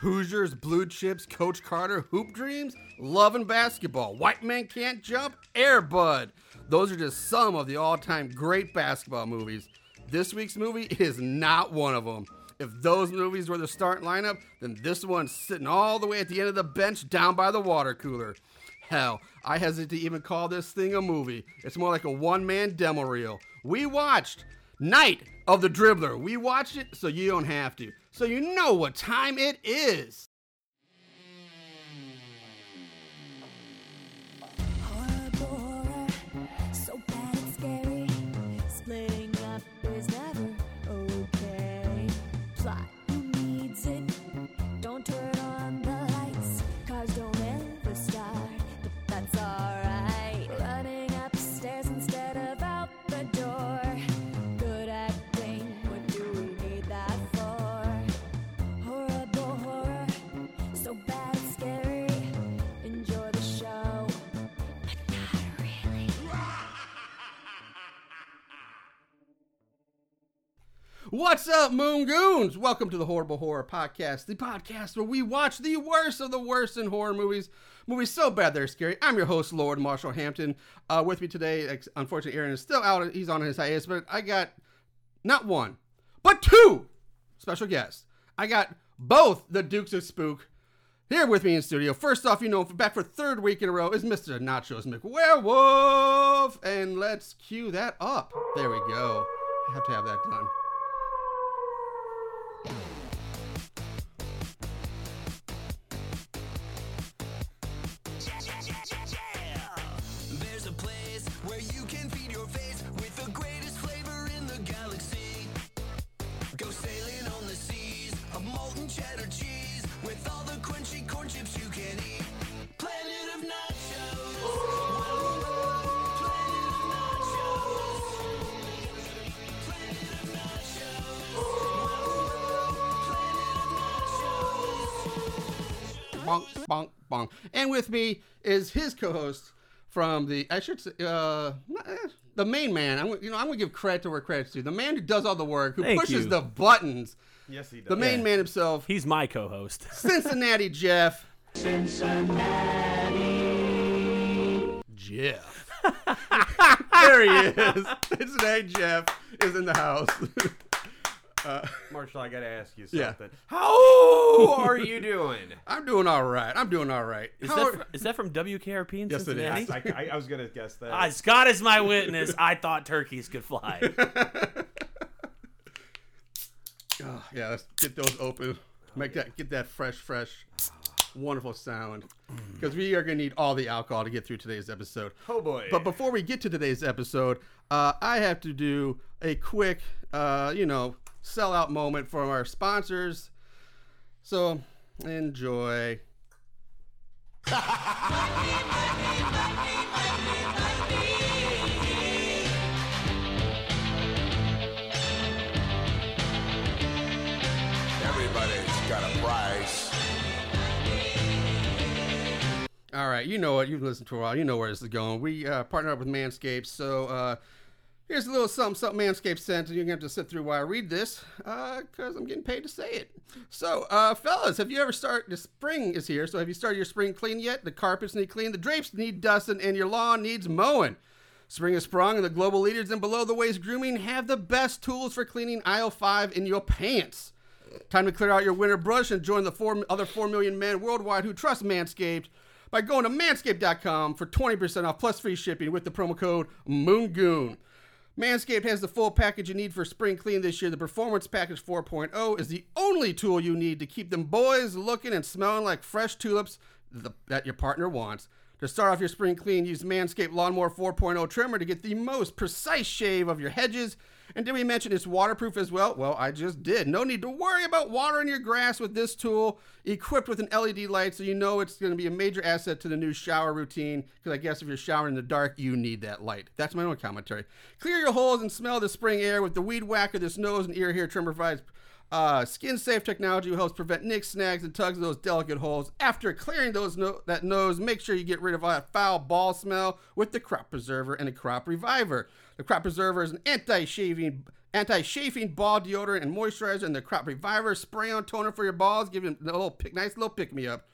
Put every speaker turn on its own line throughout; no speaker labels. Hoosiers, Blue Chips, Coach Carter, Hoop Dreams, Love and Basketball, White Man Can't Jump, Air Bud. Those are just some of the all time great basketball movies. This week's movie is not one of them. If those movies were the start lineup, then this one's sitting all the way at the end of the bench down by the water cooler. Hell, I hesitate to even call this thing a movie. It's more like a one man demo reel. We watched Night of the Dribbler. We watched it so you don't have to. So you know what time it is.
Horror, horror, so bad it's scary. Splitting up is never okay. Plot, who needs it? Don't turn on the lights. Cars don't ever start, but that's alright. Running upstairs instead of out the door. Good acting, what do we need that for? Horrible horror, so bad it's scary. Enjoy the show.
What's up, Moon Goons? Welcome to the Horrible Horror Podcast, the podcast where we watch the worst of the worst in horror movies. Movies so bad they're scary. I'm your host, Lord Marshall Hampton. Uh, with me today, ex- unfortunately, Aaron is still out. He's on his hiatus, but I got not one, but two special guests. I got both the Dukes of Spook here with me in studio. First off, you know, back for third week in a row is Mr. Nachos McWerewolf. And let's cue that up. There we go. I have to have that done.
There's a place where you can feed your face with the greatest flavor in the galaxy. Go sailing on the seas of molten cheddar cheese with all the crunchy corn chips you can eat. Planet of nachos. Planet of nachos. Planet of nachos.
bonk, bonk, bonk. And with me is his co-host from the I should say uh, not- eh, the main man. I'm gonna- you know I'm gonna give credit to where credit's due. The man who does all the work, who
Thank
pushes
you.
the buttons.
Yes, he does.
The main man himself,
He's my co-host.
Cincinnati Jeff. Cincinnati Jeff. there he is. Cincinnati Jeff is in the house.
Marshall, I gotta ask you
Yeah.
something.
Oh!
How are you doing?
I'm doing all right. I'm doing all right.
Is
How
that,
are-
fr- is that from WKRP in
Yes, it is.
Cincinnati?
I, I- I was gonna guess that.
Ah, Scott is my witness. I thought turkeys could fly.
Oh, yeah, let's get those open. Make that get that fresh, fresh, wonderful sound. Because we are gonna need all the alcohol to get through today's episode.
Mm. oh boy.
But before we get to today's episode, uh, I have to do a quick, uh, you know, sellout moment for our sponsors. So enjoy.
Everybody's got a price.
All right, you know what? You've listened for a while. You know where this is going. We uh, partnered up with Manscaped, so uh, here's a little something, something Manscaped sent, and you're gonna have to sit through while I read this, because I'm getting paid to say it. So, uh, fellas, have you ever started? The spring is here, so have you started your spring clean yet? The carpets need clean, the drapes need dusting, and your lawn needs mowing. Spring has sprung, and the global leaders in below the waist grooming have the best tools for cleaning aisle five in your pants. Time to clear out your winter brush and join the four, other 4 million men worldwide who trust Manscaped by going to manscaped.com for 20% off plus free shipping with the promo code MOONGOON. Manscaped has the full package you need for spring clean this year. The Performance Package 4.0 is the only tool you need to keep them boys looking and smelling like fresh tulips th- that your partner wants. To start off your spring clean, use Manscaped Lawnmower 4.0 trimmer to get the most precise shave of your hedges. And did we mention it's waterproof as well? Well, I just did. No need to worry about watering your grass with this tool, equipped with an LED light, so you know it's going to be a major asset to the new shower routine. Because I guess if you're showering in the dark, you need that light. That's my own commentary. Clear your holes and smell the spring air with the weed whacker. This nose and ear hair trimmer provides uh, skin safe technology helps prevent nicks, snags, and tugs in those delicate holes. After clearing those no- that nose, make sure you get rid of all that foul ball smell with the crop preserver and the crop reviver. The crop preserver is an anti shaving anti-chafing ball deodorant and moisturizer, and the Crop Reviver spray-on toner for your balls. Give them a little pick, nice little pick-me-up.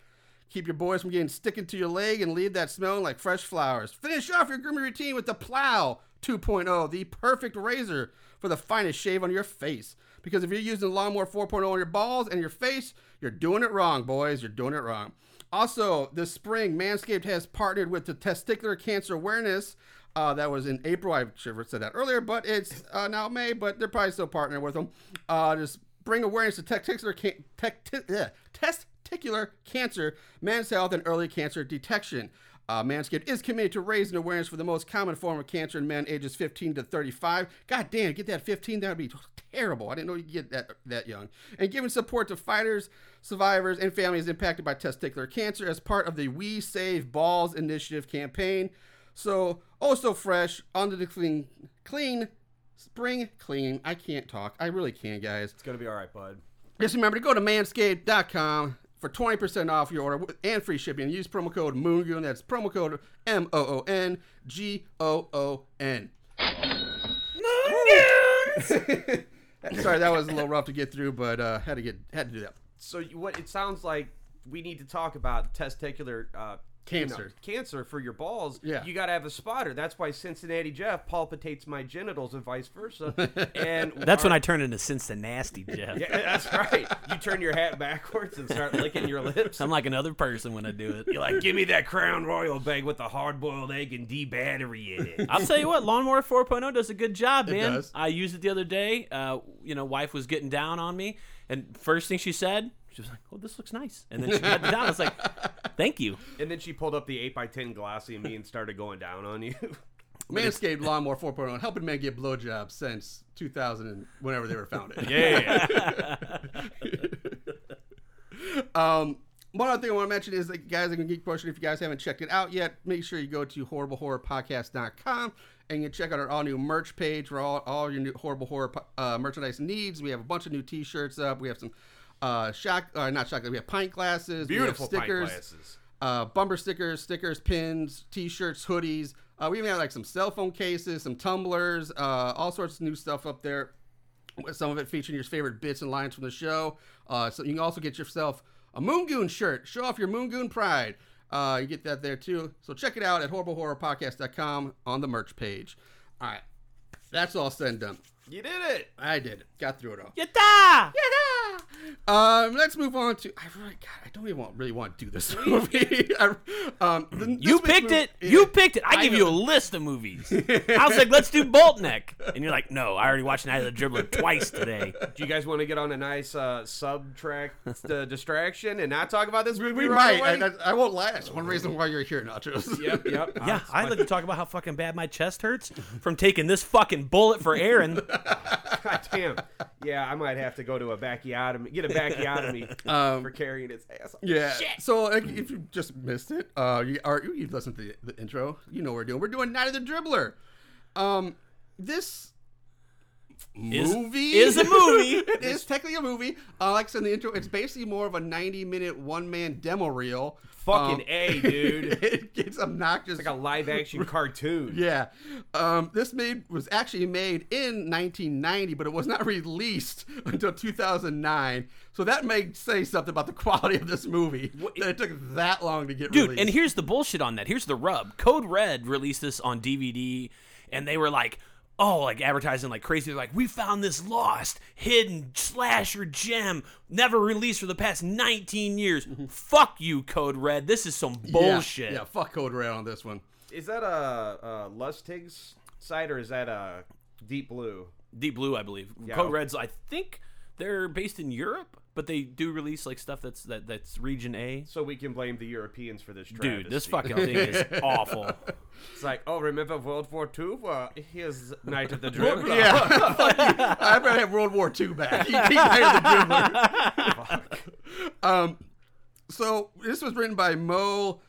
Keep your boys from getting sticking to your leg and leave that smelling like fresh flowers. Finish off your grooming routine with the Plow 2.0, the perfect razor for the finest shave on your face. Because if you're using the Lawnmower 4.0 on your balls and your face, you're doing it wrong, boys. You're doing it wrong. Also, this spring, Manscaped has partnered with the Testicular Cancer Awareness. Uh, that was in April. I should have said that earlier, but it's uh, now May, but they're probably still partnering with them. Uh, just bring awareness to testicular, can- tec- t- ugh, testicular cancer, men's health, and early cancer detection. Uh, Manscaped is committed to raising awareness for the most common form of cancer in men ages 15 to 35. God damn, get that 15, that would be terrible. I didn't know you could get that that young. And giving support to fighters, survivors, and families impacted by testicular cancer as part of the We Save Balls initiative campaign. So, oh, so fresh, under the clean, clean, spring clean. I can't talk. I really can, guys.
It's gonna be all right, bud.
Just remember to go to manscaped.com for 20% off your order with- and free shipping. Use promo code MOONGOON. That's promo code M O O N G O O N. MOONGOON! Sorry, that was a little rough to get through, but uh, had to get had to do that.
So you- what it sounds like we need to talk about testicular uh, you know,
Cancer.
cancer for your balls.
Yeah.
you got to have a spotter. That's why Cincinnati Jeff palpitates my genitals and vice versa. And
That's when I turned into Cincinnati Jeff.
Yeah, that's right. You turn your hat backwards and start licking your lips.
I'm like another person when I do it.
You're like, give me that Crown Royal bag with the hard boiled egg and D battery in it.
I'll tell you what, Lawnmower 4.0 does a good job, man.
does.
I used it the other day. Uh, you know, wife was getting down on me, and first thing she said, she was like, "Oh, this looks nice," and then she got down. I was like, "Thank you."
and then she pulled up the 8x10 glossy and me and started going down on you.
Manscaped Lawnmower 4.0, helping men get blowjobs since 2000 and whenever they were founded.
Yeah.
Um, one other thing I want to mention is that guys, I can geek portion. If you guys haven't checked it out yet, make sure you go to horriblehorrorpodcast.com and you can check out our all new merch page for all, all your new horrible horror po- uh, merchandise needs. We have a bunch of new T-shirts up. We have some uh, shock, uh, not shotgun. We have pint glasses.
Beautiful
we have
pint
stickers,
glasses.
Uh, bumper stickers, stickers, pins, T-shirts, hoodies. Uh, we even have like some cell phone cases, some tumblers, uh, all sorts of new stuff up there some of it featuring your favorite bits and lines from the show. Uh, so you can also get yourself a Moongoon shirt. Show off your Moongoon pride. Uh, you get that there too. So check it out at horriblehorrorpodcast.com on the merch page. All right. That's all said and done.
you did it.
I did it. Got through it all.
Yatta!
Um, let's move on to. I really, God, I don't even want, really want to do this movie. I, um, the-
You
this week's
picked
movie-
it. You picked it. I,
I
give
know.
you a list of movies. I was like, "Let's do Bolt Neck," and you're like, "No, I already watched Night of the Dribbler twice today."
Do you guys want to get on a nice uh, subtract uh, distraction and not talk about this movie?
We
right
might. I,
away?
that's- I won't lie. That's one reason why you're here, Nachos.
Yep, yep.
Yeah,
Uh,
I'd like to talk about how fucking bad my chest hurts from taking this fucking bullet for Aaron.
God damn. Yeah, I might have to go to a bacchiotomy, get a bacchiotomy
Um,
for carrying its ass.
Yeah. So like, if you just missed it, uh, you are you listened to the, the intro. You know what we're doing. We're doing Night of the Dribbler. Um, this
Is-
movie
is a movie.
it is technically a movie. Uh, like I said in the intro, it's basically more of a ninety-minute one-man demo reel.
Fucking
Um,
A, dude.
it gets obnoxious.
It's like a live action cartoon.
Yeah, um, this made was actually made in 1990, but it was not released until 2009. So that may say something about the quality of this movie that it took that long to get
Dude,
released.
and here's the bullshit on that. Here's the rub. Code Red released this on DVD, and they were like, oh, like advertising like crazy. They're like, we found this lost, hidden slasher gem, never released for the past 19 years. Fuck you, Code Red. This is some
Mm-hmm. Yeah,
bullshit.
Yeah, fuck Code Red on this one.
Is that a, a Lustig's site or is that a Deep Blue?
Deep Blue, I believe.
Yeah.
Code Red's, I think they're based in Europe, but they do release like stuff that's that, that's region A.
So we can blame the Europeans for this. Travesty.
Dude, this fucking thing is awful.
It's like, oh, remember World War II? Well, here's Night of the Dribbler.
Yeah, fuck you. I'd rather have World War II back. You take Night of the Dribbler. um, so this was written by Mo.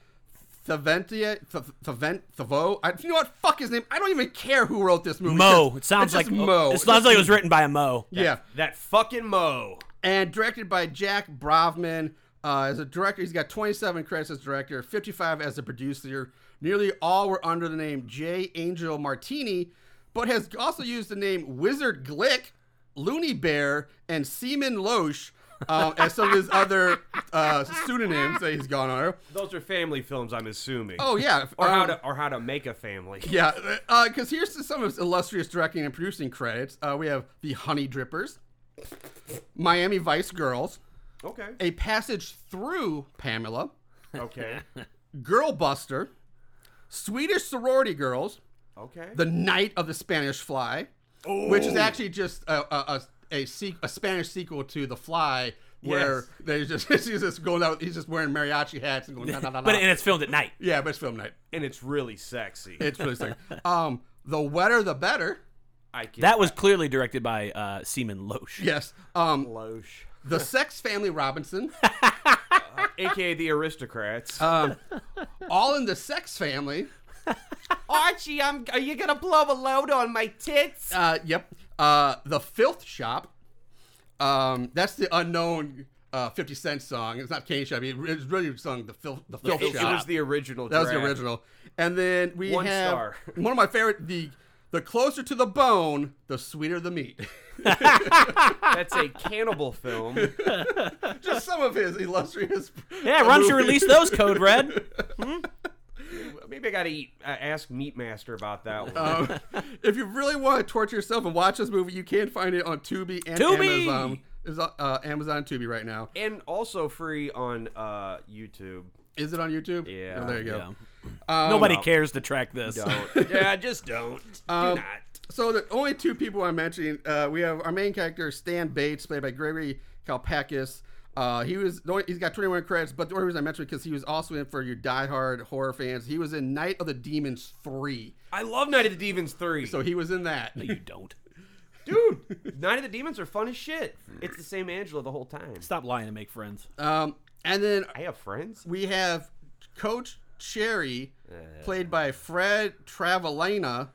Thaventia, Th- Thavent, Thavo. I, you know what? Fuck his name. I don't even care who wrote this movie.
Mo.
Just-
It sounds
it's just
like
Mo.
It sounds
Just-
like it was written by a Mo.
Yeah,
That fucking Mo.
and directed by Jack Brovman. Uh, as a director, he's got 27 credits as director, 55 as a producer. Nearly all were under the name J. Angel Martini, but has also used the name Wizard Glick, Looney Bear, and Seaman Loesch um, as some of his other uh, pseudonyms that he's gone under.
Those are family films, I'm assuming.
Oh yeah,
or how
um,
to or how to make a family.
Yeah, because here's to some of his illustrious directing and producing credits. Uh, we have The Honey Drippers, Miami Vice Girls,
Okay.
A Passage Through Pamela,
Okay.
Girl Buster, Swedish Sorority Girls,
Okay.
The Night of the Spanish Fly, which is actually just a a, a, a, se- a Spanish sequel to The Fly, where
Yes.
they just he's just going out, he's just wearing mariachi hats and going. "Na, na, na,
But
na."
and it's filmed at night.
yeah, but it's film night.
and it's really sexy.
It's really sick. um, the wetter the better.
I can
That was clearly directed by uh, Seaman Loesch.
Yes. Um,
Loesch.
The Sex Family Robinson,
AKA the aristocrats.
Uh, all in the Sex Family.
Archie, I'm are you gonna blow a load on my tits?
Uh, yep. Uh, the Filth Shop. Um, that's the unknown uh, Fifty Cent song. It's not Kane Shop. It- It's really sung the Filth. The Filth
it, it
Shop.
was the original
that was the
draft.
original. And then we
One
have
star.
one of my favorite. The the closer to the bone, the sweeter the meat.
That's a cannibal film.
Just some of his illustrious.
Yeah, why don't you release those, Code Red?
Maybe I gotta eat. Uh, ask Meatmaster about that one.
Um, if you really want to torture yourself and watch this movie, you can find it on Tubi and
Tubi!
Amazon. Is uh, Amazon Tubi right now?
and also free on uh, YouTube.
Is it on YouTube?
Yeah.
Oh, there you go.
Yeah.
Um,
Nobody cares to track this.
Don't. yeah, just don't.
Um,
Do not.
So the only two people I'm mentioning, uh, we have our main character Stan Bates, played by Gregory Kalpakis. Uh, he was the only- he's got 21 credits, but the only reason I mentioned because he was also in for your diehard horror fans. He was in Night of the Demons three,
I love Night of the Demons three.
so he was in that.
You don't.
dude, Night of the Demons are fun as shit. It's the same Angela the whole time.
Stop lying and make friends.
Uh,
Um, and then
I have friends.
we have Coach Cherry, played by Fred Travelina.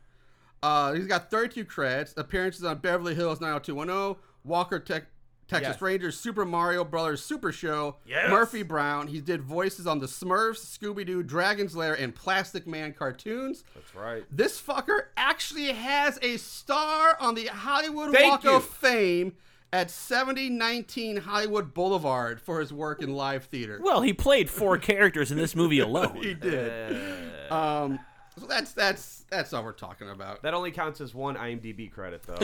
Uh, he's got 32 credits, appearances on Beverly Hills 90210, Walker Tech. Texas
Yes.
Rangers, Super Mario Brothers Super Show,
Yes.
Murphy Brown. He did voices on the Smurfs, Scooby Doo, Dragon's Lair, and Plastic Man cartoons.
That's right.
This fucker actually has a star on the Hollywood
Thank
Walk
you.
of Fame at 7019 Hollywood Boulevard for his work in live theater.
Well, he played four characters in this movie
He
alone.
did. Um, so that's that's that's all we're talking about.
That only counts as one IMDb credit, though.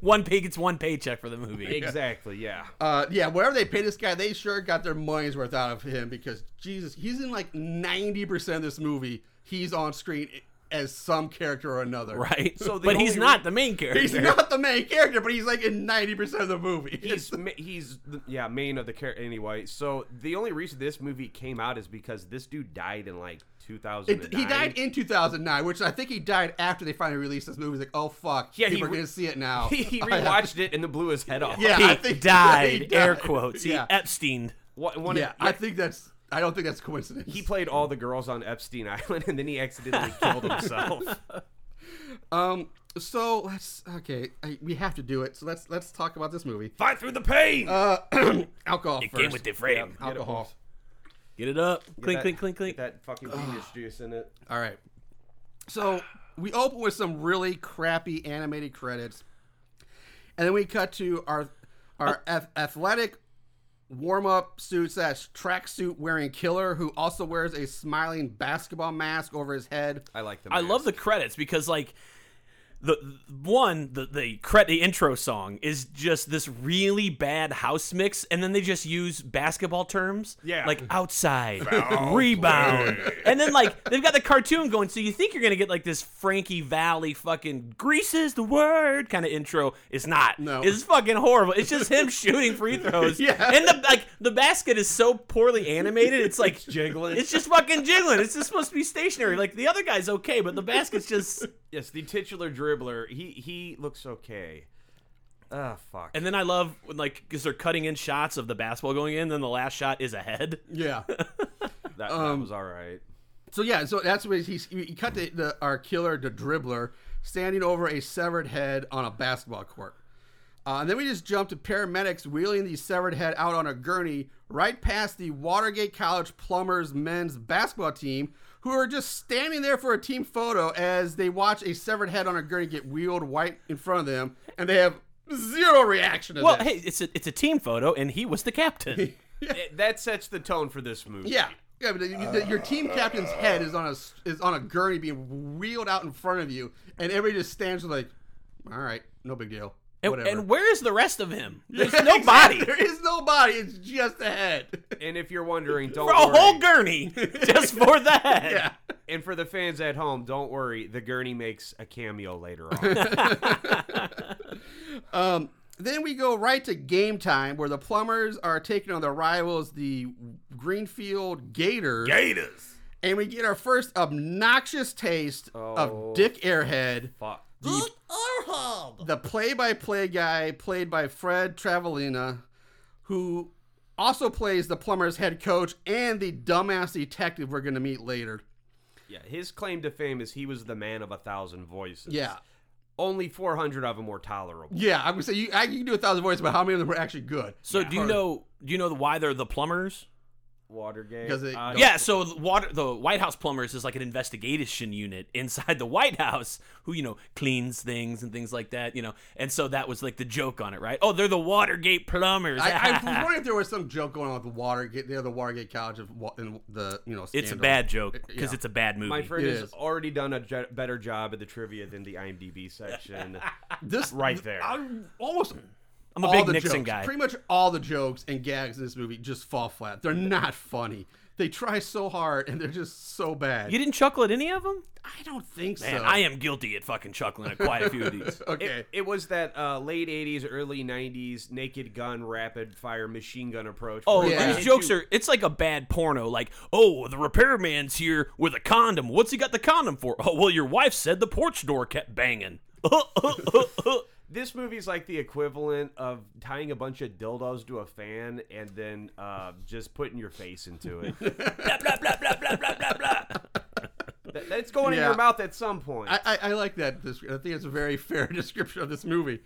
One pay gets one paycheck for the movie.
exactly. Yeah.
Uh, yeah, whatever they paid this guy, they sure got their money's worth out of him because Jesus, he's in like ninety percent of this movie. He's on screen as some character or another.
Right?
So the
but he's
only-
not the main character.
He's not the main character, but he's like in ninety percent of the movie.
he's ma- he's the- yeah main of the character anyway. So the only reason this movie came out is because this dude died in like 2009.
It- he died in 2009, which I think he died after they finally released this movie. It's like, oh fuck,
Yeah, he
people are
re-
gonna see it now.
he, he rewatched it and then blew his head off.
Yeah.
he
I think-
died,
he died.
air quotes. He
Yeah.
Epstein.
One, one of-
yeah, I think that's. I don't think that's coincidence.
he played all the girls on Epstein Island and then he accidentally killed himself.
Um. So let's. Okay, I, we have to do it. So let's let's talk about this movie.
Fight through the pain.
Uh, alcohol first.
Game with the frame.
Get it,
alcohol.
Wolf.
Get it up. Clink,
That-
clink, clink, clink.
get That fucking penis juice in it.
All right. So we open with some really crappy animated credits, and then we cut to our our
Oh.
ath- athletic warm up suit slash tracksuit wearing killer who also wears a smiling basketball mask over his head.
I like the.
I love the credits because like the one the the credit the intro song is just this really bad house mix and then they just use basketball terms
Yeah.
like outside rebound and then like they've got the cartoon going so you think you're gonna get like this Frankie Valley fucking grease is the word kind of intro it's not
No.
it's fucking horrible it's just him shooting free throws
Yeah.
and the like the basket is so poorly animated it's like
jiggling.
it's just fucking jiggling. It's just supposed to be stationary. Like the other guy's okay, but the basket's just.
yes, the titular dribbler. He he looks okay. Ah fuck.
And then I love when, like because they're cutting in shots of the basketball going in, then the last shot is a head.
Yeah.
that,
um,
that was all right.
so yeah. So that's what he's he cut the, the our killer the dribbler standing over a severed head on a basketball court. Uh, and then we just jumped to paramedics wheeling the severed head out on a gurney right past the Watergate College Plumbers men's basketball team, who are just standing there for a team photo as they watch a severed head on a gurney get wheeled right in front of them, and they have zero reaction to
Well,
this.
hey, it's a, it's a team photo, and he was the captain.
It- that sets the tone for this movie.
Yeah. Yeah, but you- the- your team captain's head is on a s- is on a gurney being wheeled out in front of you, and everybody just stands there like, "All right, no big deal."
and,
Whatever.
and where is the rest of him? There's
Yeah,
no
exactly.
body.
There is no body. It's just a head.
And if you're wondering, don't
For a
worry.
whole gurney just for that.
yeah.
and for the fans at home, don't worry. The gurney makes a cameo later on.
Um, then we go right to game time, where the plumbers are taking on their rivals, the Greenfield Gators,
Gators.
and we get our first obnoxious taste
Oh.
of Dick Airhead.
Fuck.
the play-by-play guy played by Fred Travolina, who also plays the plumber's head coach and the dumbass detective we're going to meet later.
Yeah, his claim to fame is he was the man of a thousand voices.
Yeah,
Only 400 of them were tolerable.
yeah. I would say you, I, you can do a thousand voices, but how many of them were actually good?
So do you know do you know the- why they're the plumbers?
Watergate.
Because they-
Uh,
Don't-
Yeah, so the water the White House plumbers is like an investigation unit inside the White House who, you know, cleans things and things like that, you know. And so that was like the joke on it, right? Oh, they're the Watergate plumbers.
I, I was wondering if there was some joke going on with the Watergate, the other Watergate College of Wa- and the you know.
it's a
scandal.
bad joke
Yeah.
because it's a bad movie.
My friend
It
has
is.
already done a je- better job at the trivia than the IMDb section.
This
right there.
I'm almost.
I'm a
all
big
the
Nixon
jokes,
guy.
Pretty much all the jokes and gags in this movie just fall flat. They're not funny. They try so hard and they're just so bad.
you didn't chuckle at any of them?
I don't think
Man,
so.
I am guilty at fucking chuckling at quite a few of these.
okay.
It, it was that uh, late '80s, early '90s naked gun, rapid fire machine gun approach.
Oh,
where
Yeah.
they
these
hit
jokes
you-
are it's like a bad porno. Like, oh, the repairman's here with a condom. What's he got the condom for? Oh, well, your wife said the porch door kept banging.
This movie's like the equivalent of tying a bunch of dildos to a fan and then uh, just putting your face into it.
blah, blah, blah, blah, blah, blah, blah, blah.
That- That's going in
Yeah.
your mouth at some point.
I, I, I like that. This, I think it's a very fair description of this movie.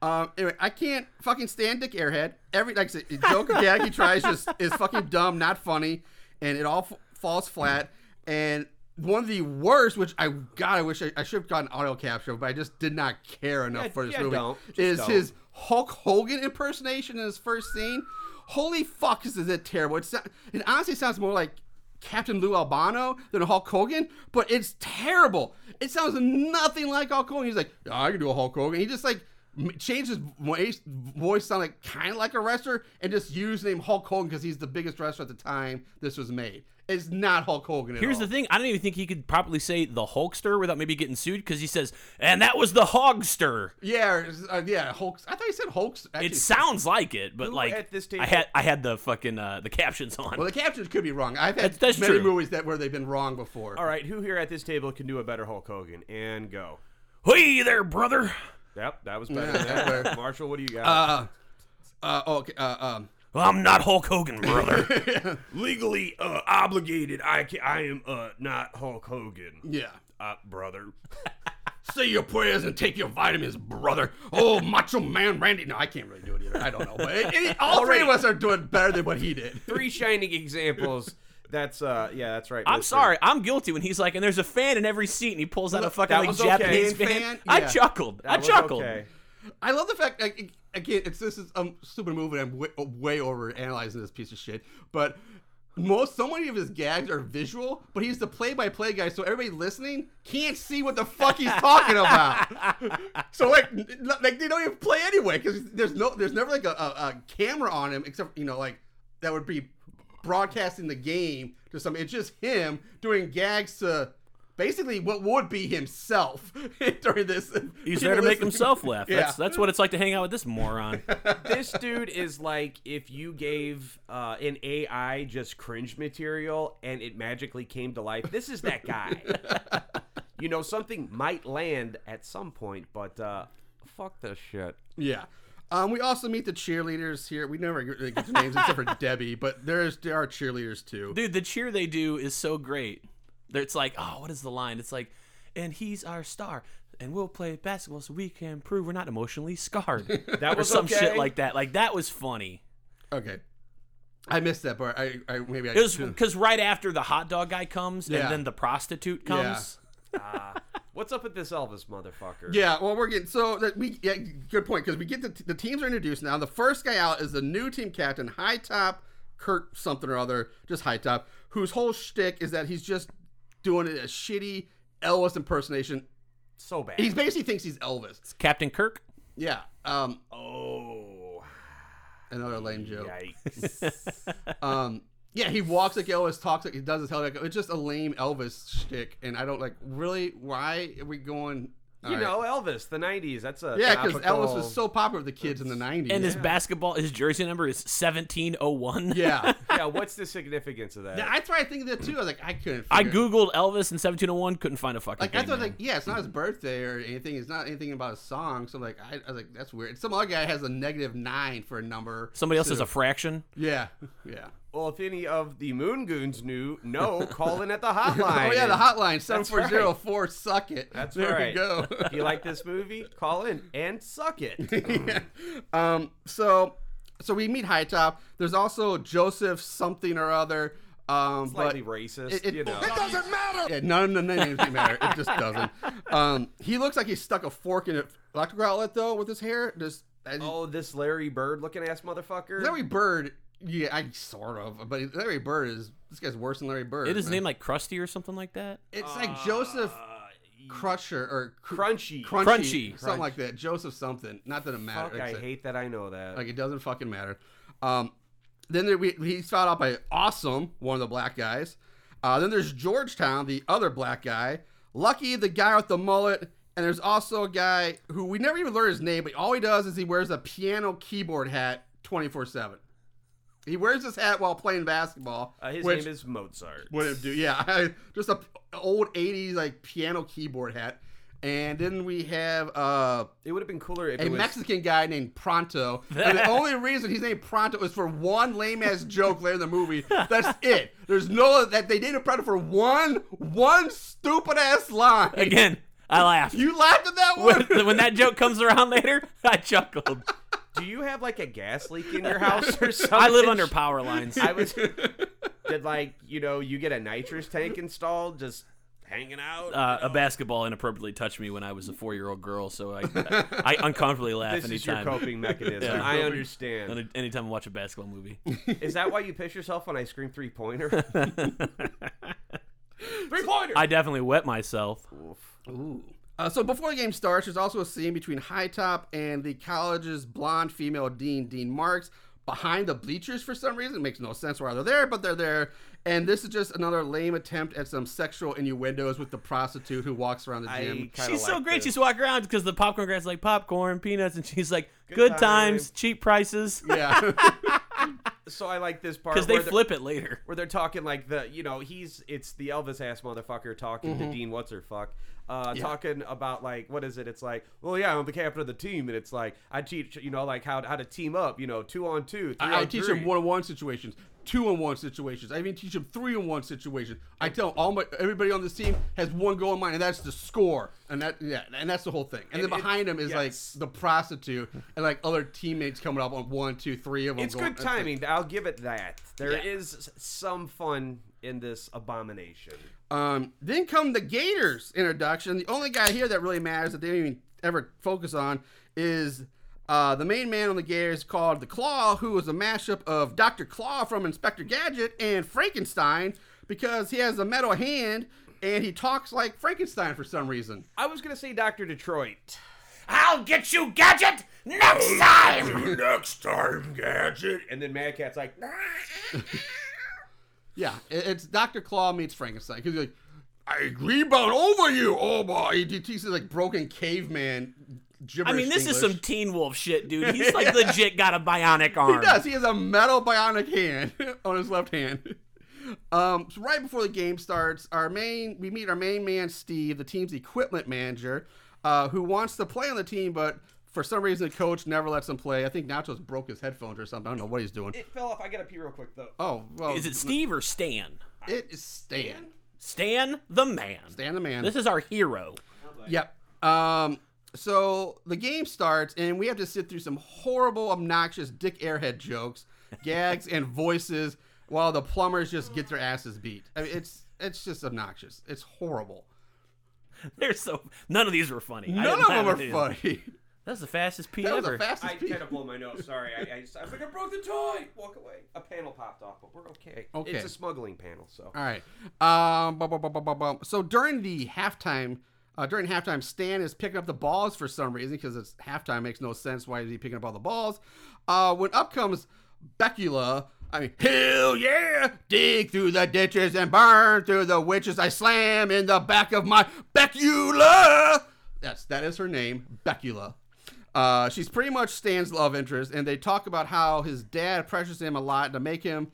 Um, anyway, I can't fucking stand Dick Airhead. Every like I said, joke or gag he tries just is fucking dumb, not funny, and it all f- falls flat. And one of the worst, which I God, I wish I, I should have gotten audio capture, but I just did not care enough
Yeah,
for this
yeah,
movie.
don't. Just
is
don't.
his Hulk Hogan impersonation in his first scene? Holy fuck, is it terrible? It's not, it honestly sounds more like Captain Lou Albano than Hulk Hogan, but it's terrible. It sounds nothing like Hulk Hogan. He's like, "Yeah, I can do a Hulk Hogan. He just like m- changed his voice, voice sound like kind of like a wrestler, and just used the name Hulk Hogan because he's the biggest wrestler at the time this was made. It's not Hulk Hogan. At
Here's
all.
the thing: I don't even think he could properly say the Hulkster without maybe getting sued because he says, "And that was the Hogster."
yeah, it's- uh, yeah, Hulk. I thought he said Hulk. actually-
It sounds like it, but
Who
like
at this
I
table-
had I had the fucking uh, the captions on.
Well, the captions could be wrong. I've had
That's- that's
many
true.
movies that where they've been wrong before.
All right, who here at this table can do a better Hulk Hogan? And go.
hey there, brother.
Yep, that was better.
Yeah,
than
that
that.
worked.
Marshall, what do you got?
Uh, uh, okay. Uh, um,
I'm not Hulk Hogan, brother.
Legally uh, obligated. I can, I am uh, not Hulk Hogan,
yeah.
uh, brother.
Say your prayers and take your vitamins, brother. Oh, Macho Man Randy. No, I can't really do it either. I don't know. But it, it- all three of us are doing better than what he did.
Three shining examples. That's uh, yeah, that's right.
I'm
Mr.
sorry, I'm guilty when he's like, and there's a fan in every seat, and he pulls out a fucking
that
like
was okay.
Japanese
Fan?
fan.
Yeah.
I chuckled.
That
I
was
chuckled.
okay.
I love the fact, like, again, it's this is a stupid movie. and I'm way, way over analyzing this piece of shit, but most so many of his gags are visual. But he's the play-by-play guy, so everybody listening can't see what the fuck he's talking about. so like, n- like they don't even play anyway because there's no, there's never like a, a, a camera on him except you know like that would be broadcasting the game to some. It's just him doing gags to. Basically, what would be himself during this?
He's there to make himself laugh.
Yeah.
That's that's what it's like to hang out with this moron.
This dude is like if you gave uh, an AI just cringe material and it magically came to life. This is that guy. you know, something might land at some point, but uh, fuck this shit.
Yeah. Um, we also meet the cheerleaders here. We never really get the names except for Debbie, but there's there are cheerleaders too.
Dude, the cheer they do is so great. They're- It's like, oh, what is the line? It's like, and he's our star. and we'll play basketball so we can prove we're not emotionally scarred.
That
or
was
some shit
okay.
like that. Like that was funny.
Okay. I missed that part. I, I maybe I
It was because right after the hot dog guy comes
Hmm. Yeah.
and then the prostitute
Yeah.
comes.
What's up with this Elvis motherfucker?
Yeah, well, we're getting so that we yeah, good point because we get the, the teams are introduced now. The first guy out is the new team captain, High Top Kurt something or other, just High Top, whose whole shtick is that he's just doing a shitty Elvis impersonation.
So bad.
He basically thinks he's Elvis.
Captain Kirk.
Yeah. Um,
oh.
another lame joke.
Yikes.
Um, yeah, he walks like Elvis, talks like he does his hell like it's just a lame Elvis shtick, and I don't like really why are we going?
you know, Elvis, the 90s. That's a.
yeah, because Elvis
topical-
was so popular with the kids in the '90s.
And his basketball, his jersey number is seventeen oh one.
yeah.
Yeah, what's the significance of that?
Yeah, I tried thinking that too. I was like, I couldn't.
I
figure it.
googled Elvis and seventeen oh one, couldn't find a fucking.
Like
thing,
I thought,
man.
like yeah, it's not his birthday or anything. It's not anything about a song. So like, I, I was like, that's weird. And some other guy has a negative nine for a number.
somebody else
so-
has a fraction.
yeah, yeah.
Well, if any of the Moon Goons knew, no, call in at the hotline.
Oh yeah, the hotline seven
That's
four
right.
zero four. Suck it.
That's
there
right.
we go.
If you like this movie, call in and suck it.
um, so so we meet High Top. There's also Joseph something or other. Um,
Slightly
but
racist,
it- it-
you know.
doesn't matter.
Yeah, none of the names matter. It just doesn't. Um, he looks like he stuck a fork in an electrical outlet though with his hair. Just as he-
Oh, this Larry Bird looking ass motherfucker.
Larry Bird, yeah, I sort of, but Larry Bird is this guy's worse than Larry Bird.
It is
man.
named like Krusty or something like that.
It's like Joseph
Uh,
Crusher or Cr-
Crunchy.
Crunchy,
Crunchy.
something like that. Joseph something. Not that it matters.
Fuck, I hate that I know that.
Like it doesn't fucking matter. Um, then there, we, he's found out by Awesome, one of the black guys. Uh, then there's Georgetown, the other black guy. Lucky, the guy with the mullet. And there's also a guy who we never even learn his name, but all he does is he wears a piano keyboard hat 24 7. He wears this hat while playing basketball.
Uh, his
which
name is Mozart.
would it do? Yeah, just a p- old 80s like piano keyboard hat. And then we have uh,
It would have been cooler if
a
it was
Mexican guy named Pronto. and the only reason he's named Pronto is for one lame ass joke later in the movie. That's it. There's no that they named Pronto for one one stupid ass line.
Again, I laughed.
You laughed at that one.
when, when that joke comes around later, I chuckled.
Do you have like a gas leak in your house or something?
I live under power lines.
I was. Did like you know you get a nitrous tank installed just hanging out?
uh, a basketball inappropriately touched me when I was a four-year-old girl, so I I uncomfortably laugh
this is your
anytime.
coping mechanism.
Yeah.
I understand.
any- Anytime I watch a basketball movie,
Is that why you piss yourself when I scream three pointer? three pointer.
I definitely wet myself.
Uh, so before the game starts, there's also a scene between High Top and the college's blonde female dean, Dean Marks, behind the bleachers for some reason. It makes no sense why they're there, but they're there. And this is just another lame attempt at some sexual innuendos with the prostitute who walks around the
I
gym.
kinda
she's so
like
great.
this.
She's walking around because the popcorn guy's like popcorn, peanuts, and she's like, "Good, times,
times."
cheap prices,"
yeah.
so I like this part
because they
where they're-
flip it later.
where they're talking like the you know he's it's the Elvis ass motherfucker talking to Dean what's her fuck. Uh, Talking about like what is it? It's like, well, yeah, I'm the captain of the team, and it's like I teach you know like how how to team up, you know, two on two, three
I, I
on
teach
three.
him one on one situations, two on one situations. I even teach him three on one situations. I tell all my everybody on this team has one goal in mind, and that's the score. And that yeah, and that's the whole thing. And,
And
then
it-
behind him is
yes.
like the prostitute and like other teammates coming up on one, two, three of them.
It's
going-
good timing. I'll give it that. There
Yeah.
is s some fun in this abomination.
Um, then come the Gators introduction. The only guy here that really matters that they don't even ever focus on is uh, the main man on the Gators called the Claw, who is a mashup of Dr. Claw from Inspector Gadget and Frankenstein because he has a metal hand and he talks like Frankenstein for some reason.
I was gonna say Doctor Detroit.
I'll get you, gadget, next time.
Next time, Gadget.
And then Mad Cat's like,
Yeah, it- it's Dr. Claw meets Frankenstein because like
I rebound over you, oh boy.
he he teaches like broken caveman.
I mean, this
gibberish
is
English.
some Teen Wolf shit, dude. He's like legit got a bionic arm.
He does. He has a metal bionic hand on his left hand. Um, so right before the game starts, our main we meet our main man Steve, the team's equipment manager, uh, who wants to play on the team, but for some reason the coach never lets him play. I think Nacho's broke his headphones or something. I don't know what he's doing.
"It fell off. I gotta pee real quick though."
Oh well,
Is it Steve or Stan?
It is Stan.
Stan the man.
Stan the man.
This is our hero.
Yep. Um, so the game starts, and we have to sit through some horrible, obnoxious Dick Airhead jokes, gags, and voices while the plumbers just get their asses beat. I mean, it's it's just obnoxious. It's horrible.
They're so none of these were funny. I
None
didn't
of
laugh
them
at
are
any of
funny.
That was the fastest pee
That was
ever.
the fastest
I
piece.
kind of blow my nose. Sorry, I, I, just, I was like, I broke the toy. Walk away. A panel popped off, but we're okay.
Okay.
It's a smuggling panel, so.
All right. Um, bum, bum, bum, bum, bum, bum. So during the halftime, uh, during halftime, Stan is picking up the balls for some reason because it's halftime. Makes no sense. Why is he picking up all the balls? Uh, when up comes Becula, I mean, hell yeah! Dig through the ditches and burn through the witches. I slam in the back of my Becula. That's that is her name, Becula. Uh, she's pretty much Stan's love interest, and they talk about how his dad pressures him a lot to make him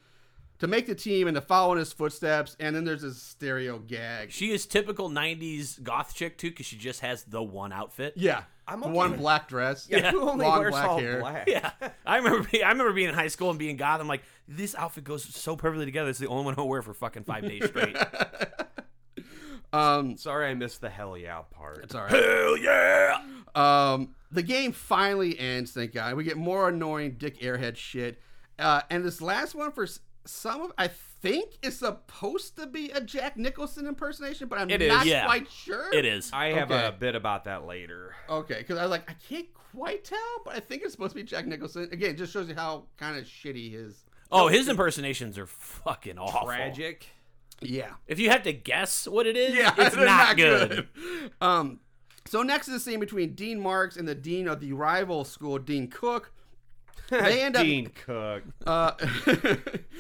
to make the team and to follow in his footsteps. And then there's this stereo gag.
She is typical '90s goth chick too, because she just has the one outfit.
Yeah,
I'm okay
one
with-
black dress.
Yeah, who only
long
wears
black
all
hair.
black?
Yeah, I remember. Being, I remember being in high school and being goth. I'm like, this outfit goes so perfectly together. It's the only one I'll wear for fucking five days straight.
Sorry, I missed the hell yeah part.
It's all right. Hell yeah! Um, the game finally ends. Thank God. We get more annoying Dick Airhead shit. Uh, and this last one for s- some of I think is supposed to be a Jack Nicholson impersonation, but I'm
It is.
not
Yeah.
quite sure.
it is.
I have a
Okay.
bit about that later.
Okay, because I was like, I can't quite tell, but I think it's supposed to be Jack Nicholson. Again, it just shows you how kind of shitty his.
Oh, his impersonations are fucking awful.
Tragic.
Yeah.
If you have to guess what it is,
Yeah,
it's
they're
not, good.
good. Um, so next is the scene between Dean Marks and the dean of the rival school, Dean Cook. They end
Dean Cook.
up. Uh,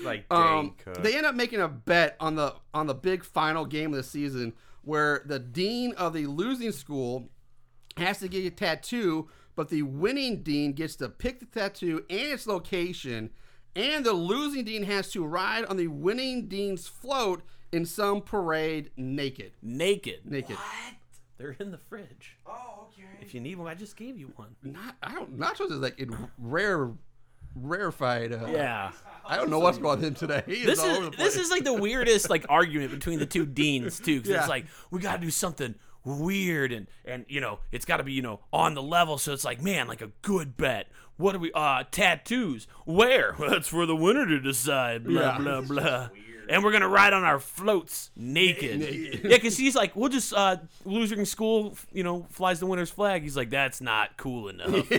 Like Dane
um,
Cook.
they end up making a bet on the on the big final game of the season, where the dean of the losing school has to get a tattoo, but the winning dean gets to pick the tattoo and its location, and the losing dean has to ride on the winning dean's float in some parade naked.
Naked.
Naked.
They're in the fridge.
oh, okay.
If you need one, I just gave you one.
not I don't nachos is like in rare rarefied uh,
Yeah.
I don't know what's going on with him today. He is
This
all over
is
the place.
this is like the weirdest like argument between the two deans too, because
Yeah.
it's like we got to do something weird and and you know it's got to be you know on the level. So it's like man, like a good bet. What do we? Uh, tattoos. Where? Well, that's for the winner to decide. Blah
Yeah.
blah blah. And we're gonna ride on our floats naked. yeah, because he's like, we'll just uh, losing school. f- You know, flies the winner's flag. He's like, that's not cool enough.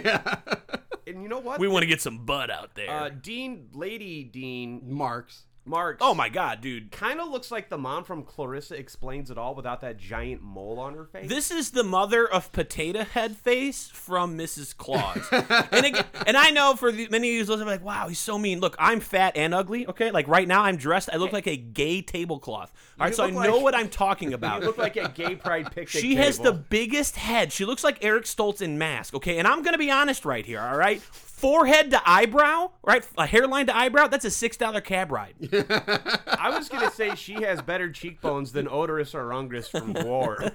And you know what?
we want to get some butt out there.
uh, Dean, Lady Dean
Marks.
Marks.
oh my god, dude.
Kind of looks like the mom from Clarissa Explains It All without that giant mole on her face.
This is the mother of potato head face from Mrs. Claus. and again, and I know for the, many of you listening, like, wow, he's so mean. Look, I'm fat and ugly. Okay, like right now, I'm dressed. I look like a gay tablecloth. All right, so I
look like-
know what I'm talking
you
about.
look like a gay pride picnic.
She has the
table.
biggest head. She looks like Eric Stoltz in Mask. Okay, and I'm gonna be honest right here. All right, forehead to eyebrow, right, a hairline to eyebrow. That's a six dollar cab ride.
I was gonna say she has better cheekbones than Odorous Orongus from War,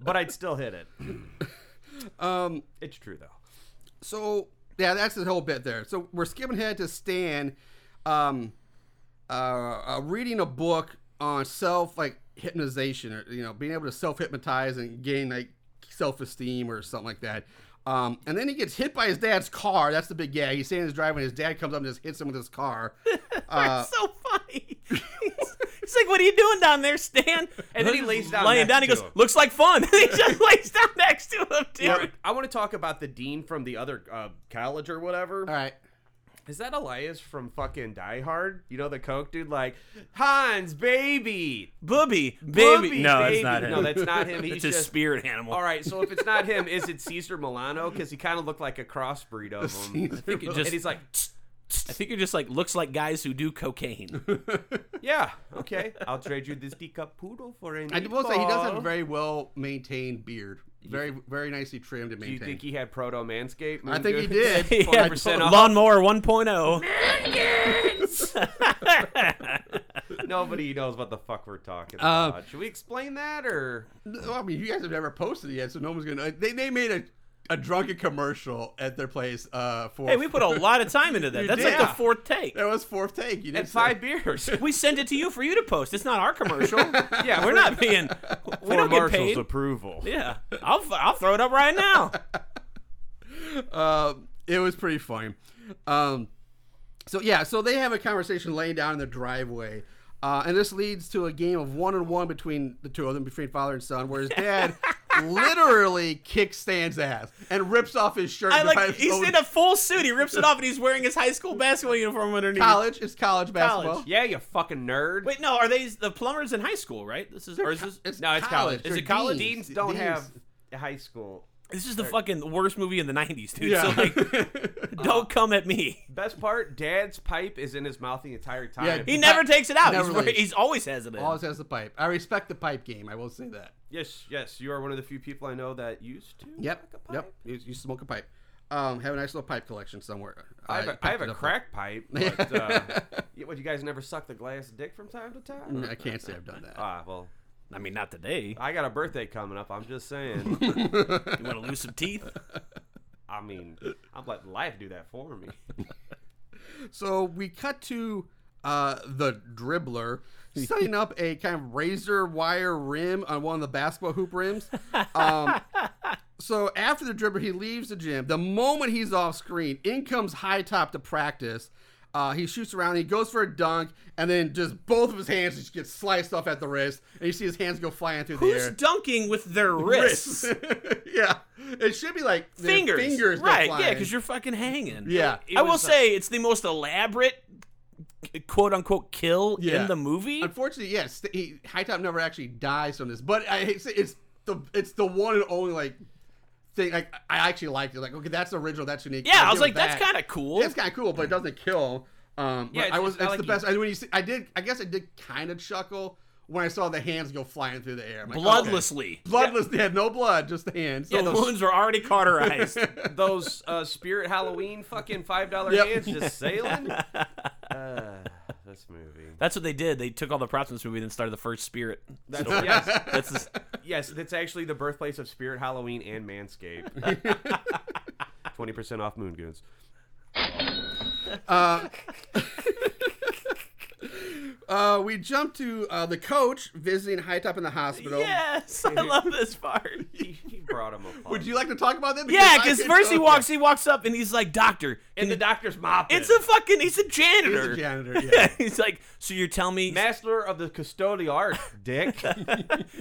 but I'd still hit it. Um,
Um,
it's true though.
So yeah, that's the whole bit there. So we're skipping ahead to Stan um uh, uh reading a book on self like hypnotization or you know, being able to self hypnotize and gain like self esteem or something like that. Um, and then he gets hit by his dad's car. That's the big gag. He's standing in his driveway, and his dad comes up and just hits him with his car.
It's so funny. He's, he's like, "What are you doing down there, Stan?" And
then he lays down
laying
next
down. He
to
goes,
him.
"Looks like fun." And he just lays down next to him, dude.
I want to talk about the dean from the other uh, college or whatever.
All right.
Is that Elias from fucking Die Hard? You know the coke dude, like Hans, baby,
Booby, baby.
Booby,
no,
baby.
it's not him.
No, that's not him. He's
it's his
just.
spirit animal.
All right, so if it's not him, is it Caesar Milano? Because he kind of looked like a crossbreed of him.
I think it just.
and he's like,
I think it just like looks like guys who do cocaine.
yeah, okay, I'll trade you this teacup poodle for a
I will say he does have a
meatball."
very well maintained beard. Very very nicely trimmed and
Do you
maintained.
think he had proto manscape?
I think he did.
Yeah,
40% off.
Lawnmower oh. 1.0.
Nobody knows what the fuck we're talking
Uh,
about. Should we explain that or?
No, I mean, you guys have never posted it yet, so no one's gonna. They, they made a a drunken commercial at their place uh, for.
Hey, we put a lot of time into that.
You
That's
did.
like the
Yeah.
fourth take.
That was fourth take. You didn't
and
say-
five beers.
We send it to you for you to post. It's not our commercial.
yeah,
We're not being. We don't get paid.
approval.
Yeah, I'll I'll throw it up right now.
Uh, it was pretty funny. Um, so yeah, so they have a conversation laying down in the driveway, uh, and this leads to a game of one on one between the two of them, between father and son, where his dad literally kicks Stan's ass and rips off his shirt.
I
to buy
like
his
he's
own
in a full suit. He rips it off and he's wearing his high school basketball uniform underneath.
college. It's college basketball.
Yeah, you fucking nerd.
Wait, no, are they the plumbers in high school? Right? This is or is this?
It's
no, it's college.
They're
Is it college?
deans.
Deans don't
Deans.
have high school.
This is the fucking worst movie in the '90s, dude.
Yeah.
So like, don't come at me.
Best part, Dad's pipe is in his mouth the entire time.
Yeah,
He never takes it out.
Never
He's, wearing-
leaves.
he's always has it in.
Always has the pipe. I respect the pipe game. I will say that.
yes, yes, you are one of the few people I know that used to.
Yep.
smoke a
Yep.
pipe.
You, you smoke a pipe. Um, have a nice little pipe collection somewhere.
I have
Uh,
a,
picked
I have
it
a
up.
crack pipe. But, uh, yeah, what, you guys never suck the glass dick from time to time?
I can't say I've done that.
Ah, well,
I mean, not today.
I got a birthday coming up. I'm just saying.
You want to lose some teeth?
I mean, I'm letting life do that for me.
So we cut to uh, the dribbler setting up a kind of razor wire rim on one of the basketball hoop rims. Um, so after the dribbler, he leaves the gym. The moment he's off screen, in comes High Top to practice. Uh, he shoots around, he goes for a dunk, and then just both of his hands just get sliced off at the wrist, and you see his hands go flying through
Who's
the
dunking with their
air.
wrists?
yeah, it should be like their
Fingers.
fingers go
right? Yeah,
flying.
because you're fucking hanging.
yeah. uh,
It
I
was
will
a-
say it's the most elaborate quote unquote kill
Yeah.
in the movie.
Unfortunately, yes, th- he, High Top never actually dies from this, but I, it's, it's the it's the one and only like thing. Like I actually liked it. Like okay, that's original, that's unique.
Yeah, I was like, that's kind of cool.
yeah, it's kind of cool, but it doesn't kill. Um,
Yeah,
yeah,
it's-
I was
it's
it's,
not like
the
you-
best. And when you see, I did, I guess I did kind of chuckle when I saw the hands go flying through the air. I'm like, okay.
Bloodlessly.
bloodless. They had no blood, just the hands.
Yeah,
So
the
those-
wounds were already cauterized.
Those uh, Spirit Halloween fucking five dollar
Yep.
hands just sailing. Uh, this movie.
That's what they did. They took all the props in this movie and then started the first Spirit.
That's,
story.
yes,
That's just,
yes, that's actually the birthplace of Spirit Halloween and Manscaped. Twenty percent off Moon Goons.
uh, we jumped to uh, the coach visiting High Top in the hospital.
yes, I love this part.
He, he brought him a.
Would you like to talk about that?
Yeah,
I
because
could
first he
totally-
walks, he walks up and he's like, "Doctor,"
in
can
the
you-"
doctor's mop?
It's a fucking. He's a
He's
janitor.
a janitor. Yeah.
he's like, so you're telling me?
master of the custodial art, Dick.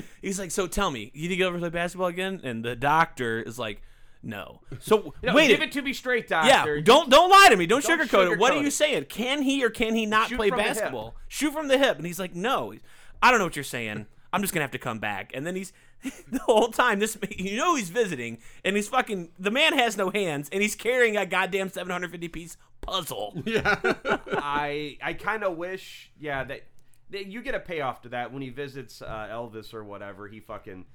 He's like, so tell me, you need to go over to play basketball again? And the doctor is like, no. So
No,
wait,
give it to me straight, doctor.
Yeah, don't don't lie to me. Don't,
Don't
sugarcoat, it. What
sugarcoat
are you
it.
saying? Can he or can he not
Shoot
play
from the hip.
basketball? Shoot from the hip. And he's like, no, I don't know what you're saying. I'm just gonna have to come back. And then he's the whole time this you know he's visiting and he's fucking the man has no hands and he's carrying a goddamn 750 piece puzzle.
I I kind of wish, yeah, that, that you get a payoff to that when he visits uh, Elvis or whatever. He fucking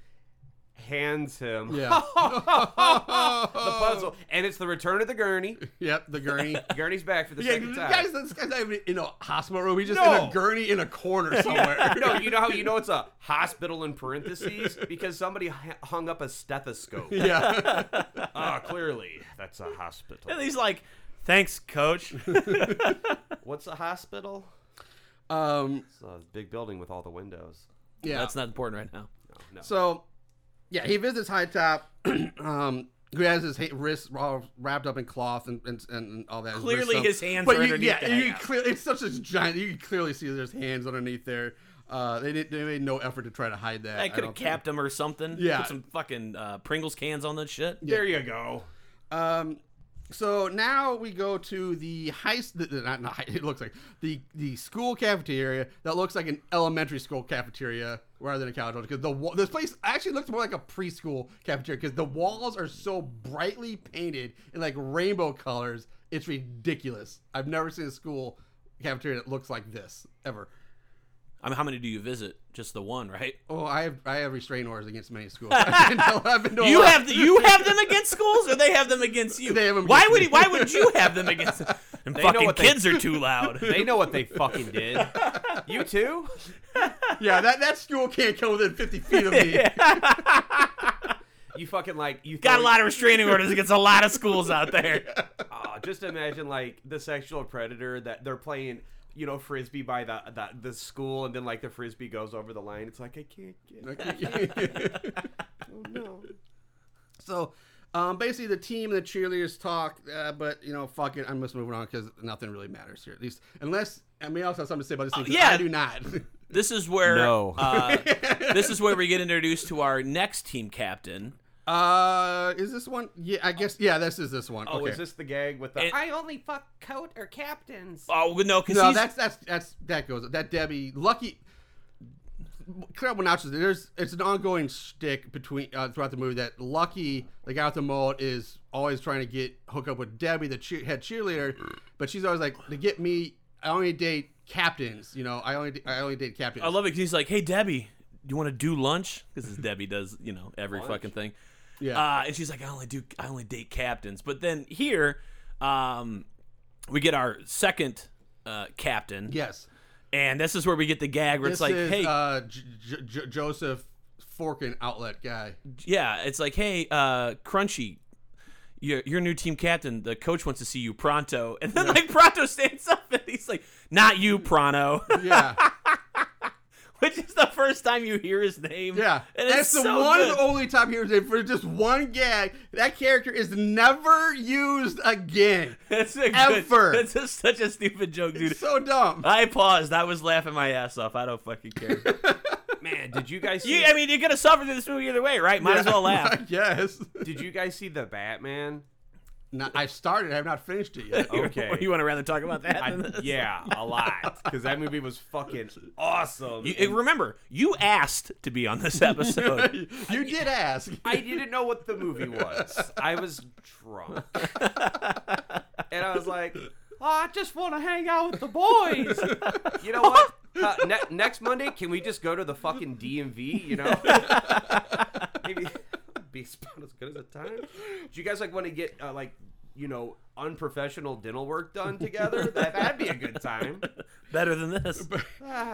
hands him
Yeah.
the puzzle, and it's the return of the gurney.
Yep, the gurney.
Gurney's back for the
yeah,
second
this
time.
guy's, this guy's not even in a hospital room. He's just in
No.
a gurney in a corner somewhere.
no, you know how you know it's a hospital in parentheses because somebody h- hung up a stethoscope.
Yeah.
Ah, clearly that's a hospital.
And he's like, thanks, coach.
What's a hospital?
Um,
It's a big building with all the windows.
yeah.
That's not important right now.
so, yeah, he visits High Top, um, who has his ha- wrists all wrapped up in cloth and, and, and all that. His wrist
Clearly
stuff.
his hands
but
are
you,
underneath
Yeah,
the
you
hangout.
clear, it's such a giant. You can clearly see there's hands underneath there. Uh, they, did, they made no effort to try to hide that.
I could have
don't
capped him or something.
Yeah.
Put some fucking uh, Pringles cans on that shit.
There you go.
think. Um, so now we go to the high. s- The, the- not, not high. It looks like the the school cafeteria that looks like an elementary school cafeteria rather than a college one because the wa- this place actually looks more like a preschool cafeteria because the walls are so brightly painted in like rainbow colors. It's ridiculous. I've never seen a school cafeteria that looks like this ever.
I mean, how many do you visit? Just the one, right?
Oh, I have I have restraint orders against many schools. I've been to, I've been to a
You
lot.
have the, you have them against schools, or they have them against you.
They have them
why
against
would
me.
why would you have them against? And
know
fucking
what they-
kids are too loud.
They know what they fucking did. You too?
yeah that that school can't come within fifty feet of me.
You fucking like you
Got a
throw-
lot of restraining orders against a lot of schools out there.
Aw, Oh, just imagine like the sexual predator that they're playing, you know, frisbee by the, the the school, and then like the frisbee goes over the line. It's like I can't get. it.
so um, basically, the team and the cheerleaders talk, uh, but you know, fuck it. I'm just moving on because nothing really matters here. At least, unless I mean, I also have something to say
Oh,
about this thing. 'cause
yeah.
I do not.
This is where
No.
uh, this is where we get introduced to our next team captain.
uh, is this one? Yeah, I guess. Yeah, this is this one.
Oh,
okay.
is this the gag with the?
It-
I only fuck coat or captains.
Oh no, because
No,
he's
that's that's that's that goes. That Debbie Lucky. Clear up notches. There's it's an ongoing shtick between uh, throughout the movie that Lucky, the guy with the mullet, is always trying to get hook up with Debbie, the cheer, head cheerleader, but she's always like, to get me, I only date captains. You know, I only I only date captains.
I love it 'cause he's like, "Hey Debbie, do you want to do lunch?" Because Debbie does, you know, every fucking thing.
Yeah.
Uh, and she's like, "I only do, I only date captains." But then here, um, we get our second uh, captain,
yes.
and this is where we get the gag where
This
it's like,
is
"Hey,
uh, J- J- J- Joseph Forkin outlet guy.
yeah," it's like, "Hey, uh, Crunchy." Your, your new team captain, the coach wants to see you pronto. And then, like, pronto stands up and he's like, Not you, pronto.
Yeah.
Which is the first time you hear his name.
Yeah,
And
that's
it's
the
so
one
good.
and only time he was in for just one gag. That character is never used again.
That's a good,
Ever.
That's just such a stupid joke, dude.
It's so dumb.
I paused. I was laughing my ass off. I don't fucking care.
Man, did you guys? See,
you, I mean, you're gonna suffer through this movie either way, right? Might as well
I
laugh.
guess.
did you guys see the Batman?
No, I started. I have not finished it yet.
Okay.
Or you want to rather talk about that?
I-
than this?
yeah, a lot because that movie was fucking awesome.
You,
And
and remember, you asked to be on this episode.
you did ask.
I didn't know what the movie was. I was drunk, and I was like, oh, "I just want to hang out with the boys." You know what? Uh, ne- next Monday, can we just go to the fucking DMV? You know, maybe be about as good as a time. Do you guys like want to get uh, like you know unprofessional dental work done together? That, that'd be a good time.
Better than this.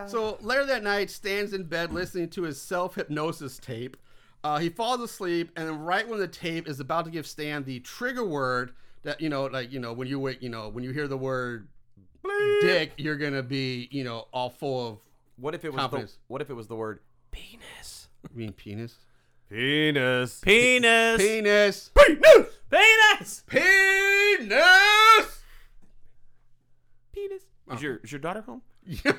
So later that night, stands in bed listening to his self hypnosis tape. Uh, he falls asleep, and then right when the tape is about to give Stan the trigger word that you know, like you know, when you wait, you know, when you hear the word "dick," you're gonna be, you know, all full of.
What if it was
Confidence.
the What if it was the word penis?
I mean, penis.
Penis.
Penis.
Penis.
Penis.
Penis.
Penis.
Is your is your daughter home?
Yeah,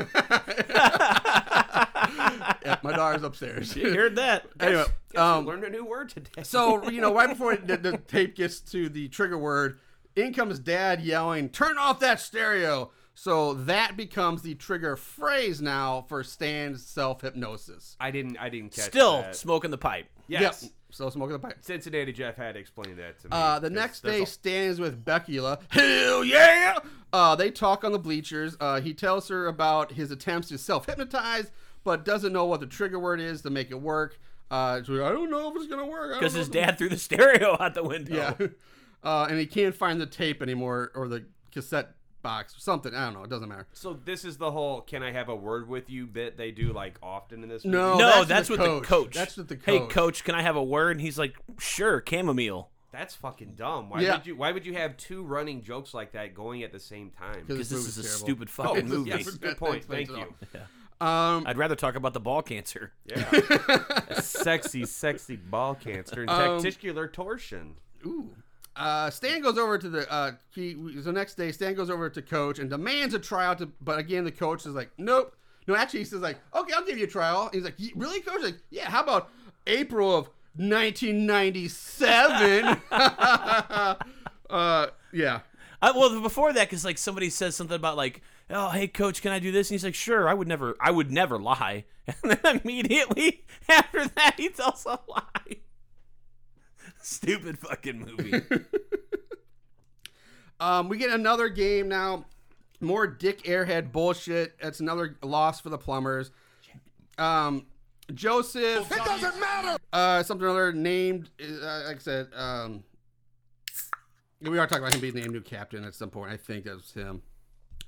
my daughter's upstairs.
You heard that?
anyway,
Guess we
um,
learned a new word today.
so you know, right before the, the tape gets to the trigger word, in comes Dad yelling, "Turn off that stereo!" So that becomes the trigger phrase now for Stan's self hypnosis.
I didn't. I didn't catch.
Still
that.
smoking the pipe.
Yes.
So smoking the pipe.
Cincinnati Jeff had explained that to me.
Uh, the
'cause
next
there's
day,
a-
Stan is with Becula. Hell yeah! Uh, they talk on the bleachers. Uh, he tells her about his attempts to self hypnotize, but doesn't know what the trigger word is to make it work. Uh, she's like, I don't know if it's gonna work. I don't
Because
know
his
if it's
dad threw the stereo out the window.
gonna-" Yeah. Uh, and he can't find the tape anymore or the cassette box or something. I don't know. It doesn't matter.
so this is the whole "Can I have a word with you?" bit they do like often in this.
No.
movie.
No,
that's
Oh, that's,
the
with the
coach.
coach.
That's with the
Hey,
coach.
coach, can I have a word? And he's like, sure, chamomile.
that's fucking dumb. Why
Yeah.
would you? Why would you have two running jokes like that going at the same time?
Because this is a
movie's
stupid
Oh,
fucking movie.
yes, good point.
Explains
Thank
it
you.
Um,
I'd rather talk about the ball cancer.
sexy, sexy ball cancer and
Um,
testicular torsion.
Ooh. Uh, Stan goes over to the uh, he, the next day. Stan goes over to coach and demands a tryout. To, but again, the coach is like, "Nope." No, actually, he says like, "Okay, I'll give you a trial." He's like, "Ye- "Really, coach?" Like, "Yeah." How about April of 1997? uh, yeah.
I, well, before that, because like somebody says something about like, oh, hey, coach, can I do this? And he's like, sure, I would never, I would never lie. And then immediately after that, he tells a lie. Stupid fucking movie.
Um, we get another game now. More dick airhead bullshit. That's another loss for the plumbers. Um, Joseph.
It doesn't matter.
uh, something or other named, uh, like I said, um, we are talking about him being named new captain at some point. I think that was him.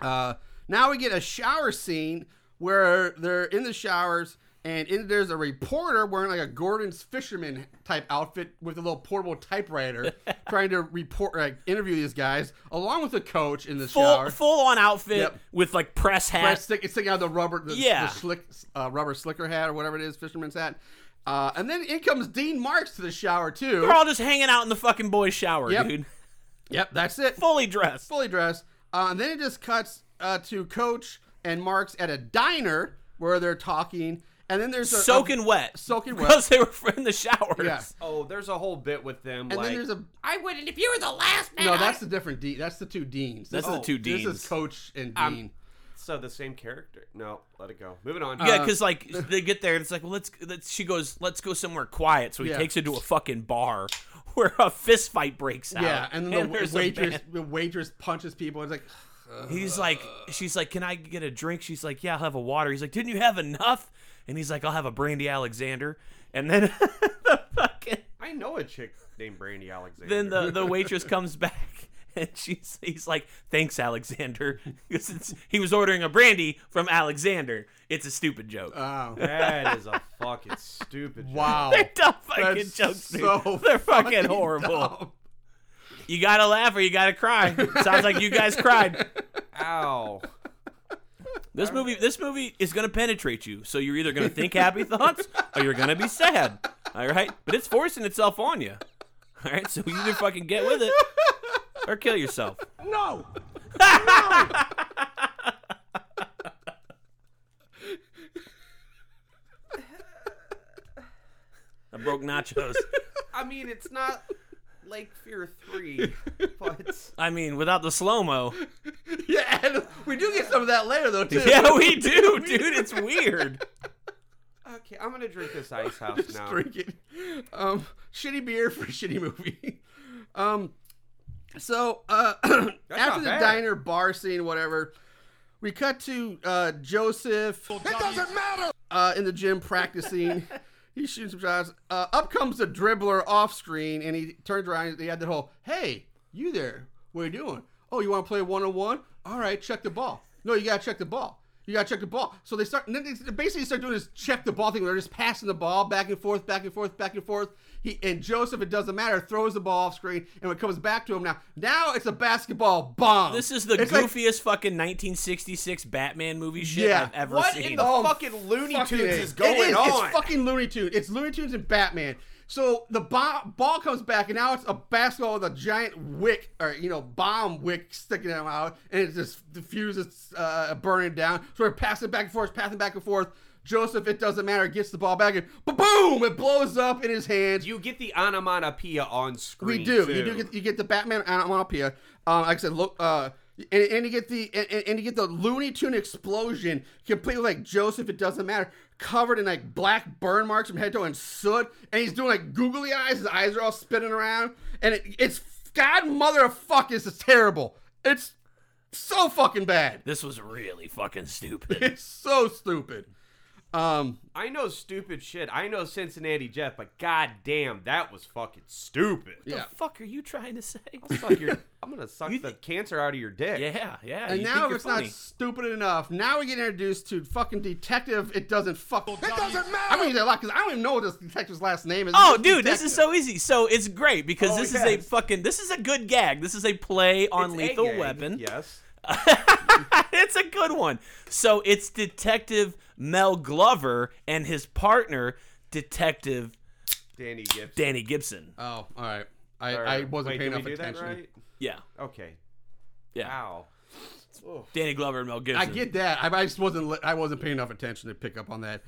Uh, now we get a shower scene where they're in the showers and in, there's a reporter wearing like a Gordon's fisherman type outfit with a little portable typewriter, trying to report, like, interview these guys, along with the coach in the
Full
shower.
full on outfit
Yep.
with like press hat.
Right, stick, it's sticking out the rubber, the,
Yeah.
the slick, uh, rubber slicker hat or whatever it is, fisherman's hat. Uh, and then in comes Dean Marks to the shower too.
They're all just hanging out in the fucking boys' shower,
Yep.
dude.
yep, that's it.
Fully dressed.
fully dressed. Uh, and then it just cuts uh, to Coach and Marks at a diner where they're talking. And then there's a,
soaking
a-
wet.
soaking wet.
Because they were in the showers.
Yeah.
Oh, there's a whole bit with them.
And
like,
then there's a
I wouldn't if you were the last man.
no.
I-
That's the different dean. That's the two deans.
That's the
two
two
This
deans.
is Coach and Dean.
I'm- so the same character. No, let it go. Moving on.
Uh,
Yeah, because like they get there and it's like, well, let's, let's. She goes, let's go somewhere quiet. So he
Yeah.
takes her to a fucking bar where a fist fight breaks out.
yeah, and then the
there's a
waitress
man-
the waitress punches people. It's like
He's like, she's like, can I get a drink? She's like, yeah, I'll have a water. He's like, didn't you have enough? And he's like, I'll have a brandy Alexander. And then the fucking,
I know a chick named Brandy Alexander.
then the, the waitress comes back and she's he's like, thanks Alexander, because it's he was ordering a brandy from Alexander. It's a stupid joke.
wow,
that is a fucking stupid. joke.
oh, wow.
They're dumb fucking
That's
jokes, dude.
so
They're fucking,
fucking
horrible.
dumb.
You gotta laugh or you gotta cry. Sounds like you guys cried.
Ow.
This movie, this movie is gonna penetrate you, so you're either gonna think happy thoughts or you're gonna be sad. All right, but it's forcing itself on you. All right, so you either fucking get with it or kill yourself.
No!
I broke nachos.
I mean, it's not like Fear Three, but
I mean, without the slow mo.
Yeah, and we do get some of that later though too.
Yeah, we do, dude. It's weird.
okay. I'm gonna drink this ice house
just
now.
drink it. Um, shitty beer for shitty movie. Um, so uh, after
not
the
bad.
diner bar scene, whatever, we cut to uh, Joseph
It doesn't matter!
uh, in the gym practicing. he shoots some shots. Uh, up comes the dribbler off screen, and he turns around. And he had that whole, "Hey, you there? What are you doing? Oh, you want to play one on one? All right, check the ball. No, you gotta check the ball. You gotta check the ball." So they start. And then they basically start doing this check the ball thing. Where they're just passing the ball back and forth, back and forth, back and forth. He and Joseph, it doesn't matter, throws the ball off screen, and when it comes back to him now, now it's a basketball bomb.
This is the
It's like-
goofiest fucking 1966 Batman movie shit
Yeah.
I've ever
What
seen.
in the
Oh,
fucking Looney
fucking
Tunes
A.
is going
it is.
on?
It's fucking Looney Tunes. It's Looney Tunes and Batman. So the bo- ball comes back, and now it's a basketball with a giant wick, or you know, bomb wick sticking them out, and it just diffuses, uh, burning down. So we're passing back and forth, passing back and forth. Joseph, it doesn't matter, gets the ball back, and boom! It blows up in his hands.
You get the onomatopoeia on screen.
We do. You
too.
do get you get the Batman onomatopoeia. Um, like I said, look, uh, and, and you get the and, and you get the Looney Tune explosion, completely like Joseph. It doesn't matter, covered in like black burn marks from head to toe and soot, and he's doing like googly eyes. His eyes are all spinning around, and it, it's God mother of fuck. This is terrible. It's so fucking bad.
this was really fucking stupid.
It's so stupid. Um,
I know stupid shit. I know Cincinnati Jeff, but goddamn, that was fucking stupid.
yeah.
the fuck are you trying to say?
Suck your, I'm gonna suck
You
the
thi-
cancer out of your dick.
Yeah, yeah.
And
you
now
think
if
you're
it's
funny.
not stupid enough, now we get introduced to fucking detective. It doesn't fuck. It
doesn't matter!
I'm gonna use that a lot because I don't even know what this detective's last name is.
Oh,
It's
dude, this is
detective.
so easy. So it's great because
Oh,
this is a
yes.
fucking this is a good gag. This is a play on
It's a
Lethal
gang,
Weapon.
Yes.
it's a good one. So it's Detective Mel Glover and his partner, Detective
Danny Gibson.
Danny Gibson.
Oh, all right. I,
Or-
I wasn't
wait,
paying
did
enough
we do that
attention.
right?
Yeah,
Okay.
yeah.
Wow.
Danny Glover and Mel Gibson.
I get that. I, I just wasn't. li- I wasn't paying enough attention to pick up on that.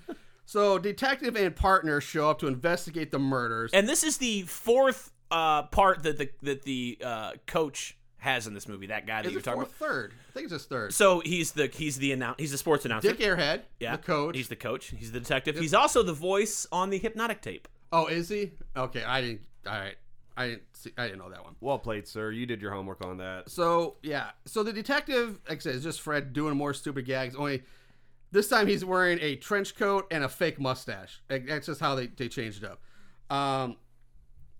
So detective and partner show up to investigate the murders.
And this is the fourth uh, part that the that the uh, coach has in this movie. That guy that
is
you're
it
talking
fourth,
about.
third? I think it's his third.
So he's the he's the announce he's the sports announcer.
Dick Airhead,
yeah,
the coach.
He's the coach. He's the detective. He's also the voice on the hypnotic tape.
oh, is he? Okay, I didn't. All right, I didn't. See, I didn't know that one.
Well played, sir. You did your homework on that.
So yeah, so the detective, like I said, is just Fred doing more stupid gags. Only this time he's wearing a trench coat and a fake mustache. Like, That's just how they, they changed it up. Um,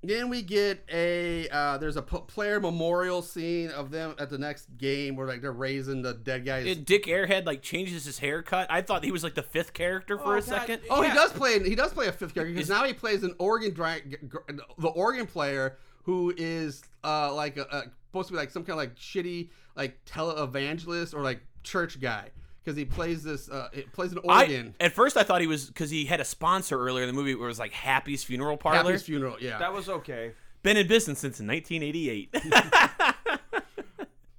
Then we get a uh, there's a p- player memorial scene of them at the next game where like they're raising the dead guy's.
Did Dick Airhead like changes his haircut? I thought he was like the fifth character for a
God.
second.
oh,
yeah.
he does play he does play a fifth character because now he plays an organ dra- g- gr- the organ player who is uh, like a, a, supposed to be like some kind of like shitty like televangelist or like church guy because he plays this uh, it plays an
I,
organ.
at first, I thought he was because he had a sponsor earlier in the movie where it was like Happy's Funeral Parlor.
Happy's funeral, yeah.
That was okay.
Been in business since 1988.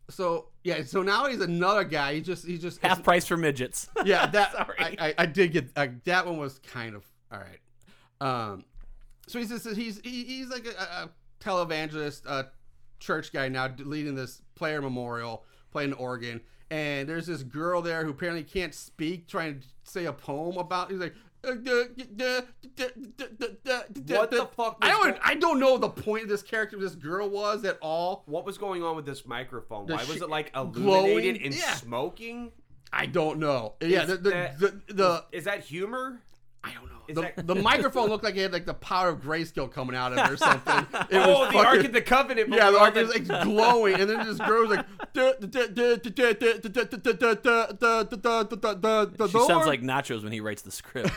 so yeah, so now he's another guy. He just he just
Half price for midgets.
yeah, that
Sorry.
I, I, I did get uh, that one was kind of all right. Um, so he's just, he's he, he's like a, a televangelist, uh, church guy now d- leading this player memorial playing the organ, and there's this girl there who apparently can't speak, trying to say a poem about. He's like. uh, What the
the fuck
uh, I
was
don't.
go-
I don't know the point of this character. This girl was at all.
What was going on with this microphone?
The
Why was
sh-
it like
glowing?
illuminated and
Yeah.
smoking?
I don't know. Yeah. The
Is
the,
that-
the, the
Is that humor?
I don't know.
Is
The,
that-
the microphone looked like it had like the power of grayscale coming out of it or something. It
oh,
was
the Ark
fucking-
of the Covenant. but
yeah,
with
the
all
arc is like glowing, and then this girl was like.
She
She
sounds like Nachos when he writes the script.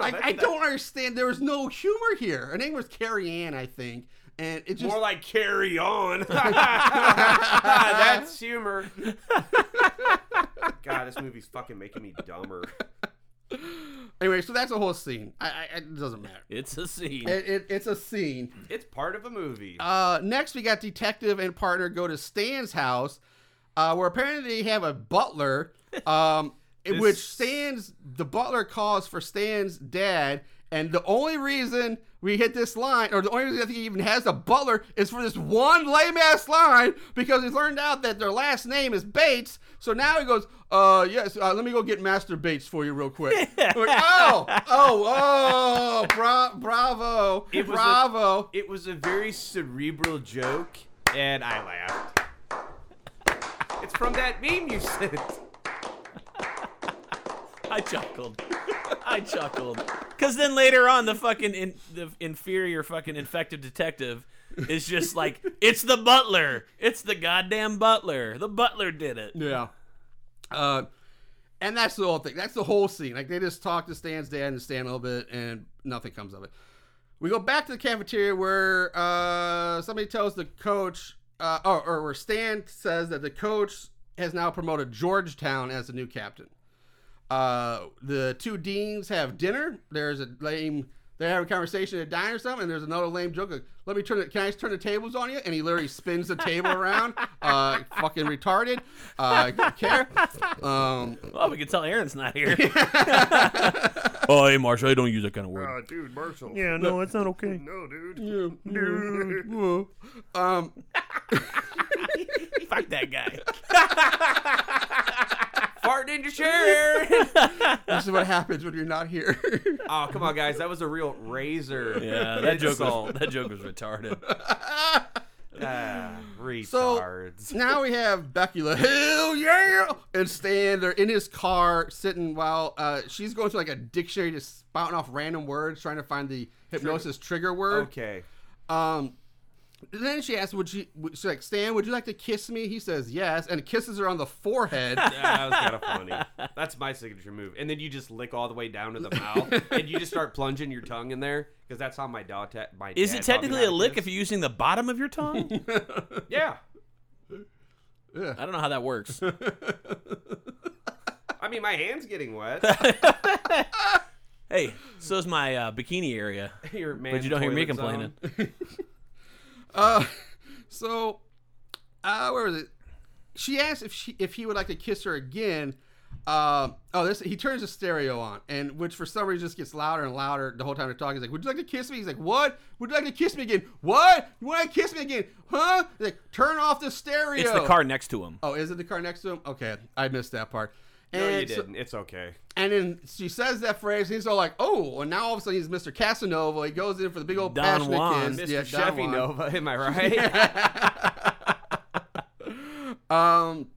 I, I don't understand. There was no humor here. Her name was Carrie Ann, I think, and it just
More like carry on. That's humor. God, this movie's fucking making me dumber.
anyway. So that's a whole scene. I, I it doesn't matter.
it's a scene.
It, it, it's a scene.
It's part of a movie.
Uh, next, we got detective and partner go to Stan's house, uh, where apparently they have a butler, um, in which Stan's the butler calls for Stan's dad, and the only reason we hit this line, or the only reason I think he even has a butler, is for this one lame ass line because he's learned out that their last name is Bates. So now he goes, uh, yes, uh, let me go get Master Bates for you real quick. I'm like, oh, oh, oh, bra- bravo,
It was a-
bravo.
it was a very cerebral joke, and I laughed. It's from that meme you sent.
I chuckled. I chuckled. Cause then later on, the fucking in, the inferior fucking infected detective is just like, it's the butler. It's the goddamn butler. The butler did it.
Yeah. Uh, and that's the whole thing. That's the whole scene. Like they just talk to Stan's dad and Stan a little bit, and nothing comes of it. We go back to the cafeteria where uh, somebody tells the coach, uh, or, or where Stan says that the coach has now promoted Georgetown as the new captain. Uh, the two deans have dinner. There's a lame. They have a conversation at a diner or something, and there's another lame joke. Like, Let me turn it. Can I turn the tables on you? And he literally spins the table around. Uh, fucking retarded. Uh, don't care. Um,
Well, Oh, we can tell Aaron's not here. oh, hey, Marshall, I don't use that kind of word.
dude, Marshall.
yeah, no, it's not okay.
No, dude.
um,
Fuck that guy.
Farting in your chair.
this is what happens when you're not here.
oh, come on, guys. That was a real razor.
Yeah, that joke was
Insult.
that joke was retarded.
Ah,
So-
retards.
now we have Becula, hell yeah, and Stan. They're in his car sitting while uh, she's going through like a dictionary, just spouting off random words, trying to find the hypnosis trigger, word.
okay.
Um, then she asks, "Would you?" would- She's like, "Stan, would you like to kiss me?" He says, "Yes," and kisses her on the forehead.
Yeah, Ah, that was kind of funny. That's my signature move. And then you just lick all the way down to the mouth, and you just start plunging your tongue in there because that's how my dog. Ta- my
Is
dad
it
taught me how
technically
to
a lick
kiss.
if you're using the bottom of your tongue?
yeah.
I don't know how that works.
I mean, my hand's getting wet.
Hey, so is my uh, bikini area,
Your man
but you don't hear me
toilet zone.
complaining.
Uh, so, uh, where was it? She asks if she if he would like to kiss her again. Um, oh, this he turns the stereo on, and which for some reason just gets louder and louder the whole time they're talking. He's like, "Would you like to kiss me?" He's like, "What? Would you like to kiss me again? What? You want to kiss me again? Huh?" He's like, "Turn off the stereo."
It's the car next to him.
Oh, is it the car next to him? Okay, I missed that part. And
No, you
so-
didn't. It's okay.
and then she says that phrase. He's all like, "Oh!" And now all of a sudden he's Mr. Casanova. He goes in for the big old
Don
passionate
Juan.
kiss.
Mr.
Yeah, Don
Chevy
Juan.
Nova, am I right?
Um,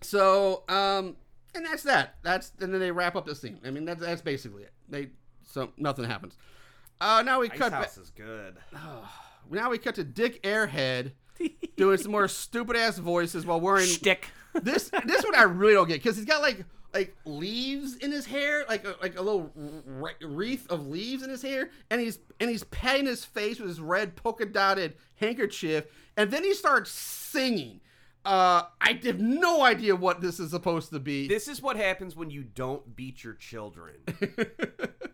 so um, and that's that. That's and then they wrap up the scene. I mean, that's that's basically it. They so nothing happens. Uh, now we
Ice
cut. Ba-
House is good.
now we cut to Dick Airhead doing some more stupid ass voices while wearing
Shtick.
this this one I really don't get because he's got like like leaves in his hair, like a, like a little re- wreath of leaves in his hair, and he's and he's patting his face with his red polka dotted handkerchief, and then he starts singing. Uh, I have no idea what this is supposed to be.
This is what happens when you don't beat your children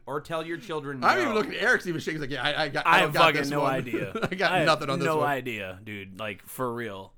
or tell your children. No.
I'm even looking at Eric's even shaking. He's like, yeah, I, I got. don't
I have
got
fucking
this
no
one.
idea.
I got
have
nothing on this
no
one.
idea, dude. Like for real.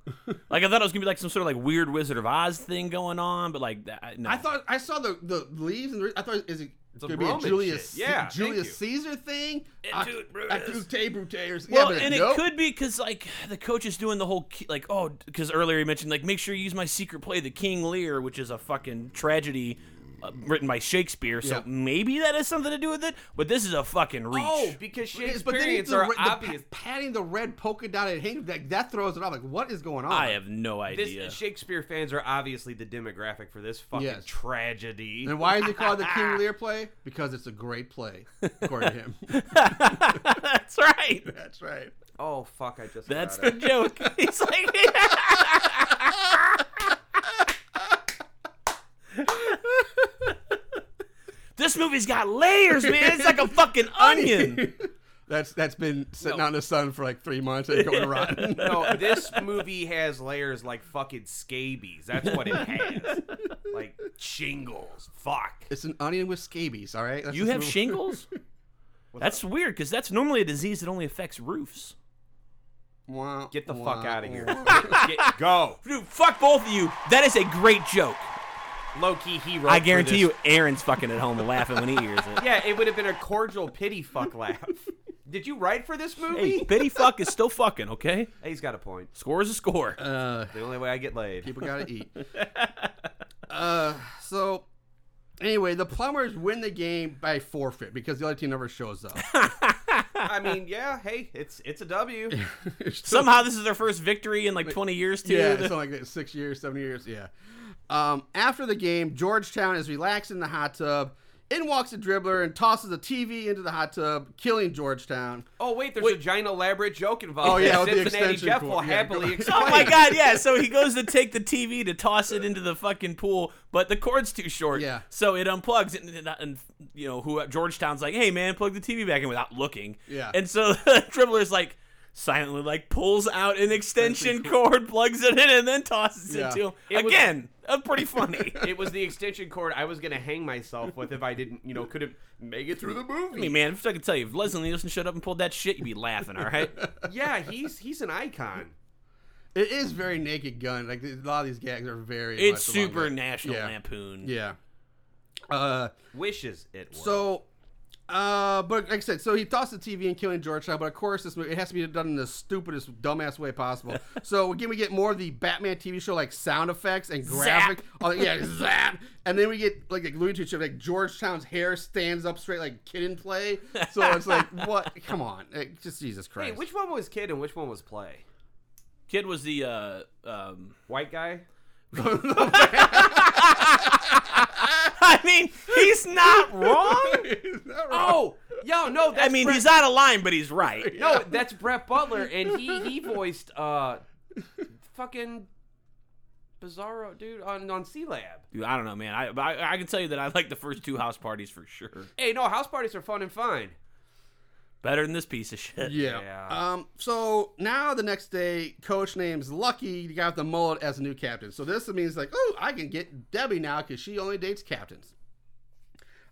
like I thought it was gonna be like some sort of like weird Wizard of Oz thing going on, but like that. I- No.
I thought I saw the the leaves and the, I thought is it
a
going to be a
Roman
Julius
shit. Yeah, thank
Julius
you.
Caesar thing?
Into it, Eh, Brutus.
Acute Brute or something.
Well,
yeah, but
and
nope.
it could be because like the coach is doing the whole ki- like oh because earlier he mentioned like make sure you use my secret play, The King Lear, which is a fucking tragedy uh, written by Shakespeare. So
Yeah.
maybe that has something to do with it. But this is a fucking reach.
Oh, because
Yes, but then
Shakespeareans
the
are
re- the pa-
obvious.
patting the red polka dot at Hank, like, that throws it off. Like, what is going on?
I have no
This,
idea.
Shakespeare fans are obviously the demographic for this fucking
Yes.
tragedy.
And why is it called the King Lear play? Because it's a great play, according to him.
That's right.
That's right.
Oh fuck! I just
That's
forgot
the
it.
joke. He's like. This movie's got layers, man. It's like a fucking onion.
That's that's been sitting out in the sun for like three months and going rotten.
no. This movie has layers like fucking scabies. That's what it has. like shingles. Fuck.
It's an onion with scabies. All right. That's
You
just
have
a-
shingles? That's weird because that's normally a disease that only affects roofs.
Wah,
Get the
wah,
fuck out of here.
wah.
Get- go,
Dude, fuck both of you. That is a great joke.
Loki. He wrote.
I
for
guarantee you,
this.
Aaron's fucking at home laughing when he hears it.
Yeah, it would have been a cordial pity fuck laugh. Did you write for this movie?
Hey, Biddy fuck is still fucking, okay?
Hey, he's got a point.
Score is a score.
Uh,
The only way I get laid.
People gotta eat. uh, so anyway, the plumbers win the game by forfeit because the other team never shows up.
I mean, yeah. Hey, it's it's a W.
Somehow this is their first victory in like 20 years, too.
yeah, something like that. Six years, seven years, yeah. Um, after the game, Georgetown is relaxed in the hot tub. In walks a dribbler and tosses a TV into the hot tub, killing Georgetown.
Oh wait, there's a giant elaborate joke involved.
Oh, yeah, with the
Cincinnati
extension
Jeff
cord.
will
Yeah,
happily
go-
explain.
Oh my god, yeah. So he goes to take the TV to toss it into the fucking pool, but the cord's too short.
Yeah.
So it unplugs, and, and, and, you know who Georgetown's like, "Hey man, plug the TV back in without looking."
Yeah.
And so the dribbler's like silently like pulls out an extension cord, plugs it in, and then tosses
Yeah.
it to him.
It was-
Again, uh, pretty funny.
It was the extension cord I was gonna hang myself with if I didn't, you know, couldn't make it through the
I mean,
movie.
man, if I could tell you, if Leslie Nielsen showed up and pulled that shit, you'd be laughing, all right?
Yeah, he's he's an icon.
It is very naked gun. Like a lot of these gags are very.
It's
much along
super
that-
national
yeah.
lampoon.
Yeah. Uh,
Wishes it was.
So, uh, but like I said, so he tossed the TV and killing Georgetown. But of course, this movie it has to be done in the stupidest, dumbass way possible. so again, we get more of the Batman TV show like sound effects and graphic. Oh yeah, zap! And then we get like like Looney Tunes shit, like Georgetown's hair stands up straight like kid in play. So it's like what? Come on, Like, just Jesus
hey,
Christ!
which one was kid and which one was play?
Kid was the uh, um,
White guy.
I mean, he's not wrong.
Is that right?
Oh, yo, no. That's
I mean,
Brett-
he's out of line, but he's right.
no. That's Brett Butler, and he he voiced uh, fucking Bizarro dude on on C Lab.
Dude, I don't know, man. I, I I can tell you that I like the first two house parties for sure.
Hey, no, house parties are fun and fine.
Better than this piece of shit.
Yeah.
Yeah.
Um. So now the next day, coach names Lucky, the guy with the mullet, as the new captain. So this means like, oh, I can get Debbie now because she only dates captains.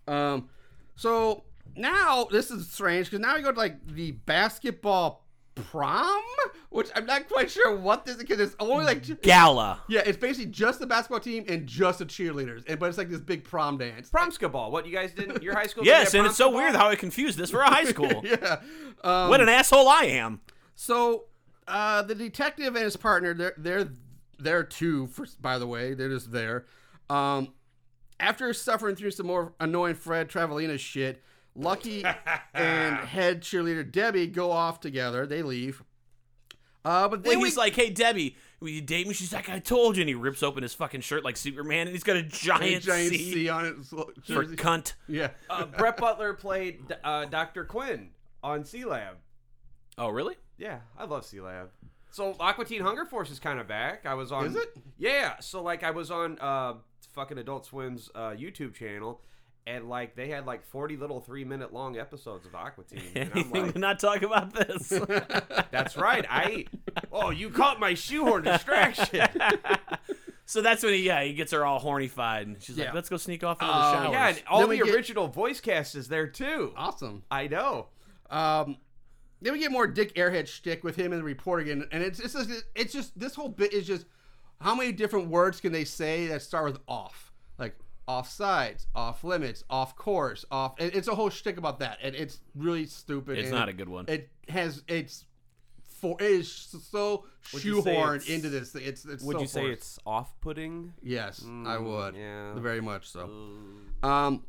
Um. So now this is strange because now we go to like the basketball prom, which I'm not quite sure what this because it's only like. two-
Gala.
yeah, it's basically just the basketball team and just the cheerleaders, and but it's like this big prom dance.
Promska ball. What you guys didn't? Your high school? didn't
Yes,
have
and it's so
Promska
weird
ball?
how I confused this for a high school.
Yeah, Um,
What an asshole I am.
So uh, the detective and his partner, they're they're they're two. For, by the way, they're just there. Um, after suffering through some more annoying Fred Travelina shit, Lucky and head cheerleader Debbie go off together. They leave. Uh, but
When
then we,
he's like, "Hey Debbie, will you date me?" She's like, "I told you." And he rips open his fucking shirt like Superman, and he's got a
a
giant,
giant
C,
C on it. so-
for
jersey.
cunt.
yeah.
Uh, Brett Butler played uh, Dr. Quinn on C Lab.
Oh, really?
Yeah, I love C Lab. So Aqua Teen Hunger Force is kind of back. I was on.
Is it?
Yeah. So like I was on uh fucking Adult Swim's uh, YouTube channel, and like they had like forty little three minute long episodes of Aqua Teen. And I'm
Anything
like,
to not talk about this.
that's right. I oh you caught my shoehorn distraction.
so that's when he, yeah, he gets her all hornified, and she's
Yeah.
like, "Let's go sneak off into
Oh,
the shower."
Um, yeah, and all
Then we
the
get- Oh.
original voice cast is there too.
Awesome.
I know.
Um, then we get more Dick Airhead shtick with him and the reporter again, and it's it's just, it's just this whole bit is just how many different words can they say that start with off, like off sides, off limits, off course, off. It, it's a whole shtick about that, and it's really stupid.
It's
and
not
it-
a good one.
It has it's for it is so
you say
shoehorned
it's-
into this. thing. It's it's
Would
so
you say
forced.
it's off putting?
yes? I would,
yeah.
very much so. Um,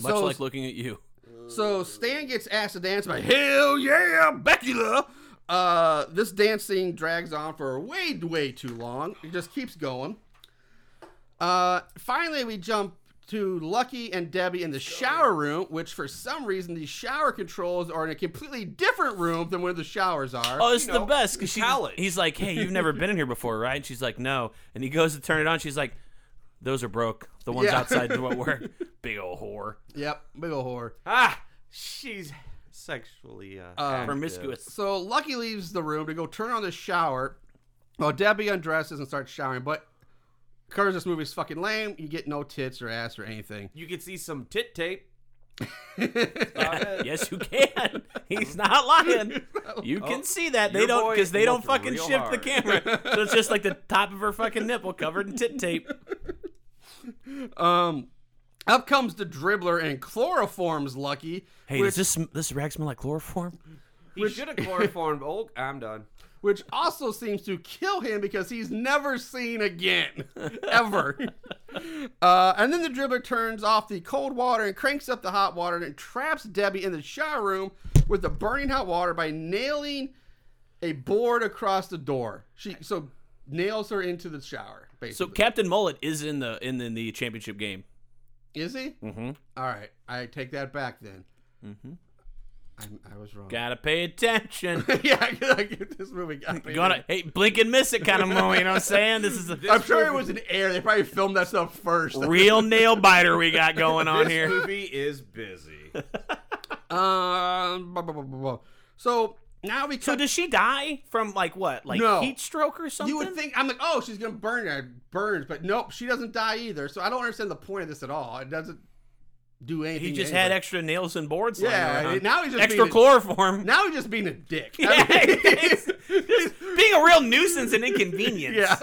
Much
so
like looking at you.
so Stan gets asked to dance by Hell Yeah, Becula. Uh, this dance scene drags on for way, way too long. It just keeps going. Uh, finally, we jump to Lucky and Debbie in the shower room, which for some reason the shower controls are in a completely different room than where the showers are.
Oh, it's the
know,
best because
college.
he's like, "Hey, you've never been in here before, right?" And she's like, "No." And he goes to turn it on. She's like, "Those are broke. The ones
Yeah.
outside do what work." Big old whore,
Yep, big ol' whore.
Ah, she's sexually uh,
Um,
active.
promiscuous.
So Lucky leaves the room to go turn on the shower. Well, Debbie undresses and starts showering, but because this movie's fucking lame, you get no tits or ass or anything.
You could see some tit tape.
yes, you can. He's not lying. You can see that they
Your
don't
boy
because they don't
looked
fucking
real
shift the
hard.
camera. So it's just like the top of her fucking nipple covered in tit tape.
Um, up comes the dribbler and chloroforms Lucky,
Hey,
which,
does this sm- this rag smell like chloroform?
He should have chloroformed. Oh, I'm done.
which also seems to kill him because he's never seen again, ever. uh, and then the dribbler turns off the cold water and cranks up the hot water and traps Debbie in the shower room with the burning hot water by nailing a board across the door. She so nails her into the shower.
So
Basically,
Captain Mullet is in the in, in the championship game.
is he? Mm-hmm. All right, I take that back then. Mm-hmm. I, I was wrong.
Gotta pay attention.
yeah, I get, I get this movie. got me.
Gonna hey blink and miss it kind of moment. You know what I'm saying? This is a
I'm sure it was an air. They probably filmed that stuff first.
real nail biter we got going on
This
here.
movie is busy.
Um, Uh, blah, blah, blah, blah, blah. So now we
So
cut.
does she die from like what, like
No.
heat stroke or something?
you would think I'm like, oh, she's gonna burn. It burns, but nope, she doesn't die either. So I don't understand the point of this at all. It doesn't do anything.
he
to
just had
anybody.
extra nails and boards. laying
Yeah,
around.
now he's just
extra
being a-
chloroform.
Now he's just being a dick. I
yeah,
mean-
it's- just being a real nuisance and inconvenience.
Yeah.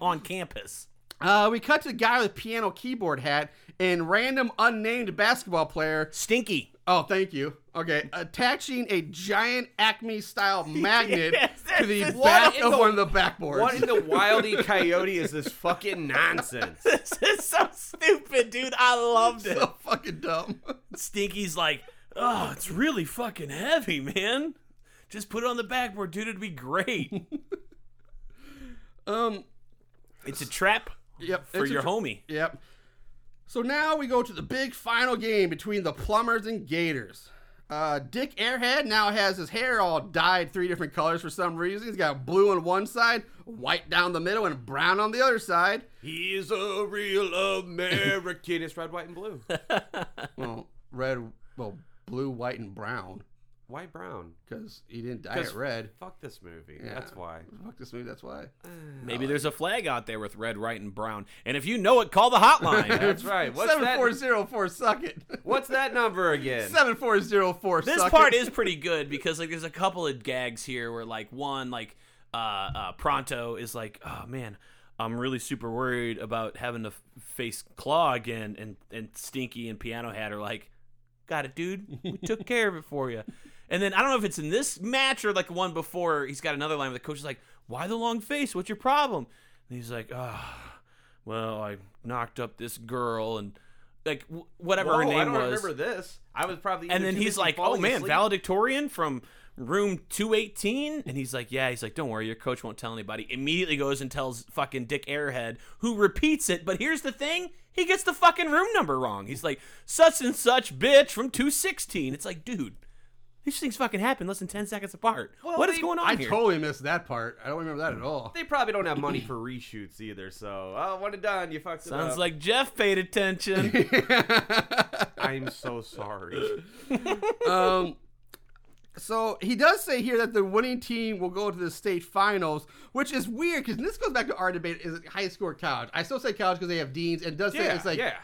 on campus.
Uh, we cut to the guy with piano keyboard hat and random unnamed basketball player.
Stinky.
Oh, thank you. Okay, attaching a giant Acme style magnet
Yes,
to the
this is-
back
What in
of
the-
one of the backboards.
What in the wildy coyote is this fucking nonsense?
This is so stupid, dude. I loved it.
so fucking dumb.
Stinky's like, oh, it's really fucking heavy, man. Just put it on the backboard, dude. It'd be great.
Um,
It's a trap
yep.
for
it's a
your
tr-
homie.
Yep. So now we go to the big final game between the Plumbers and Gators. Uh, Dick Airhead now has his hair all dyed three different colors for some reason. He's got blue on one side, white down the middle, and brown on the other side.
He's a real American. It's red, white, and blue.
Well, red, well, blue, white, and brown
Why brown?
because he didn't dye it
'Cause-
red.
Fuck this movie.
Yeah.
That's why.
Fuck this movie. That's why.
Maybe there's a flag out there with red, white, and brown. And if you know it, call the hotline.
That's right. What's
Seven
that?
four zero four. Suck it.
What's that number again?
Seven four zero four.
this
suck
part
it.
is pretty good because like there's a couple of gags here where like one like uh, uh Pronto is like, oh man, I'm really super worried about having to f- face Claw again, and and Stinky and Piano Hat are like, got it, dude, we took care of it for you. And then I don't know if it's in this match or like the one before. He's got another line where the coach is like, why the long face? What's your problem? And he's like, ah. well, I knocked up this girl and like w- whatever
Whoa,
her name
Oh, I don't
was
remember this. I was probably.
and
either
then
too
he's
busy
like, "Oh
falling
man,
asleep-
valedictorian from room 218." And he's like, "Yeah." He's like, "Don't worry, your coach won't tell anybody." Immediately goes and tells fucking Dick Airhead, who repeats it. But here's the thing: he gets the fucking room number wrong. He's like, "Such and such bitch from 216." It's like, dude, These things fucking happen less than ten seconds apart.
Well,
what is
they-
going on
I
here?
totally missed that part. I don't remember that at all.
They probably don't have money for reshoots either, so oh, when it done, you fucked it up.
Sounds like Jeff paid attention.
I'm so sorry.
Um, so he does say here that the winning team will go to the state finals, which is weird because this goes back to our debate: is it high school or college? I still say college because they have deans, and does say
Yeah,
it's like
yeah.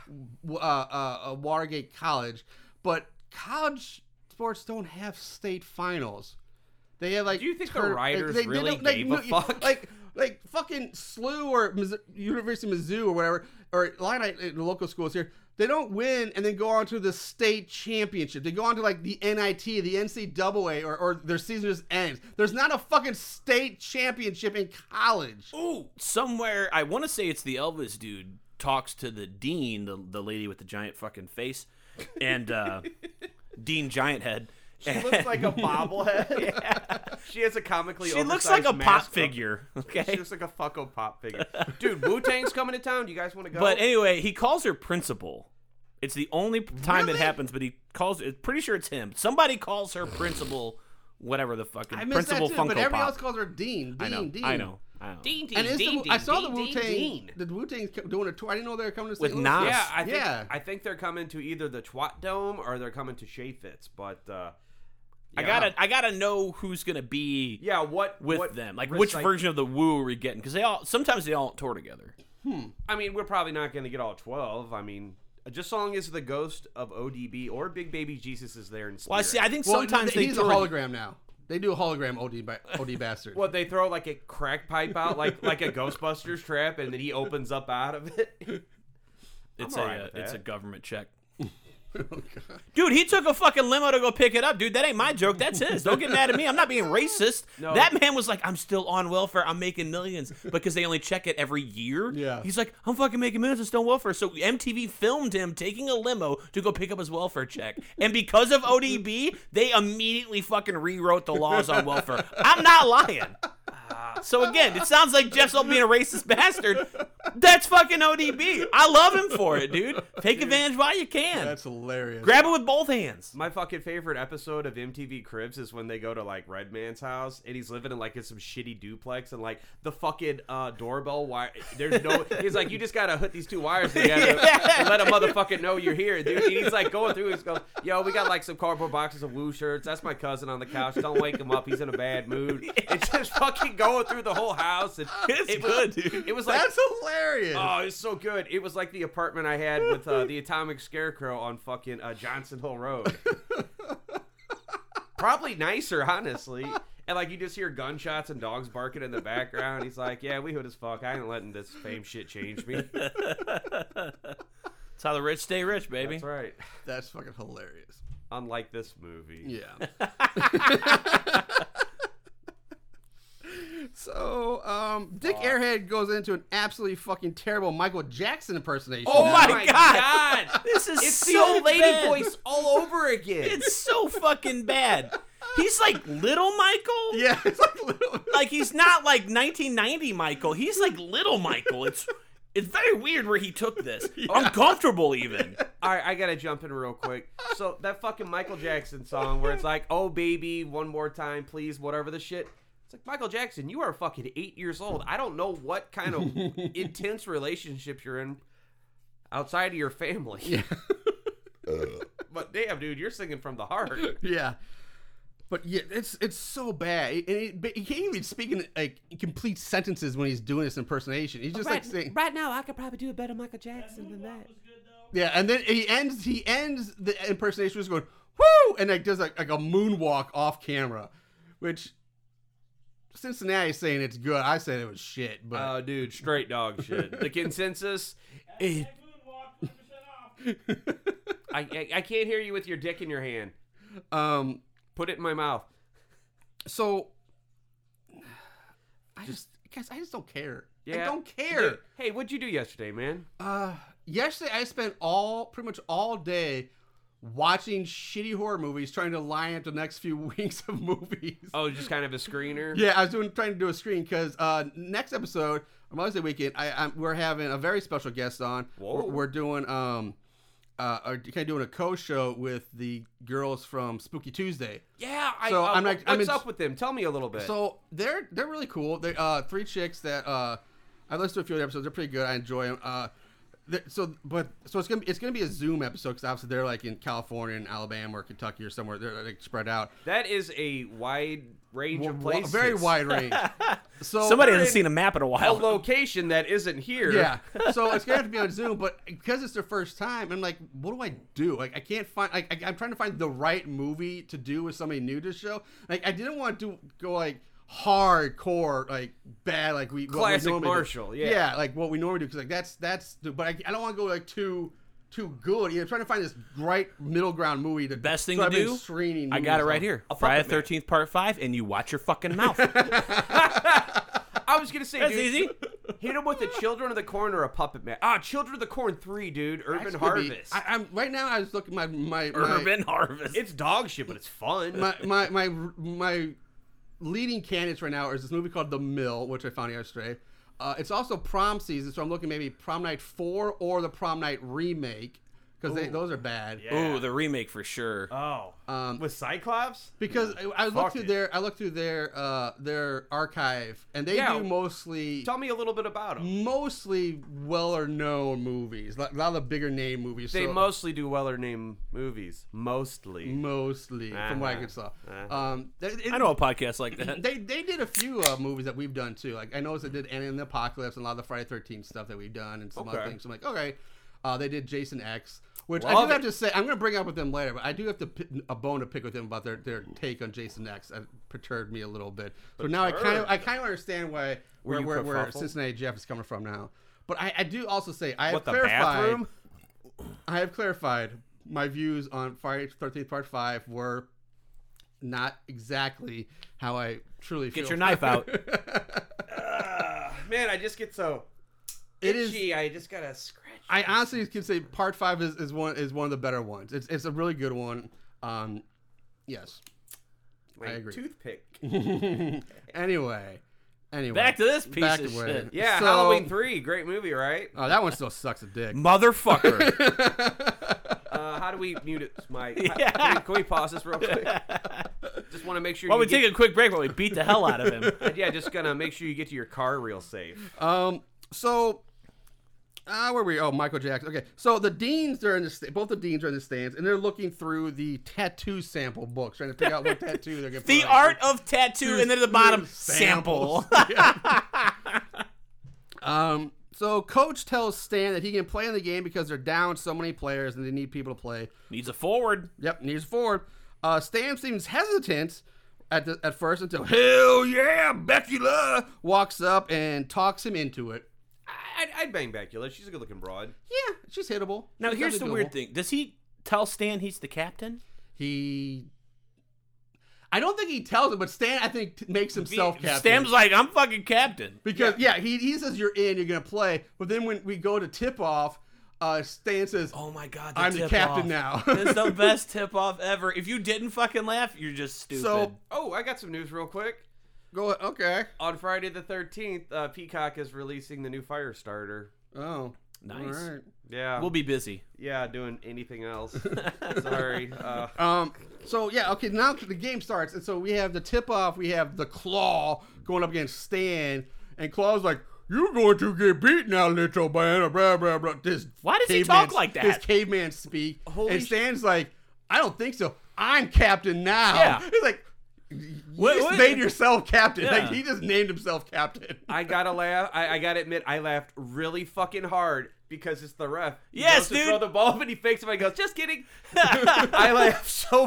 w- uh, uh, uh, Watergate College, but college sports don't have state finals. They have like.
Do you think the
tour- like,
writers really
don't-
gave
no,
a
you-
fuck?
Like, like fucking SLU or Miss- University of Mizzou or whatever, or Illini, uh, the local schools here, they don't win and then go on to the state championship. They go on to like the NIT, the NCAA, or, or their season just ends. There's not a fucking state championship in college.
Ooh, somewhere I want to say it's the Elvis dude talks to the dean, the the lady with the giant fucking face, and uh, Dean Giant Head.
She looks like a bobblehead. She has a comically.
She looks like a
oversized
pop
mask. Oh,
figure.
She
Oh, Okay.
looks like a fucko pop figure. Dude, Wu Tang's coming to town. Do you guys want to go?
But anyway, he calls her principal. It's the only p- time
Really?
it happens, but he calls. It's pretty sure it's him. Somebody calls her principal, whatever the fucking
I missed
principal
that too,
Funko
but everybody
Pop.
else calls her Dean. Dean,
I know.
Dean.
I know. I know.
Dean, Dean,
And is
Dean,
the, I saw
Dean,
the Wu
Dean, Dean.
Tang. The Wu Tang's doing a tour. I didn't know they were coming to St.
With
Louis.
Nas.
yeah, I think
Yeah.
I think they're coming to either the Twat Dome or they're coming to Shea Fitz. But uh,
I
yeah.
gotta. I gotta know who's gonna be
Yeah, what
with
what
them. Like
risk
which
I-
version of the Woo are we getting? Because they all sometimes they all tour together.
I mean, we're probably not going to get all twelve. I mean, just so long as the ghost of ODB or Big Baby Jesus is there in spirit.
Well, I see. I think
Well,
sometimes they
he's a
tour.
hologram now. They do a hologram OD, ba- OD bastard.
What they throw like a crack pipe out, like like a Ghostbusters trap, and then he opens up out of it.
it's
I'm
a
all right
uh,
with
it's a
that.
government check.
Oh, God.
Dude, he took a fucking limo to go pick it up, dude. That ain't my joke. That's his. Don't get mad at me. I'm not being racist.
No.
That man was like, I'm still on welfare. I'm making millions because they only check it every year.
Yeah.
He's like, I'm fucking making millions. I'm still on welfare. So MTV filmed him taking a limo to go pick up his welfare check. And because of ODB, they immediately fucking rewrote the laws on welfare. I'm not lying. So again, it sounds like Jeff's all being a racist bastard. That's fucking ODB. I love him for it, dude. Take advantage while you can.
That's hilarious.
Grab it with both hands.
My fucking favorite episode of MTV Cribs is when they go to like Redman's house and he's living in like some shitty duplex and like the fucking uh, doorbell wire. There's no. He's like, you just gotta hook these two wires together and let a motherfucker know you're here, dude. And he's like going through. He's going, yo, we got like some cardboard boxes of Woo shirts. That's my cousin on the couch. Don't wake him up. He's in a bad mood. It's just fucking going through the whole house. And
It's
it
good,
was,
dude.
It was like
That's hilarious.
Oh, it's so good. It was like the apartment I had with uh, the Atomic Scarecrow on fucking uh, Johnson Hill Road. Probably nicer, honestly. And like you just hear gunshots and dogs barking in the background. He's like, "Yeah, we hood as fuck. I ain't letting this fame shit change me."
That's how the rich stay rich, baby.
That's right.
That's fucking hilarious.
Unlike this movie.
Yeah. so, um, Dick Airhead goes into an absolutely fucking terrible Michael Jackson impersonation.
Oh my,
my
god.
God.
This is
It's the
so
old lady
bad.
voice all over again.
It's so fucking bad. He's like little Michael.
Yeah, it's like little.
Like he's not like 1990 Michael. He's like little Michael. It's it's very weird where he took this. Uncomfortable even.
All right, I gotta jump in real quick. So that fucking Michael Jackson song where it's like, "Oh baby, one more time, please," whatever the shit. It's like Michael Jackson, you are fucking eight years old. I don't know what kind of intense relationships you're in outside of your family. but damn, dude, you're singing from the heart.
yeah. But yeah, it's it's so bad, and he, but he can't even speak in like complete sentences when he's doing this impersonation. He's just like saying,
right now, I could probably do a better Michael Jackson than that.
yeah, and then he ends he ends the impersonation just going woo, and like does like, like a moonwalk off camera, which Cincinnati's saying it's good. I said it was shit, but
Oh, dude, straight dog shit. The consensus. It, Uh, I, I I can't hear you with your dick in your hand.
um,
Put it in my mouth.
so I just guys, I just don't care. I
Yeah.
don't care.
Dude, Hey, what'd you do yesterday, man?
Uh, yesterday I spent all pretty much all day watching shitty horror movies, trying to line up the next few weeks of movies.
Oh, just kind of a screener.
Yeah, I was doing trying to do a screen because uh, next episode on Mother's Day weekend, I, I'm, we're having a very special guest on.
Whoa.
We're, we're doing um, uh, are kind of doing a co-show with the girls from Spooky Tuesday.
Yeah, I,
So
uh,
I'm
I'm
like-
what's
I'm in-
up with them? Tell me a little bit.
So they're they're really cool. They uh three chicks that uh I listened to a few of the episodes. They're pretty good. I enjoy them. Uh, th- so but so it's gonna be, it's gonna be a Zoom episode because obviously they're like in California and Alabama or Kentucky or somewhere. They're like spread out.
that is a wide range of
Wa- wa-
places.
very wide range. So
Somebody
we're
hasn't
in-
seen a map in a
A
while.
location that isn't here.
Yeah. So it's gonna have to be on Zoom, but because it's their first time, I'm like, what do I do? Like, I can't find. Like, I, I'm trying to find the right movie to do with somebody new to the show. Like, I didn't want to go like hardcore, like bad, like we what we
Classic
normally do.
Marshall, yeah.
Yeah, like what we normally do because like that's that's. But I, I don't want to go like too. Too good. You know, trying to find this right middle ground movie. To,
Best thing
so
to
I've been
do.
Screening
I got it
movies
right
on-
here.
A
Friday
puppet man.
Thirteenth Part Five, and you watch your fucking mouth.
I was gonna say,
That's
dude,
easy.
hit him with the Children of the Corn or a Puppet Man. Ah, Children of the Corn three, dude. Urban
Could be.
Harvest.
I, I'm right now. I was looking my my my-
Urban Harvest.
it's dog shit, but it's fun.
my my my my leading candidates right now is this movie called The Mill, which I found yesterday. Uh, it's also prom season, so I'm looking maybe prom night four or the prom night remake because those are bad.
Ooh, the remake for sure.
oh,
Um,
with Cyclops.
Because I, I looked
Fuck
through
it.
their I looked through their uh, their archive and they
Yeah.
do mostly
Tell me a little bit about them.
mostly well or known movies, like a lot of the bigger name movies.
They
so-
mostly do Weller name movies. Mostly.
mostly from what I could saw.
Uh-huh.
Um, they- it-
I know a podcast like that.
They they did a few uh, movies that we've done too. Like I noticed they did Anna and the Apocalypse and a lot of the Friday Thirteenth stuff that we've done and some other
Okay.
things. So I'm like, okay, uh, they did Jason X, which I
Love
do have
it.
to say I'm going to bring up with them later, but I do have to p- a bone to pick with them about their, their take on Jason X. That perturbed me a little bit. So now I kind of I kind of understand why where
you
where, where
kerfuffled?
Cincinnati Jeff is coming from now. But I, I do also say I have
What the
clarified
bathroom?
I have clarified my views on Friday Thirteenth Part Five were not exactly how I truly feel.
Get your knife out.
Ah, Man, I just get so
It is.
itchy. I just gotta scratch.
I honestly can say Part Five is, is one is one of the better ones. It's it's a really good one. Um, yes.
my
agree.
toothpick.
Anyway, anyway.
Back to this piece
Back
of
away.
shit.
Yeah,
So-
Halloween three, great movie, right?
Oh, that one still sucks a dick.
Motherfucker.
Uh, how do we mute it, Mike? Can, we, can we pause this real quick? Just want to make sure.
Why
you
we take a quick break while we beat the hell out of him?
get- Yeah, just gonna make sure you get to your car real safe.
Um, so uh, where were we? Oh, Michael Jackson. Okay, so the deans are in the sta- both the deans are in the stands, and they're looking through the tattoo sample books, trying to figure out what tattoo they're gonna.
The
put on.
art of tattoo, and then at the bottom, sample.
Um, so coach tells Stan that he can play in the game because they're down so many players and they need people to play.
Needs a forward.
Yep, needs a forward. Uh, Stan seems hesitant at the, at first until hell yeah, Becky Love walks up and talks him into it.
I, I'd, I'd bang Bakula. She's a good-looking broad.
Yeah, she's hittable.
Now
She's
here's the
definitely
weird
doable.
thing. Does he tell Stan he's the captain?
He. I don't think he tells him, but Stan, I think, t- makes himself captain.
Stan's like, I'm fucking captain.
because yeah, he, he says you're in, you're gonna play, but then when we go to tip off, uh, Stan says,
Oh my god,
"I'm the
tip
captain
off.
now."
That's the best tip off ever. If you didn't fucking laugh, you're just stupid.
So-
Oh, I got some news real quick.
go okay.
On Friday the thirteenth, uh, Peacock is releasing the new Firestarter.
Oh,
Nice.
all right.
Yeah,
we'll be busy.
yeah doing anything else. Sorry. Uh,
Um, so yeah, okay. Now the game starts, and so we have the tip off. We have the Claw going up against Stan, and Claw's like, "You're going to get beat now, little man." Blah blah blah. This
Why does he
caveman-
talk like that?
His caveman speak,
Holy
and
sh-
Stan's like, "I don't think so. I'm captain now."
Yeah.
it's like. You
What-
just
what-
made yourself captain.
Yeah.
Like he just named himself captain.
I gotta laugh. I, I gotta admit, I laughed really fucking hard because it's the ref. He
Yes,
goes to
dude.
Throw the ball, but he fakes him. I goes, just kidding. I laughed so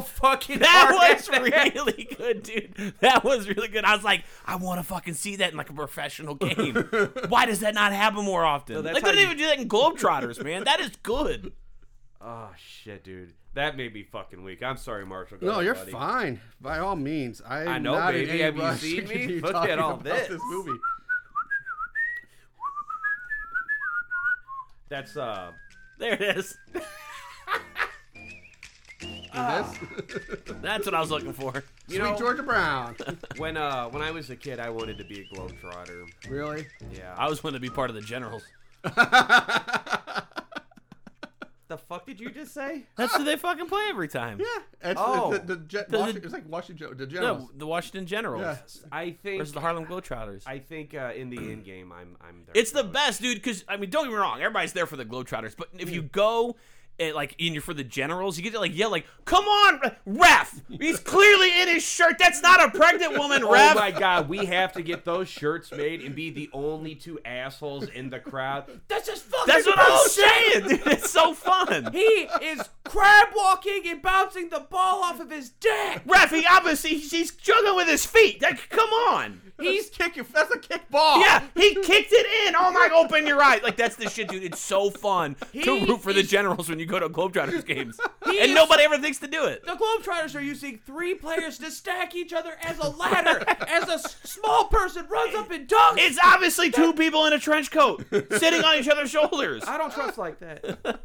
fucking
That
hard. at
was really good, dude. That was really good. I was like, I want to fucking see that in like a professional game. Why does that not happen more often?
that's
like, they
how
don't
you-
even do that in Globetrotters, man. That is good.
Oh shit, dude. That made me fucking weak. I'm sorry, Marshall. Go
No,
ahead,
you're
buddy.
fine. By all means, I, am
I know,
not
baby.
In any
Have you
rush to
seen me?
continue
Look at
talking
all
about
this.
this movie.
That's uh.
There it is. That's what I was looking for.
You
Sweet
know,
Georgia Brown.
when uh when I was a kid, I wanted to be a globetrotter.
really?
Yeah.
I was wanting to be part of the generals.
the fuck fuck did you just say?
That's what they fucking play every time.
Yeah, it's
Oh.
the, the, the, Jet-
The- the-
Washi- it's like Washington the
No,
Generals.
the Washington Generals
Yeah.
I think
versus the Harlem Globetrotters.
I think uh, in the end game, I'm I'm there.
It's the best, dude. Because I mean, don't get me wrong, everybody's there for the Globetrotters, but if
Mm.
you go. And like and you're for the generals, you get to like yell like, "Come on, uh, ref! He's clearly in his shirt. That's not a pregnant woman,
Oh
ref."
my god, we have to get those shirts made and be the only two assholes in the crowd. That's just fucking.
That's what I'm
bullshit.
saying. dude. It's so fun.
He is crab walking and bouncing the ball off of his dick.
Ref, he obviously he's juggling with his feet. Like, come on.
he's kicking. That's a
Oh.
kickball.
Yeah, he kicked it in. Oh my, open your eyes. Like, that's the shit, dude. It's so fun to root for the generals when you go to Globetrotters games. And
is-
nobody ever thinks to do it.
The Globetrotters are using three players to stack each other as a ladder as a s- small person runs up and dunks.
It's obviously two people in a trench coat sitting on each other's shoulders.
I don't trust like that.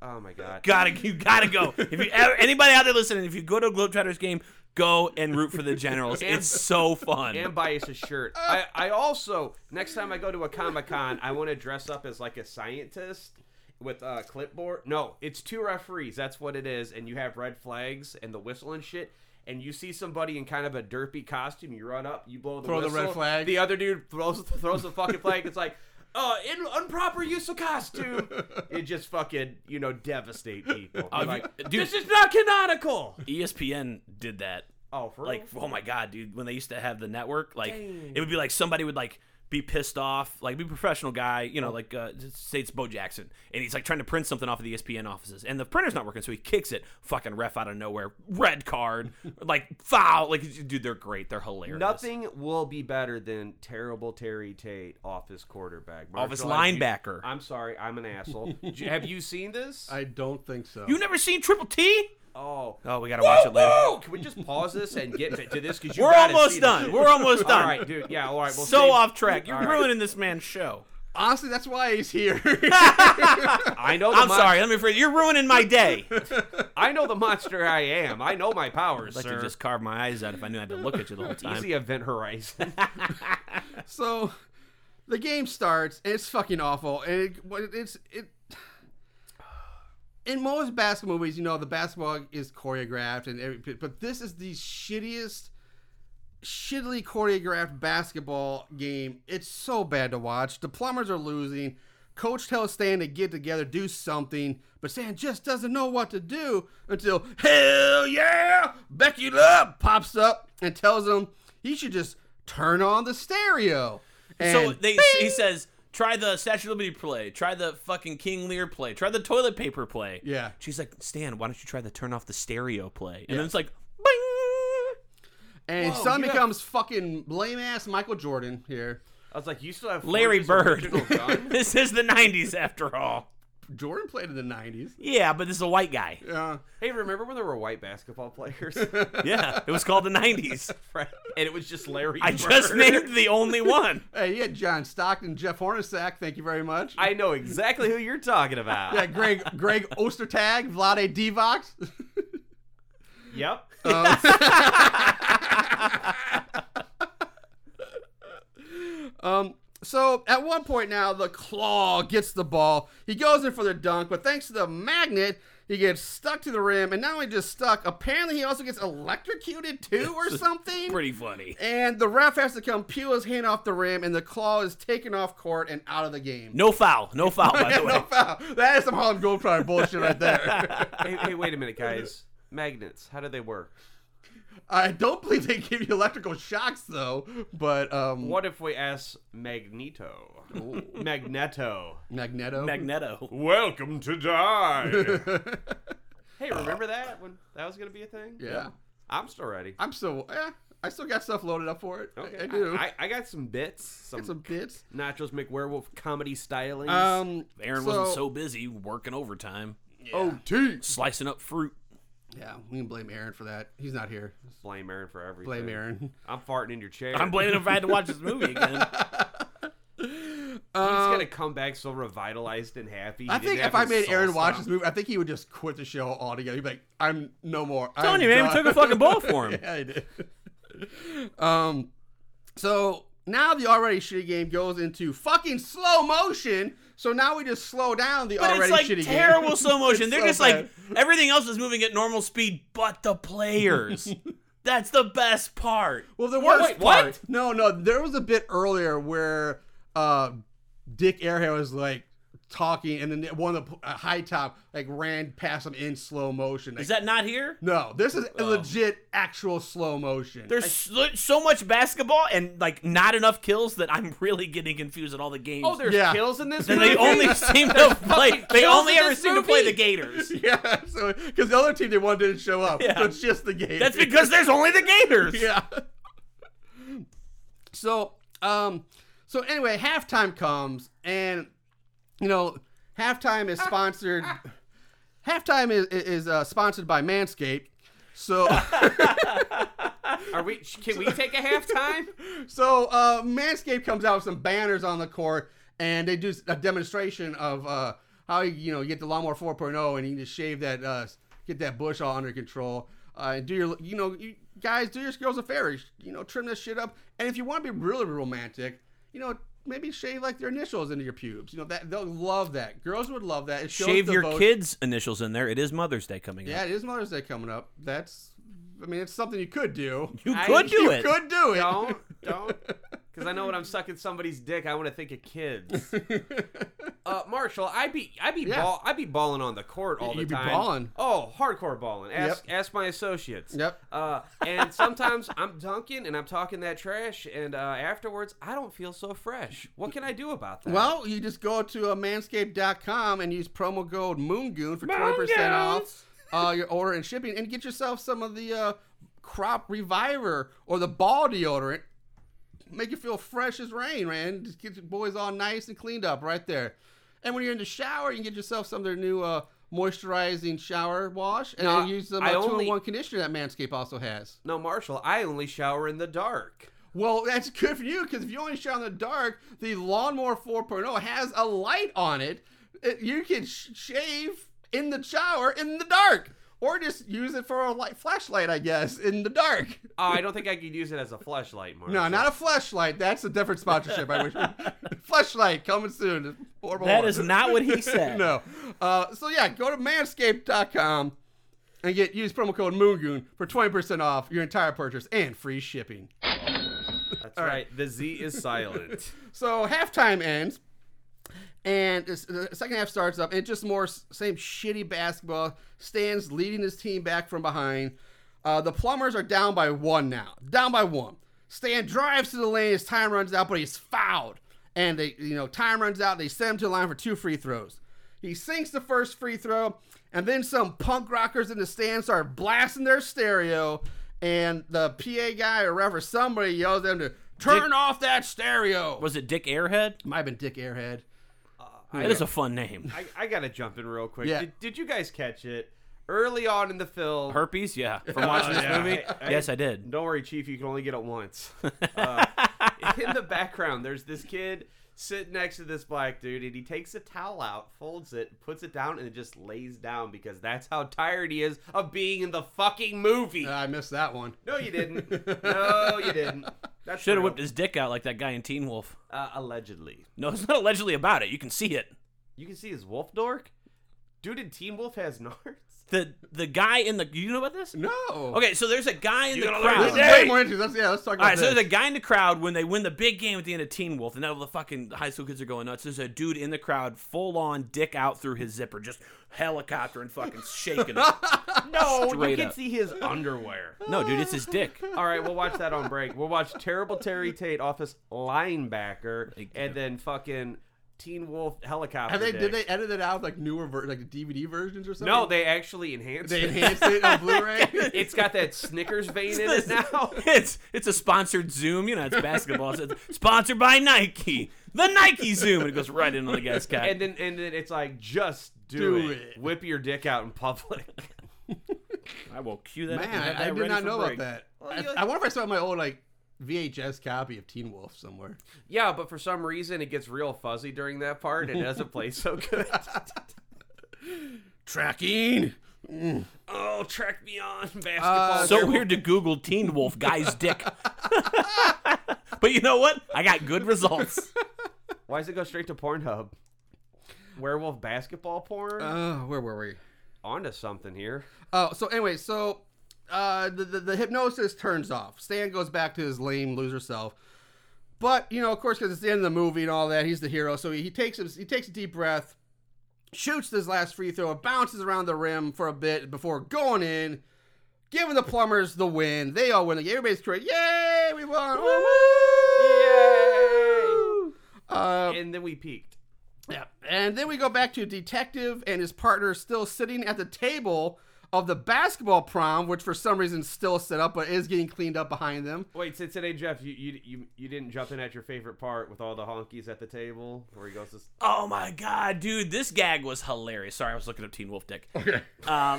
Oh my god.
Gotta, you gotta go. If you ever, anybody out there listening, if you go to a Globetrotters game, go and root for the generals. It's so fun.
and buy us a shirt. I, I also next time I go to a comic con, I want to dress up as like a scientist with a clipboard. No, it's two referees. That's what it is. And you have red flags and the whistle and shit. And you see somebody in kind of a derpy costume, you run up, you blow the
Throw the
whistle.
red flag.
The other dude throws throws the fucking flag. It's like. Uh, in improper use of costume, it just fucking you know devastate people.
Oh,
like,
you- dude.
this is not canonical.
E ESPN did that.
Oh, for
like
real?
oh my god dude when they used to have the network like
Dang.
it would be like somebody would like be pissed off like be a professional guy you know like uh just say it's bo jackson and he's like trying to print something off of the E espn offices and the printer's not working so he kicks it fucking ref out of nowhere red card like foul like dude they're great they're hilarious
Nothing will be better than terrible Terry Tate office quarterback.
Office
Marshall, have you-
linebacker.
I'm sorry, I'm an asshole. J- have you seen this?
I don't think so.
you never seen triple t
oh.
oh we gotta watch it later
Whoa! Can we just pause this and get to this? Because
we're almost done we're almost done
All right, dude. Yeah, all right. Well,
so
save-
off track you're
All right.
ruining this man's show
Honestly, that's why he's here.
I know. The
i'm
mon-
sorry let me rephrase you're ruining my day
I know the monster I am. I know my powers,
I'd like
sir.
to just carve my eyes out if I knew I had to look at you the whole time.
Easy event horizon.
so, the game starts and it's fucking awful. And it, what it- it's it. In most basketball movies, you know the basketball is choreographed and every, but this is the shittiest, shittily choreographed basketball game. It's so bad to watch. The plumbers are losing. Coach tells Stan to get together, do something, but Stan just doesn't know what to do until hell yeah, Becky Love pops up and tells him he should just turn on the stereo. And
so they, he says, try the Statue of Liberty play, try the fucking King Lear play, try the toilet paper play.
Yeah.
She's like, Stan, why don't you try the turn off the stereo play? And then it's like, bing.
And
Whoa,
son
you got-
becomes fucking lame ass Michael Jordan here.
I was like, you still have
Larry
Floyd's
Bird.
original gun?
this is the 90s after all.
Jordan played in the nineties.
Yeah, but this is a white guy.
Yeah.
hey, remember when there were white basketball players?
Yeah, it was called the 90s.
Right. and it was just Larry.
I just
Bird.
named the only one.
Hey, you had John Stockton, Jeff Hornacek. Thank you very much.
I know exactly who you're talking about.
yeah, Greg Greg Ostertag, Vlade Divac.
Yep.
Um, so at one point now, the claw gets the ball. He goes in for the dunk, but thanks to the magnet, he gets stuck to the rim. And not only just stuck, apparently he also gets electrocuted too, or something.
Pretty funny.
And the ref has to come peel his hand off the rim, and the claw is taken off court and out of the game.
No foul. No foul, by the
no
way.
foul. That is some Harlem Globetrotter bullshit right there.
hey, hey, wait a minute, guys. Magnets, how do they work?
I don't believe they give you electrical shocks though, but um,
What if we ask Magneto? Magneto.
Magneto.
Magneto.
Welcome to die. hey, remember that when that was gonna be a thing?
yeah,
I'm still ready.
I'm still. Eh, I still got stuff loaded up for it. I- I, do.
I, I got some bits, some,
Got some bits.
Nachos McWerewolf comedy stylings.
Um,
Aaron wasn't so busy working overtime,
OT.
slicing up fruit.
Yeah, we can blame Aaron for that. He's not here.
blame Aaron for everything.
Blame Aaron.
I'm farting in your chair.
I'm blaming him if I had to watch this movie again.
He's gonna come back so revitalized and happy.
Um, I
He didn't
think if
have
I
his
made Aaron
sauce
watch
down.
this movie, I think he would just quit the show altogether. He'd be like, "I'm no more." I'm
telling you, man, we
done."
took a fucking ball for him.
yeah, he did. um, so Now the already shitty game goes into fucking slow motion. So now we just slow down the
But
already
it's like
shitty game.
terrible slow motion.
It's
They're
so
just
bad.
like everything else is moving at normal speed, but the players. That's the best part.
Well, the worst
wait,
part.
what?
No, no, there was a bit earlier where uh, Dick Airhead was like talking, and then one of the uh, high top like ran past him in slow motion.
Is
Like,
that not here?
no? This is legit, actual slow motion.
Oh. There's so, so much basketball and like not enough kills that I'm really getting confused at all the games.
Oh, there's
Yeah.
kills in this
and
movie.
they only seem to play. They
kills
only
in
ever
this
seem to play
movie.
the Gators.
yeah, so because the other team they won didn't show up,
Yeah.
so it's just the game.
That's because there's only the Gators.
yeah. So, um, so anyway, halftime comes, and you know, halftime
Ah.
is sponsored. halftime is is uh, sponsored by Manscaped. So,
Are we? Can we take a halftime?
so uh, Manscaped comes out with some banners on the court, and they do a demonstration of uh, how you you know you get the lawnmower 4.0, and you can just shave that, uh, get that bush all under control, uh, and do your you know you guys do your girls a favor, you know trim this shit up, and if you want to be really romantic, you know. Maybe shave like their initials into your pubes. You know that they'll love that. Girls would love that. It shows
Shave your
devotion.
kids' initials in there. It is Mother's Day coming
Yeah,
up.
it is Mother's Day coming up. That's, I mean, it's something you could do.
You
I-
could do
you
it.
could do it.
Don't, don't, because I know when I'm sucking somebody's dick, I want to think of kids. Uh, Marshall, I be, I be,
Yeah.
ball, I be balling on the court all
You
the
be
time.
balling.
Oh, hardcore balling. Ask, ask my associates.
Yep.
Uh, and sometimes I'm dunking and I'm talking that trash, and uh, afterwards I don't feel so fresh. What can I do about that?
Well, you just go to uh, manscaped.com and use promo code Moongoon for 20% off uh, your order and shipping and get yourself some of the uh, crop reviver or the ball deodorant. Make you feel fresh as rain, man. Just get your boys all nice and cleaned up right there. And when you're in the shower, you can get yourself some of their new uh, moisturizing shower wash and
No,
then use the
I
uh, two
only-
in one conditioner that Manscaped also has.
no, Marshall, I only shower in the dark.
Well, that's good for you because if you only shower in the dark, the lawnmower 4.0 has a light on it. It- You can sh- shave in the shower in the dark, or just use it for a light flashlight, I guess, in the dark.
Oh, I don't think I could use it as a flashlight, Marshall.
No, not a flashlight. That's a different sponsorship. I wish. flashlight coming soon. Or
That
more.
is not what he said.
oh. no. Uh, so yeah, go to manscaped.com and get use promo code Moongoon for twenty percent off your entire purchase and free shipping.
That's right. The Z is silent.
So halftime ends, and it's- the second half starts up, and just more s- same shitty basketball. Stan's leading his team back from behind. Uh, the Plumbers are down by one now, down by one. Stan drives to the lane, his time runs out, but he's fouled, and they, you know, time runs out. They send him to the line for two free throws. He sinks the first free throw, and then some punk rockers in the stands start blasting their stereo, and the PA guy or ref or somebody yells at them to turn off that stereo.
Was it Dick Airhead?
Might have been Dick Airhead.
That is a fun name.
I, I gotta jump in real quick.
Yeah.
Did, did you guys catch it early on in the film?
Herpes, yeah.
Oh,
From watching this movie, yes, I did.
Don't worry, Chief. You can only get it once. Uh, in the background, there's this kid sitting next to this black dude, and he takes a towel out, folds it, puts it down, and it just lays down because that's how tired he is of being in the fucking movie.
Uh,
Uh.
I missed that one.
no, you didn't. No, you didn't. That's
Should have
real.
whipped his dick out like that guy in Teen Wolf.
Uh, allegedly,
No, it's not allegedly about it. You can see it.
you can see his wolf dork. Dude in Team Wolf has nards.
The the guy in the you know about this?
No.
Okay, so there's a guy in the crowd.
This is way more interesting. Let's, yeah, let's talk about
All right,
this.
so there's a guy in the crowd when they win the big game at the end of Teen Wolf, and now the fucking high school kids are going nuts. There's a dude in the crowd, full on dick out through his zipper, just helicoptering, fucking shaking it.
No, you
Straight
can
up.
see his underwear.
No, dude, it's his dick.
All right, we'll watch that on break. We'll watch terrible Terry Tate office linebacker, and then fucking Teen Wolf helicopter.
Have they,
dick.
did they edit it out with, like newer ver- like DVD versions or something?
No, they actually enhanced
they
it.
enhanced it on Blu-ray.
It's got that Snickers vein in it now.
It's it's a sponsored Zoom. You know, it's basketball. So it's sponsored by Nike. The Nike Zoom. And it goes right in on the guy's cap.
And then and then it's like just do,
Do
it.
it.
Whip your dick out in public.
I will cue that. up and have
Man,
that
I, I did
ready
not
for
know
break.
about that. I,
you-
I wonder if I saw my old like VHS copy of Teen Wolf somewhere.
yeah, but for some reason it gets real fuzzy during that part and it doesn't play so good.
Tracking.
oh Star Trek
Uh,
Beyond basketball.
So
Werewolf.
weird to Google Teen Wolf guy's dick. but you know what? I got good results.
Why does it go straight to Pornhub? Werewolf basketball porn?
Uh, where were we?
Onto something here.
Oh, so anyway, so uh, the, the the hypnosis turns off. Stan goes back to his lame loser self. But you know, of course, because it's the end of the movie and all that, he's the hero. So he, he takes his, he takes a deep breath, shoots his last free throw, bounces around the rim for a bit before going in, giving the plumbers the win. They all win. Everybody's great. Yay, we won! Woo! Uh,
And then we peeked.
yeah. And then we go back to Detective and his partner still sitting at the table of the basketball prom, which for some reason is still set up but is getting cleaned up behind them.
Wait, so today, Jeff, you, you you you didn't jump in at your favorite part with all the honkies at the table where he goes to. s-
Oh my god, dude, this gag was hilarious. Sorry, I was looking up Teen Wolf dick. Okay. Um,
All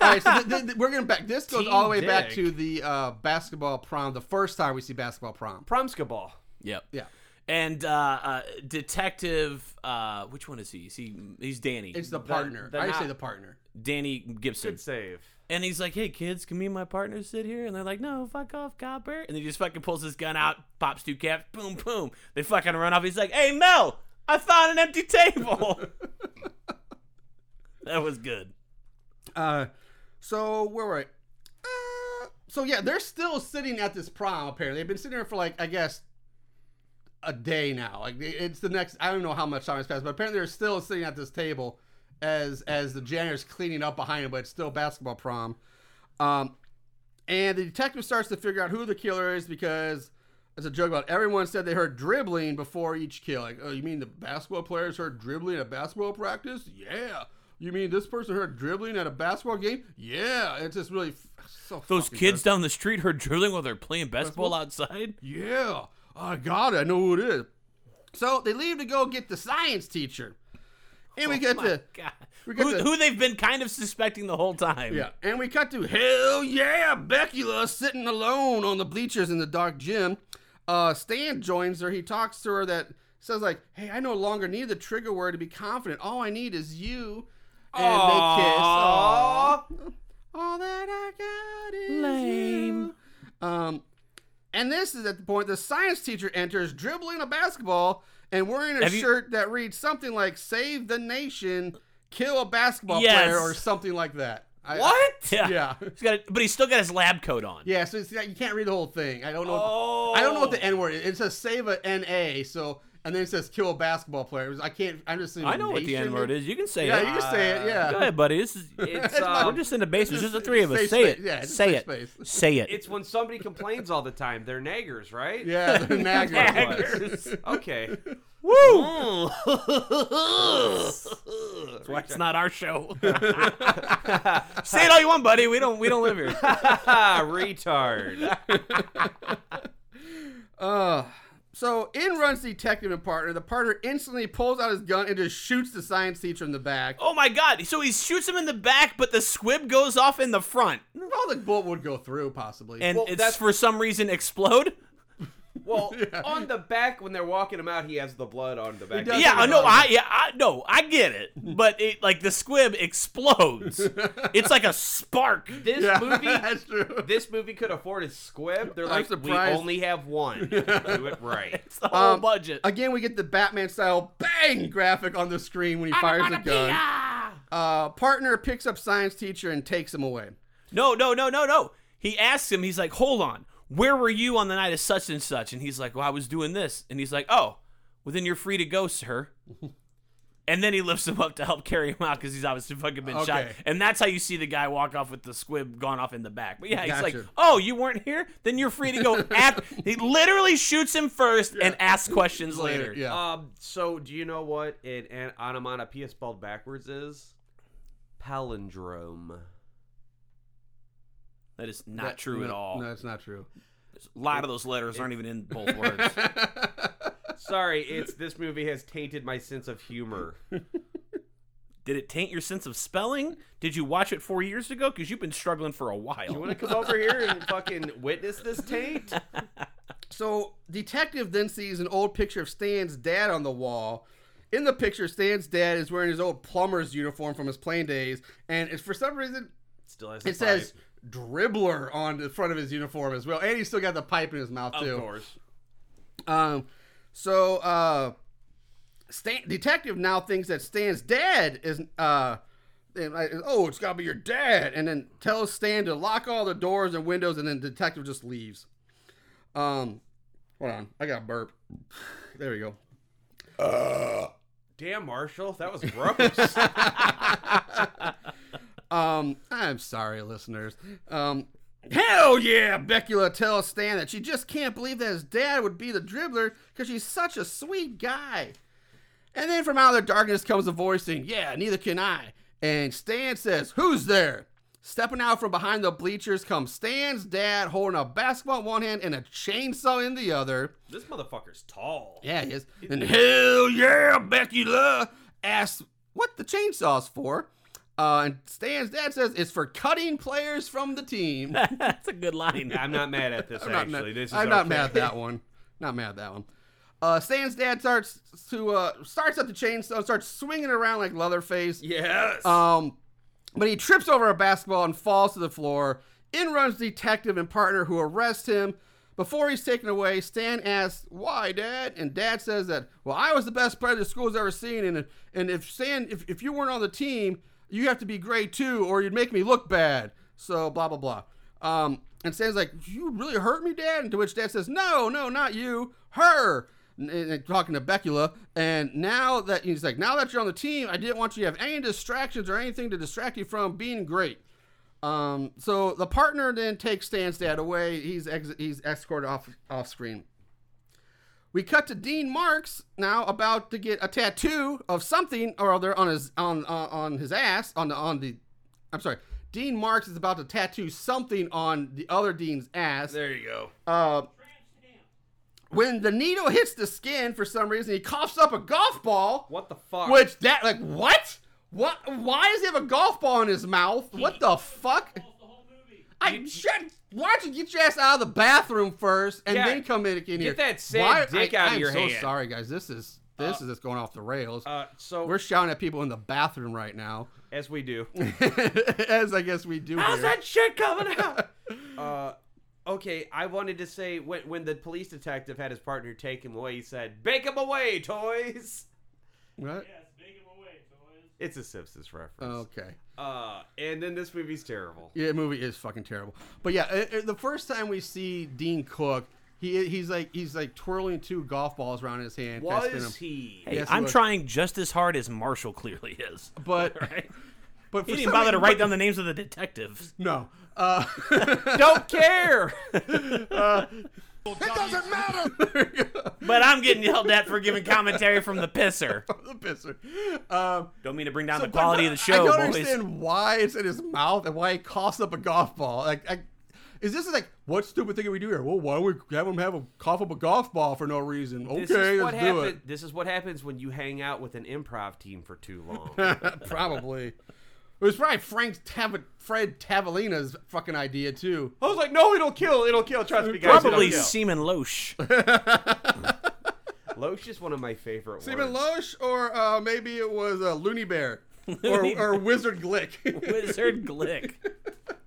right, so th- th- th- we're gonna back. This goes
Team
all the way back
Dick.
to the uh, basketball prom, the first time we see basketball prom.
Promska ball.
yep.
Yeah,
And uh, uh, detective, uh, which one is he? Is he he's Danny.
it's the partner.
the
I
not-
say the partner.
Danny Gibson.
Good save.
And he's like, "Hey kids, can me and my partner sit here?" And they're like, "No, fuck off, copper." And he just fucking pulls his gun out, pops two caps, boom, boom. They fucking run off. He's like, "Hey Mel, I found an empty table." that was good.
Uh, so where were I? Uh, so yeah, they're still sitting at this prom. Apparently, they've been sitting there for like I guess a day now. Like it- it's the next. I don't know how much time has passed, but apparently they're still sitting at this table as as the janitor's cleaning up behind him. But it's still basketball prom. Um, and the detective starts to figure out who the killer is because. It's a joke about everyone said they heard dribbling before each kill. Like, oh, you mean the basketball players heard dribbling at basketball practice? Yeah. You mean this person heard dribbling at a basketball game? Yeah. It's just really f- so.
Those
fucking
kids
good.
down the street heard drilling while they're playing basketball outside.
Yeah. I got it. I know who it is. So they leave to go get the science teacher, and
Oh,
we get the
God.
we got
Who,
the-
who they've been kind of suspecting the whole time.
Yeah, and we cut to hell yeah, Becula sitting alone on the bleachers in the dark gym. Uh, Stan joins her. He talks to her that says like, "Hey, I no longer need the trigger word to be confident. All I need is you." And they kiss. Aww. All that I got is
Lame.
you. Um, and this is at the point the science teacher enters, dribbling a basketball and wearing a
Have you-
shirt that reads something like "Save the Nation, kill a basketball
Yes.
player" or something like that. I-
What? Yeah.
yeah.
He's got a- but he's still got his lab coat on.
Yeah, so it's, you can't read the whole thing. I don't know. I don't know what the
Oh.
N word is. It says save a N A. So and then it says kill a basketball player. It was- I can't. I'm just.
Oh. I know what the N word is. You can say
Yeah,
it.
you can say it. Yeah.
Go ahead, buddy. This is
It's
That's my-
uh,
we're just in the
It's
basement. Just the
just-
three of
safe
us. Say it.
space. Yeah, it's
say
safe
it.
space.
Say it.
it's when somebody complains all the time. They're naggers, right?
Yeah, the Niagara.
Naggers. okay.
Woo! That's why it's not our show. Say it all you want, buddy. We don't. We don't live here.
Retard.
uh, so in runs detective and partner. The partner instantly pulls out his gun and just shoots the science teacher in the back.
Oh my god! So he shoots him in the back, but the squib goes off in the front,
Well, the bullet would go through possibly.
and
Well,
it's
that's-
for some reason explode.
Well, on the back when they're walking him out, he has the blood on the back.
does
yeah,
think
I know.
about
I yeah, I no, I get it. But it like the squib explodes. it's like a spark.
This
yeah,
movie,
that's true.
this movie could afford a squib. They're
I'm
like, we
surprised-
only have one. Do it right.
It's the whole
Um,
budget.
Again, we get the Batman style bang graphic on the screen when he fires the gun. Uh, partner picks up science teacher and takes him away.
No, no, no, no, no. He asks him, he's like, hold on, where were you on the night of such and such? And he's like, well, I was doing this. And he's like, oh, well, then you're free to go, sir. and then he lifts him up to help carry him out because he's obviously fucking been shot.
Okay.
And that's how you see the guy walk off with the squib gone off in the back. But yeah, he's like,
Gotcha.
oh, you weren't here? Then you're free to go. after. He literally shoots him first and asks questions later.
Yeah.
Um. So, do you know what an, an onomatopoeia spelled backwards is? Palindrome.
That is not true at
No,
all.
No, it's not true.
A lot of those letters aren't even in both words.
Sorry, it's this movie has tainted my sense of humor.
Did it taint your sense of spelling? Did you watch it four years ago? Because you've been struggling for a
You
while.
want to come over here and fucking witness this taint?
So, detective then sees an old picture of Stan's dad on the wall. In the picture, Stan's dad is wearing his old plumber's uniform from his playing days, and it's for some reason
Still has.
It says dribbler on the front of his uniform as well, and he's still got the pipe in his mouth
Of
too.
course.
Um, so uh, Stan, detective now thinks that Stan's dad is uh, and I- oh, it's gotta be your dad, and then tells Stan to lock all the doors and windows, and then detective just leaves. Um, hold on, I got a burp. There we go.
Damn, Marshall, that was gross.
Um, I'm sorry, listeners. Um, hell yeah! Becula tells Stan that she just can't believe that his dad would be the dribbler because he's such a sweet guy. And then from out of the darkness comes a voice saying, Yeah, neither can I. And Stan says, Who's there? Stepping out from behind the bleachers comes Stan's dad holding a basketball in one hand and a chainsaw in the other.
this motherfucker's tall.
Yeah, he is. And hell yeah, Becula asks what the chainsaw's for. Uh, and Stan's dad says it's for cutting players from the team. I'm
That's a good line.
I'm not mad at this
not
actually.
mad-
this is
I'm not
okay.
mad at that one. Not mad at that one. Uh, Stan's dad starts to uh, starts up the chainsaw, starts swinging around like Leatherface.
Yes.
Um, but he trips over a basketball and falls to the floor. In runs detective and partner who arrest him. Before he's taken away, Stan asks, "Why, Dad?" And Dad says that, "Well, I was the best player the school's ever seen, and and if Stan, if, if you weren't on the team, you have to be great too, or you'd make me look bad." So blah blah blah. Um, and Stan's like, "You really hurt me, Dad." And to which Dad says, "No, no, not you, her." and, and talking to Becula. And now that he's like, now that you're on the team, I didn't want you to have any distractions or anything to distract you from being great. Um, so the partner then takes Stan's dad away. He's ex- he's escorted off off screen. We cut to Dean Marks now about to get a tattoo of something or other on his on on, on his ass on the on the, I'm sorry. Dean Marks is about to tattoo something on the other Dean's ass.
there you go.
Uh, when the needle hits the skin for some reason, he coughs up a golf ball.
What the fuck?
Which that like what? What? Why does he have a golf ball in his mouth? What the fuck? I should. Why don't you get your ass out of the bathroom first and
Yeah,
then come in, in here?
that sad dick out of
I'm
your
so
hand.
sorry, guys. This is this is just going off the rails.
Uh, so
We're shouting at people in the bathroom right now,
as we do.
as I guess we do.
How's
here.
that shit coming out? uh, okay, I wanted to say when when the police detective had his partner take him away, he said, "Bake him away, toys."
What?
It's a Simpsons reference.
Okay.
Uh, and then this movie's terrible.
Oh. Yeah, the movie is fucking terrible. But yeah, it, it- the first time we see Dean Cook, he he's like he's like twirling two golf balls around his hand. kinda spinning
Was
them.
he?
Hey,
Yes, it
I'm
was.
trying just as hard as Marshall clearly is.
But
Right?
but for
He
some
didn't bother to
reason-
write down the names of the detectives.
No. Uh,
Don't care.
It doesn't matter.
But I'm getting yelled at for giving commentary from the pisser.
the pisser. Um,
Don't mean to bring down the
but
quality of the
I
show,
don't
boys.
understand why it's in his mouth and why he coughs up a golf ball. Like, I, is this like what stupid thing can we do here? Well, why don't we have him have him cough up a golf ball for no reason?
this
okay,
is what
let's do it.
happen- This is what happens when you hang out with an improv team for too long.
probably. It was probably Frank Tav- Fred Tavelina's fucking idea too.
I was like, "No, it'll kill. It'll kill." Trust me, guys.
Probably
it'll
Seaman Loesch.
kill. Loesch is one of my favorite.
Stephen Loesch,
words.
or uh, maybe it was uh, Looney Bear, or, or Wizard Glick.
Wizard Glick.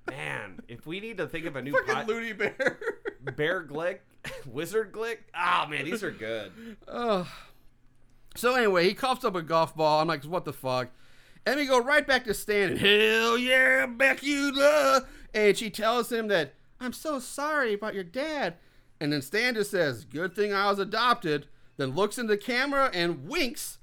Man, if we need to think of a new
Fucking
pod-
Looney Bear.
Bear Glick, Wizard Glick. Ah, man, these are good.
so anyway, he coughs up a golf ball. I'm like, what the fuck? And we go right back to Stan. And, Hell yeah, Becula! And she tells him that I'm so sorry about your dad. And then Stan just says, "Good thing I was adopted." Then looks into the camera and winks.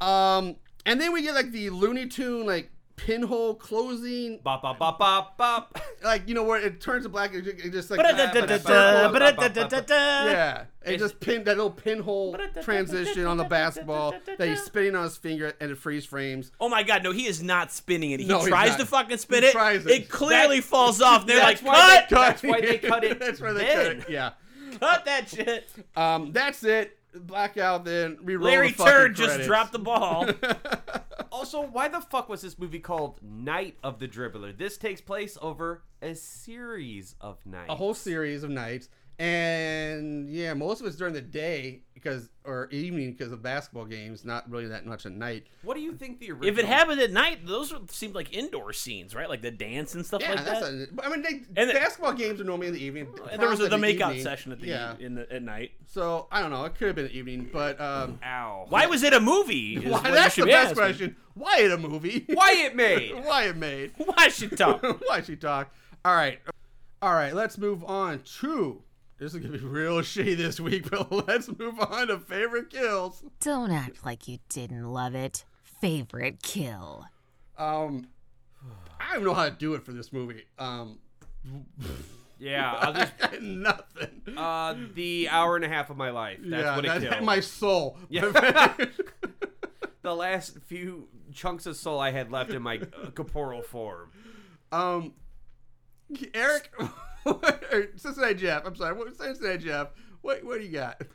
Um, and then we get like the Looney Tune like pinhole closing
Bop, bop, bop, bop, bop.
like you know where it turns to black and it just like
Yeah.
yeah it just pin that little pinhole transition on the basketball that he's spinning on his finger and it freeze frames
Oh my god, no, he is not spinning it. He
No, he's
tries
not.
to fucking spin
He
it.
tries it.
It clearly falls off. They're like,
That's why
cut,
they- That's why they cut it
that's why they
then.
cut it yeah
cut that shit.
um that's it blackout then reroll
Larry
the fucking
Turd just
credits.
dropped the ball.
Also, why the fuck was this movie called Night of the Dribbler? This takes place over a series of nights.
a whole series of nights And yeah, most of it's during the day because or evening because of basketball games, not really that much at night.
What do you think the original?
If it happened at night, those would seem like indoor scenes, right? Like the dance and stuff
Yeah,
like that.
that's. A, but, I mean, they,
And it-
basketball games are normally in the evening.
and there was
Proms
the
in
makeout
evening.
session at the
yeah.
in the at night.
So I don't know. It could have been the evening, but um,
Ow.
Why was it a movie? is
why,
what you
that's
should
the
be
best
asking.
question. Why in a movie?
Why it made?
Why it made?
Why should talk?
Why she talk? All right, all right. Let's move on to. This is gonna be real shitty this week, but let's move on to favorite kills.
Don't act like you didn't love it. Favorite kill.
Um, I don't even know how to do it for this movie. Um,
Yeah, I'll just
nothing.
uh, the hour and a half of my life. That's
yeah,
what it
that-
killed.
my soul.
The last few chunks of soul I had left in my uh, corporal form.
um, Eric, or Cincinnati Jeff. I'm sorry, what Cincinnati Jeff? What what do you got?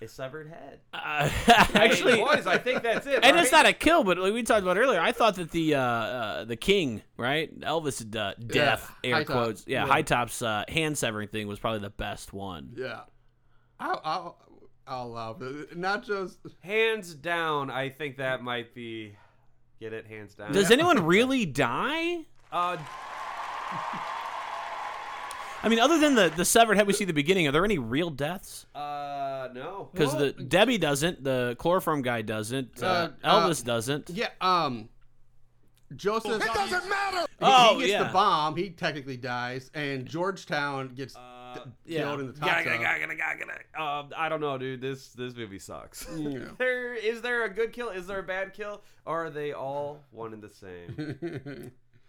A severed head.
Uh,
Actually,
actually,
boys, I think that's it.
and
right?
it's not a kill, but like we talked about earlier, I thought that the uh, uh, the king, right, Elvis uh, death,
Yeah, high
air
top.
quotes, yeah,
Yeah.
high tops uh, hand severing thing was probably the best one.
Yeah, I'll I'll, I'll allow it. Nachos.
hands down. I think that might be. Get it, hands
Oh,
down.
Does anyone really die?
Uh,
I mean, other than the, the severed head we see at the beginning, are there any real deaths?
uh, no.
Because the Debbie doesn't, the chloroform guy doesn't, uh,
Uh, uh,
Elvis doesn't.
Yeah. Um, Joseph.
It doesn't matter.
He,
Oh,
he gets
yeah.
the bomb. He technically dies, and Georgetown gets
Uh,
d-
yeah.
killed in the top.
Gotta, gotta, gotta, gotta, gotta, gotta. Um, I don't know, dude. This this movie sucks.
Yeah.
there is there a good kill? Is there a bad kill? Are they all one and the same?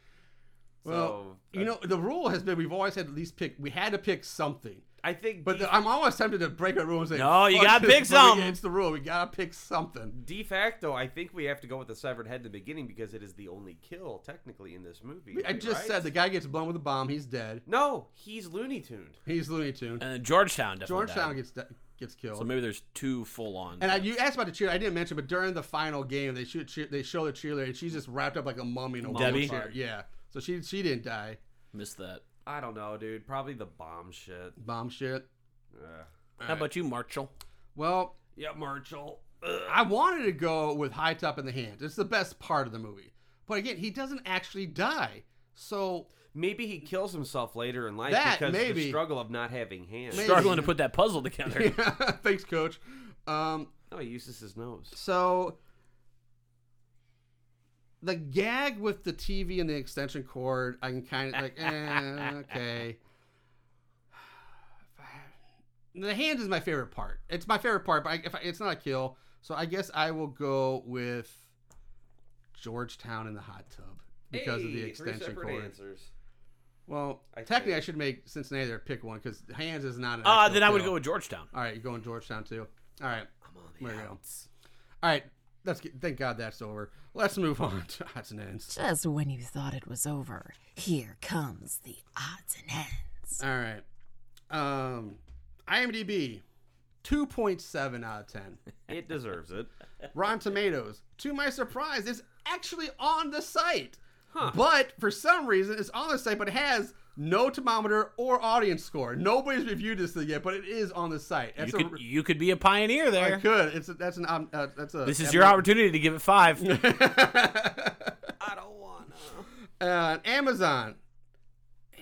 Well,
So, uh,
you know, the rule has been we've always had to at least pick. We had to pick something,
I think.
but
de-
the, I'm always tempted to break a rule and say,
No, you
"Fuck
gotta
this," but
pick
we-
something.
It's the rule. We gotta pick something."
de facto, I think we have to go with the severed head in the beginning because it is the only kill technically in this movie.
I just
right?
said the guy gets blown with a bomb. He's dead.
No, he's Looney Tuned.
He's Looney Tune.
And then Georgetown definitely
Georgetown
died.
gets de- gets killed.
So maybe there's two full on.
and I, you asked about the cheerleader. I didn't mention, but during the final game, they shoot. Cheer, they show the cheerleader, and she's just wrapped up like a mummy in a
Debbie?
wheelchair. Yeah, so she she didn't die.
missed that.
I don't know, dude. Probably the bomb shit.
Bomb shit.
Ugh.
How about you, Marshall?
Well,
Yeah, Marshall.
I wanted to go with High Top in the Hand. It's the best part of the movie. But again, he doesn't actually die. So
Maybe he kills himself later in life
That,
because of
maybe.
the struggle of not having hands.
Maybe.
Struggling to put that puzzle together.
thanks, Coach. Um,
No, he uses his nose.
so the gag with the TV and the extension cord, I can kind of like, eh, okay. The hand is my favorite part. It's my favorite part, but I, if I, it's not a kill, so I guess I will go with Georgetown in the hot tub because of the
Hey, three
extension
separate
cord.
answers.
Well,
I
technically,
see.
I should make Cincinnati there pick one because Hands is not. An
Uh,
actual
then I would
kill.
go with Georgetown.
All right, you're going Georgetown too. All right,
I'm
There
on
you
the
go.
outs.
all right. Let's get. Thank God that's over. Let's move on to odds and ends.
Just when you thought it was over, here comes the odds and ends.
All right. Um, IMDb, two point seven out of ten.
It deserves it.
Rotten Tomatoes, to my surprise, is actually on the site. But for some reason, it's on the site, but it has no thermometer or audience score. Nobody's reviewed this thing yet, but it is on the site. That's
You could,
a,
you could be a pioneer
I
there.
could. It's a, that's an um, uh, that's a.
This is your opportunity to give it five.
I don't wanna.
uh, Amazon.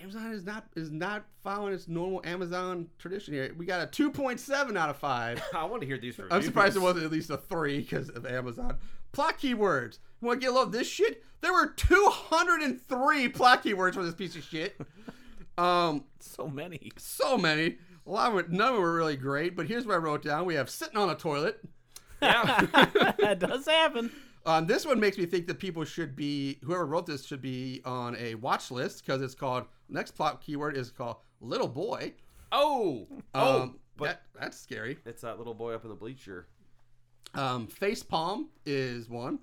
Amazon is not is not following its normal Amazon tradition here. We got a two point seven out of five.
I want to hear these reviews.
I'm surprised it wasn't at least a three because of Amazon. Plot keywords. You want to get low of this shit? There were 203 plot keywords for this piece of shit. Um,
so many.
so many. A lot of it, none of them were really great, but here's what I wrote down. We have sitting on a toilet.
that does happen.
Um, this one makes me think that people should be whoever wrote this should be on a watch list because it's called next plot keyword is called little boy.
Oh, oh,
Um, that, that's scary.
it's that little boy up in the bleacher.
Um, face palm is one.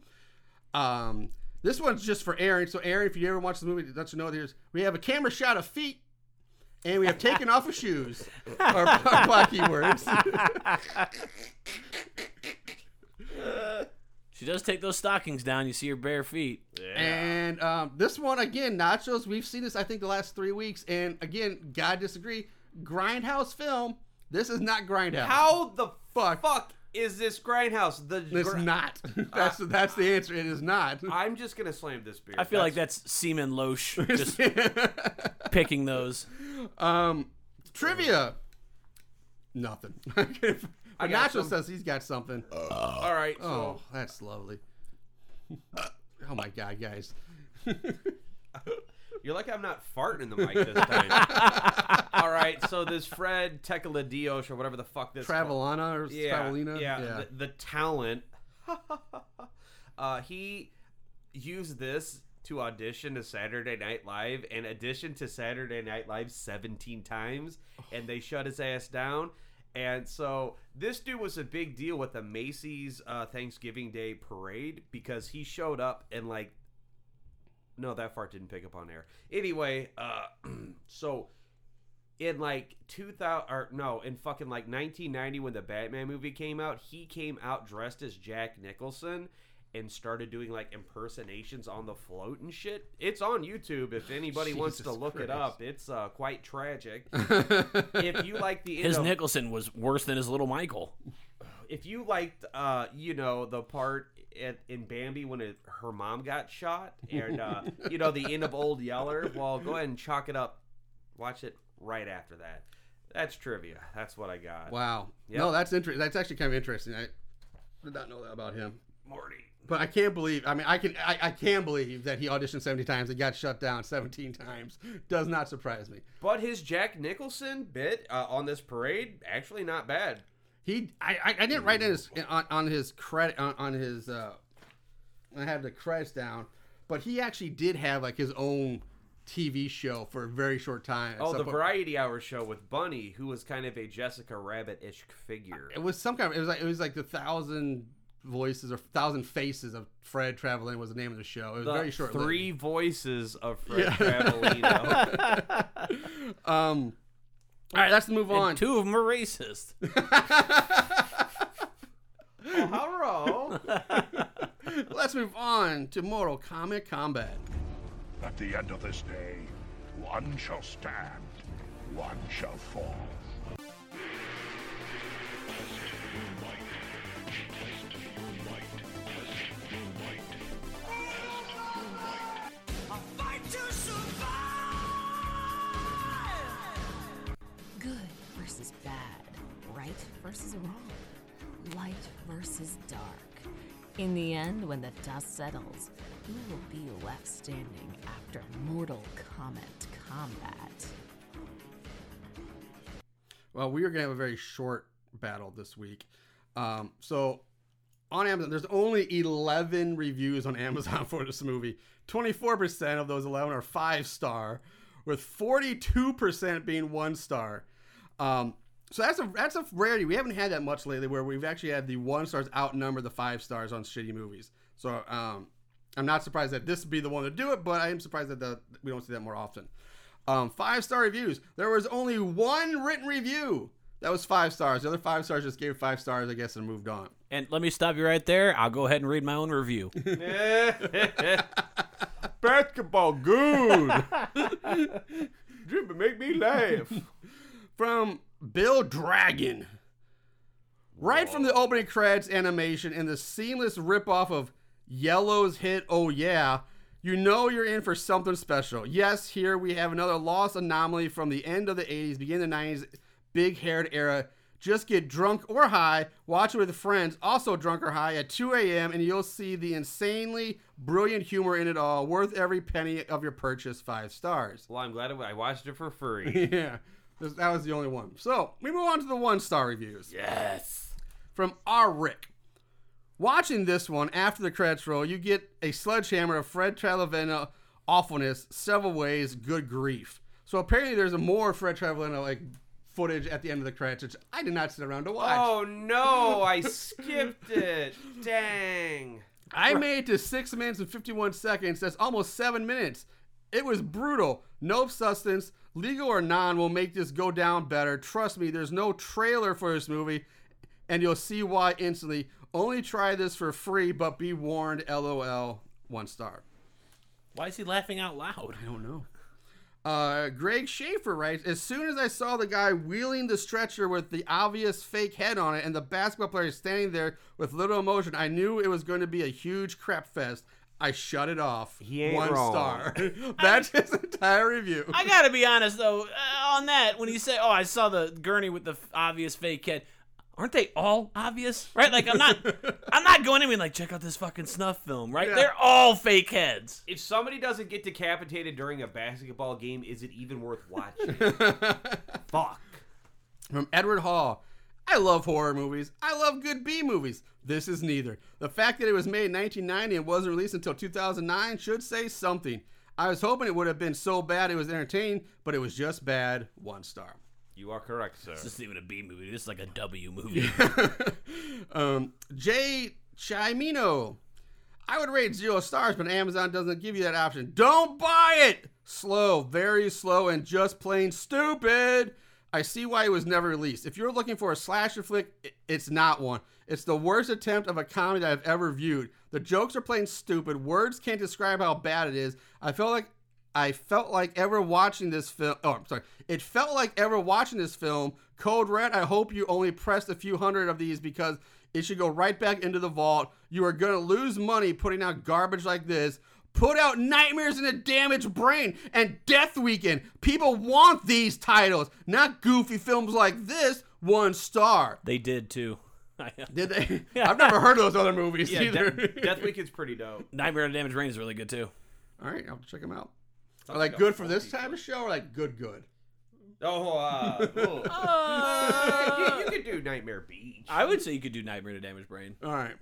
Um, this one's just for Aaron. So Aaron, if you ever watch the movie, let you know there's we have a camera shot of feet. And we have taken off of shoes. Our, our plot keywords.
She does take those stockings down. You see her bare feet.
And um, this one again, nachos. We've seen this, I think, the last three weeks. And again, God disagree. grindhouse film. This is not grindhouse.
How the
Fuck.
fuck, is this grindhouse? The
It's
gr-
not. That's that's the answer. It is not.
I'm just gonna slam this beer.
I feel like that's Seaman Loesch just picking those.
um, trivia. Nothing.
I got
Nacho
some.
says he's got something.
all right. So
Oh, that's lovely. Oh my god, guys.
you're like I'm not farting in the mic this time. all right. So this Fred Tecaladios or whatever the fuck this
Travelana or
yeah,
Travelina?
Yeah, The, the talent. uh, he used this to audition to Saturday Night Live and auditioned to Saturday Night Live 17 times, and they shut his ass down. And so this dude was a big deal with the Macy's uh, Thanksgiving Day parade because he showed up and like, no, that fart didn't pick up on air. Anyway, uh, so in like 2000 or no in fucking like 1990 when the batman movie came out he came out dressed as jack nicholson and started doing like impersonations on the float and shit it's on youtube if anybody wants to
Jesus
look it
Christ.
up it's uh, quite tragic
yeah.
if you like the
His
you know,
Nicholson was worse than his little Michael.
if you liked uh you know the part at, in bambi when it, her mom got shot and uh you know the end of old yeller well go ahead and chalk it up watch it right after that that's trivia that's what i got
wow.
Yep.
No, that's interesting. That's actually kind of interesting. I did not know that about him.
morty
But I can't believe. I mean, I can. I, I can believe that he auditioned seventy times and got shut down seventeen times. Does not surprise me.
But his Jack Nicholson bit uh, on this parade actually not bad.
He. I. I, I didn't write in his on, on his credit on, on his. uh I had the credits down, but he actually did have like his own TV show for a very short time. at
Oh,
some
the
point.
variety hour show with Bunny, who was kind of a Jessica Rabbit ish figure.
it was some kind of it was like it was like the thousand voices or thousand faces of Fred Traveling was the name of the show. It was
The
very short.
three voices of Fred
Yeah.
Travolino.
Um. All right, let's move on.
And two of them are racist.
Hello.
let's move on to Mortal Kombat Combat.
At the end of this day, one shall stand, one shall fall.
Good versus bad, right versus wrong, light versus dark. In the end, when the dust settles, who will be left standing after Mortal Kombat combat?
Well, we are gonna have a very short battle this week. Um. So. On Amazon, there's only 11 reviews on Amazon for this movie. 24% of those 11 are five star, with 42% being one star. Um, so that's a that's a rarity. We haven't had that much lately, where we've actually had the one stars outnumber the five stars on shitty movies. So um, I'm not surprised that this would be the one to do it, but I am surprised that the, we don't see that more often. Um, five star reviews. There was only one written review that was five stars. The other five stars just gave five stars, I guess, and moved on.
And let me stop you right there. I'll go ahead and read my own review.
Basketball goon. Drip make me laugh.
from Bill Dragon. Right from the opening credits animation and the seamless ripoff of Yellow's hit Oh Yeah, you know you're in for something special. Yes, here we have another lost anomaly from the end of the 80s, beginning of the 90s, big haired era. Just get drunk or high, watch it with friends, also drunk or high, at 2 a.m., and you'll see the insanely brilliant humor in it all, worth every penny of your purchase, five stars.
Well, I'm glad I watched it for free.
Yeah, this- that was the only one. So we move on to the one star reviews. Yes. From R. Rick. Watching this one after the credits roll, you get a sledgehammer of Fred Tralavena awfulness several ways. Good grief! So apparently, there's a more Fred Tralavena like footage at the end of the credits, which I did not sit around to watch.
Oh no, I skipped it. Dang.
I made it to six minutes and 51 seconds. That's almost seven minutes. It was brutal. No substance, legal or non, will make this go down better. Trust me, there's no trailer for this movie, and you'll see why instantly. Only try this for free, but be warned. LOL. One star.
Why is he laughing out loud?
I don't know. Uh, Greg Schaefer writes, as soon as I saw the guy wheeling the stretcher with the obvious fake head on it and the basketball player standing there with little emotion, I knew it was going to be a huge crap fest. I shut it off.
He ain't
One
wrong.
star. That's his entire review.
I gotta be honest though, uh, on that when you say, "Oh, I saw the gurney with the f- obvious fake head," aren't they all obvious? Right? Like I'm not, I'm not going in and like check out this fucking snuff film. Right?
Yeah.
They're all fake heads.
If somebody doesn't get decapitated during a basketball game, is it even worth watching? Fuck.
From Edward Hall. I love horror movies. I love good B movies. This is neither. The fact that it was made in 1990 and wasn't released until 2009 should say something. I was hoping it would have been so bad it was entertaining, but it was just bad. One star.
You are correct, sir.
This isn't even a B movie. This is like a W movie.
Um, Jay Chimino. I would rate zero stars, but Amazon doesn't give you that option. Don't buy it! Slow, very slow, and just plain stupid. I see why it was never released. If you're looking for a slasher flick, i- it's not one. It's the worst attempt of a comedy that I've ever viewed. The jokes are plain stupid. Words can't describe how bad it is. I felt like I felt like ever watching this film. Oh, I'm sorry. It felt like ever watching this film. Code Red. I hope you only pressed a few hundred of these because it should go right back into the vault. You are gonna lose money putting out garbage like this. Put out Nightmares in a Damaged Brain and Death Weekend. People want these titles, not goofy films like this. One star.
they did too. uh,
Did they? I've never heard of those other movies
Yeah,
either.
Death, Death Weekend's pretty dope.
Nightmare on Damage Rain is really good too.
All right, I'll check them out. Are they good for this type of show or like good good?
Oh, uh, oh. you, you could do Nightmare Beach.
I would say you could do Nightmare on Damage Brain.
All right.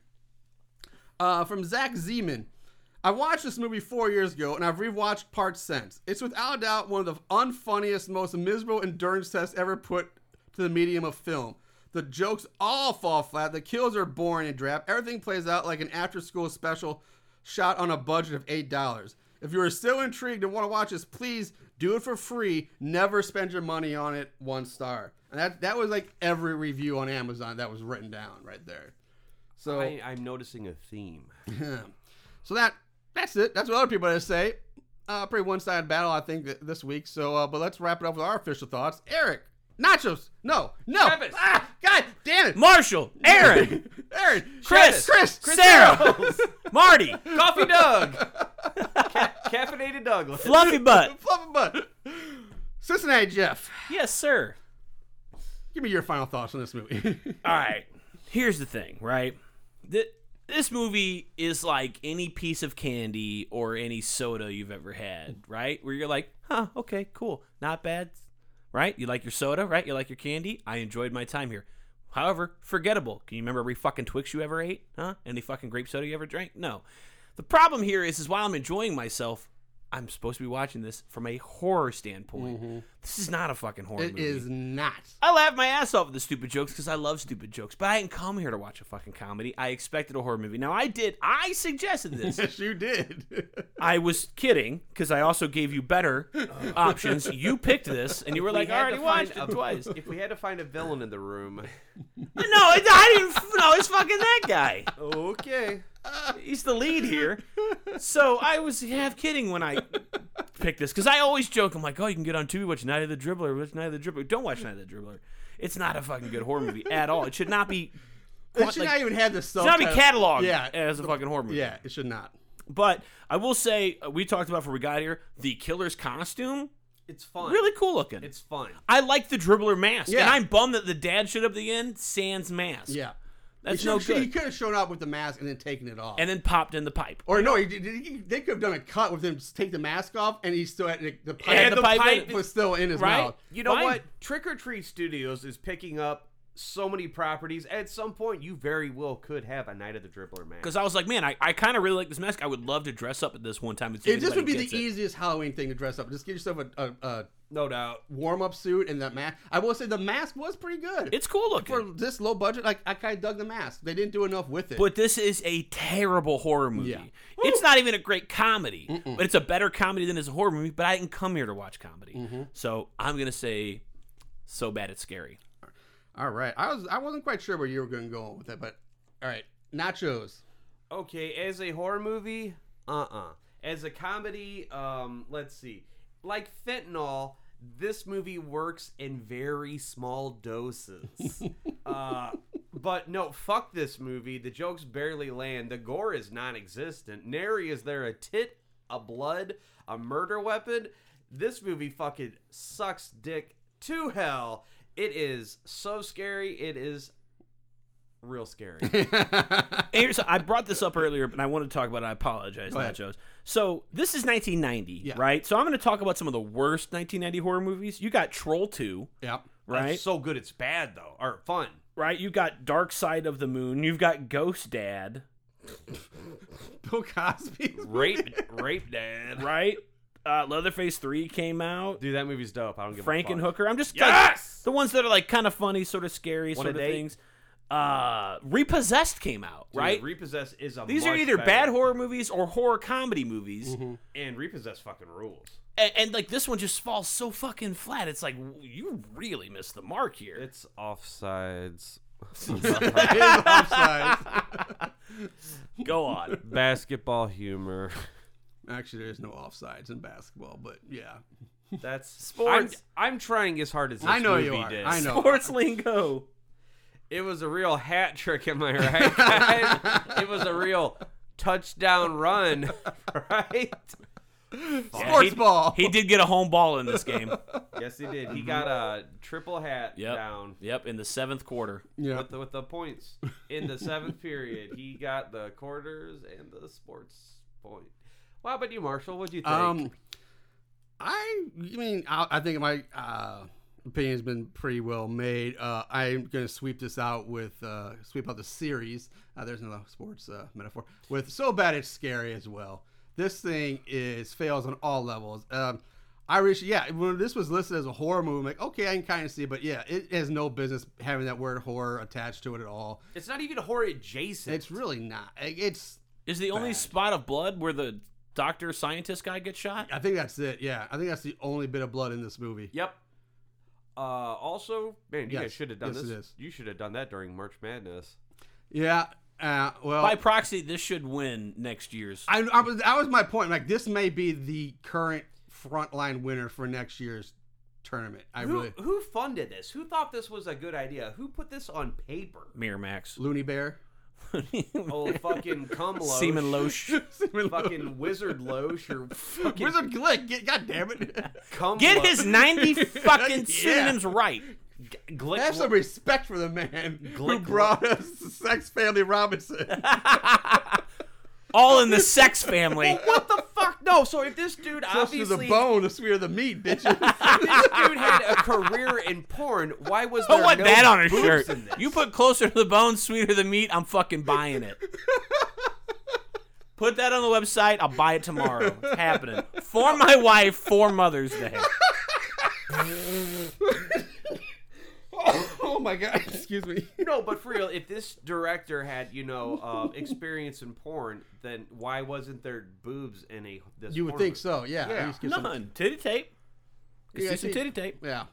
Uh, from Zach Zeman. I watched this movie four years ago, and I've rewatched parts since. It's without doubt one of the unfunniest, most miserable endurance tests ever put to the medium of film. The jokes all fall flat. The kills are boring and drab. Everything plays out like an after-school special shot on a budget of eight dollars. If you are still intrigued and want to watch this, please do it for free. Never spend your money on it. One star. And that that was like every review on Amazon that was written down right there. So
I, I'm noticing a theme.
so that that's it. That's what other people are gonna say. Uh, pretty one-sided battle, I think, th- this week. So, uh, but let's wrap it up with our official thoughts. Eric, nachos. No, no.
Travis.
Ah, God damn it.
Marshall, Aaron,
Eric,
Chris,
Chris,
Sarah, Marty,
Coffee Doug! Ca- caffeinated Douglas.
Fluffy Butt.
Fluff and butt. Cincinnati Jeff,
Yes, sir.
give me your final thoughts on this movie.
All right. Here's the thing, right? Th- This movie is like any piece of candy or any soda you've ever had, right? Where you're like, huh, okay, cool, not bad, right? You like your soda, right? You like your candy. I enjoyed my time here. However, forgettable. Can you remember every fucking Twix you ever ate? Huh? Any fucking grape soda you ever drank? No. The problem here is, is while I'm enjoying myself, I'm supposed to be watching this from a horror standpoint. This is not a fucking horror
Mm-hmm. it
movie.
is not.
I laughed my ass off at the stupid jokes because I love stupid jokes, but I didn't come here to watch a fucking comedy. I expected a horror movie. Now I did. I suggested this.
Yes, you did.
I was kidding because I also gave you better options. You picked this, and you were like,
We
"I
had to
already watched
find
it
a-
twice."
If we had to find a villain in the room,
no, it, I didn't. No, it's fucking that guy.
okay.
He's the lead here. So I was half kidding when I picked this because I always joke. I'm like, "Oh, you can get on Tubi watch Night of the Dribbler." Watch Night of the Dribbler. Don't watch Night of the Dribbler. It's not a fucking good horror movie at all. It should not be.
it should
like-
not even have this
It's not
subtitle.
be cataloged
Yeah,
as a fucking horror movie.
yeah, it should not.
But I will say, uh, we talked about before we got here, the killer's costume,
It's fun.
really cool looking.
It's fun.
I like the dribbler mask.
Yeah.
And I'm bummed that the dad showed up at the end, sans mask.
Yeah,
That's
He
no
should- He
good.
could have shown up with the mask and then taken it off.
And then popped in the pipe.
Or no, he, did- he, they could have done a cut with him take the mask off, and he still had the, the pipe,
And the pipe in-
was still in his
Right?
mouth.
You know
Fine.
what? Trick or Treat Studios is picking up so many properties. At some point, you very well could have a Night of the Dribbler man.
Because I was like, man, I, I kind of really like this mask. I would love to dress up at this one time. and see
It
if
just would be
anybody
the
gets it.
easiest Halloween thing to dress up. Just get yourself a, a, a
No doubt.
warm up suit and that mask. I will say the mask was pretty good.
It's cool looking.
for this low budget. Like I kind of dug the mask. They didn't do enough with it.
But this is a terrible horror movie.
Yeah.
It's not even a great comedy, but it's a better comedy than it's a horror movie. But I didn't come here to watch comedy,
Mm-hmm.
so I'm gonna say, so bad it's scary.
all right, I was I wasn't quite sure where you were going to go with it, but all right, nachos.
uh-uh. Okay, as a horror movie, uh uh As a comedy, um, let's see. like fentanyl, this movie works in very small doses. uh, but no, fuck this movie. The jokes barely land. The gore is non existent. Nary is there a tit, a blood, a murder weapon. This movie fucking sucks dick to hell. It is so scary. It is real scary.
And here's- I brought this up earlier, but I want to talk about it. I apologize,
Go ahead.
Nachos. So this is 1990,
Yeah.
right? So I'm going to talk about some of the worst 1990 horror movies. You got Troll 2,
Yep.
right?
so good it's bad, though, or fun.
right? You got Dark Side of the Moon. You've got Ghost Dad,
Bill Cosby.
Rape, rape dad.
right? Uh, Leatherface 3 came out.
Dude, that movie's dope. I don't give
Frank
a fuck.
and Hooker. I'm just like,
Yes!
the ones that are like kind of funny, sort of scary,
Wanna
sort of
date?
things. Uh, Repossessed came out,
Dude,
right?
Repossess is a.
These are
much
either
better-
bad horror movies or horror comedy movies.
and Repossess fucking rules.
and, and like this one just falls so fucking flat. It's like w- you really missed the mark here.
It's offsides.
Offsides.
Go on.
Basketball humor.
Actually, there's no offsides in basketball, but yeah.
That's
Sports.
I'm, I'm trying as hard as this
I know
movie
you are.
did.
I know.
Sports lingo.
It was a real hat trick, am I right? guys? it was a real touchdown run, right?
Sports
he,
ball.
He did get a home ball in this game.
Yes, he did. He got a triple hat
Yep.
down
Yep. In the seventh quarter.
yeah.
with the, with the points in the seventh period. He got the quarters and the sports point. Wow, but you, Marshall, what'd you think?
Um, I, I mean, I, I think my uh, opinion has been pretty well made. Uh, I'm going to sweep this out with uh, sweep out the series. Uh, there's another sports uh, metaphor with so bad it's scary as well. This thing is fails on all levels. Um, I wish, yeah, when this was listed as a horror movie, I'm like, okay, I can kind of see, it, but yeah, it has no business having that word horror attached to it at all.
it's not even horror adjacent.
It's really not. Like, It's
Is the only
Bad.
spot of blood where the doctor scientist guy gets shot?
I think that's it. Yeah, I think that's the only bit of blood in this movie.
Yep. Uh, also, man, you
Yes.
guys should have done
Yes, it
this.
is.
You should have done that during March Madness.
Yeah. Uh, well,
By proxy, this should win next year's.
I, I was that was my point. Like this may be the current frontline winner for next year's tournament. I
who,
really
who funded this? Who thought this was a good idea? Who put this on paper?
Miramax.
Looney Bear.
Oh, fucking cum loche.
Semen loche.
Fucking wizard loche or fucking
Wizard Glick. Get, God damn it.
cum
Get
loche.
his ninety fucking
Yeah.
synonyms right.
Glick
Have some
lo-
respect for the man who
Glick-
brought us Sex Family Robinson.
All in the sex family.
What the fuck? No, so if this dude
Close to the
obviously
bone, the sweeter the meat, bitches.
this dude had a career in porn, why was there
Put what
no
that on her
boobs
shirt.
in this?
You put closer to the bone, sweeter the meat. I'm fucking buying it. Put that on the website. I'll buy it tomorrow. It's happening for my wife for Mother's Day.
oh my god. Excuse me.
No, but for real, if this director had, you know, uh, experience in porn, then why wasn't there boobs in a this?
You would
porn
think
movie?
so, yeah.
Yeah.
At least get some-
None titty tape. Let's
Yeah,
do some
see-
titty tape.
yeah.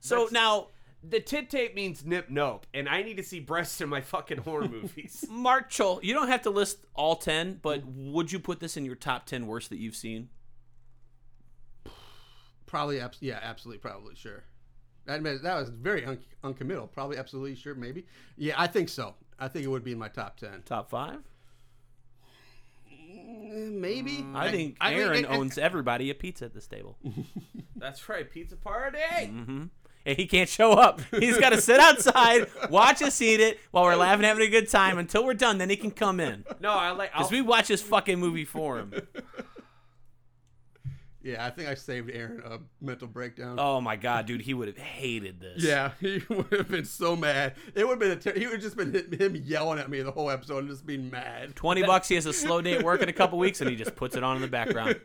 So now,
The tit tape means nip nope, and I need to see breasts in my fucking horror movies.
Marchel, you don't have to list all ten, but would you put this in your top ten worst that you've seen?
Probably, abs- yeah, absolutely, probably, sure. That ma- that was very un- uncommittal. Probably, absolutely, sure, maybe. Yeah, I think so. I think it would be in my top ten.
Top five?
Eh, Maybe.
I think
I mean, it-
Aaron
it-
owns everybody a pizza at this table,
That's right, pizza party.
Mm-hmm. and he can't show up. He's got to sit outside, watch us eat it while we're laughing, having a good time until we're done. Then he can come in.
No, I like. I'll,
Because we watch this fucking movie for him.
Yeah, I think I saved Aaron a mental breakdown.
Oh my god, dude, he would have hated this.
Yeah, he would have been so mad. It would have been a ter- he would have just been hit- him yelling at me the whole episode and just being mad.
Twenty bucks. He has a slow day at work in a couple weeks, and he just puts it on in the background.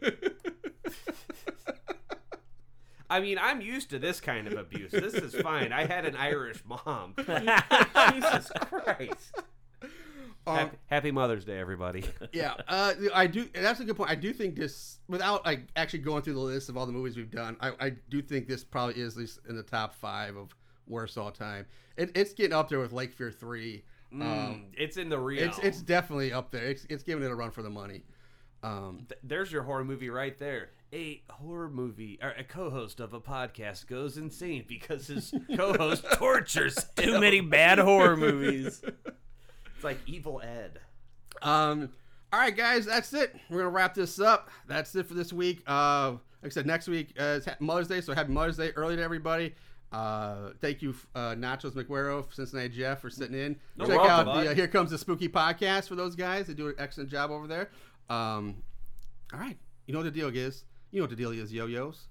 I mean, I'm used to this kind of abuse. This is fine. I had an Irish mom. Jesus Christ.
Um,
happy, happy Mother's Day, everybody.
yeah, uh, I do. That's a good point. I do think this, without like actually going through the list of all the movies we've done, I, I do think this probably is at least in the top five of worst all time. It, it's getting up there with Lake Fear three. Um,
Mm, it's in the real.
it's it's definitely up there. It's it's giving it a run for the money. Um,
Th- there's your horror movie right there. A horror movie, or a co-host of a podcast goes insane because his co-host tortures him.
Too many bad horror movies.
It's like Evil Ed.
Um, all right, guys, that's it. We're gonna wrap this up. That's it for this week. Uh, like I said, next week uh, is Happy Mother's Day, so happy Mother's Day early to everybody. Uh, thank you, uh, Nachos McGuero, Cincinnati Jeff, for sitting in. Check
welcome,
out
bud.
the uh, Here Comes the Spooky podcast for those guys. They do an excellent job over there. Um, all right, you know what the deal is. You know what the deal is, yo-yos.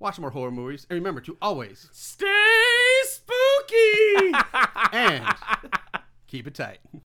Watch more horror movies, and remember to always
Stay spooky.
and keep it tight.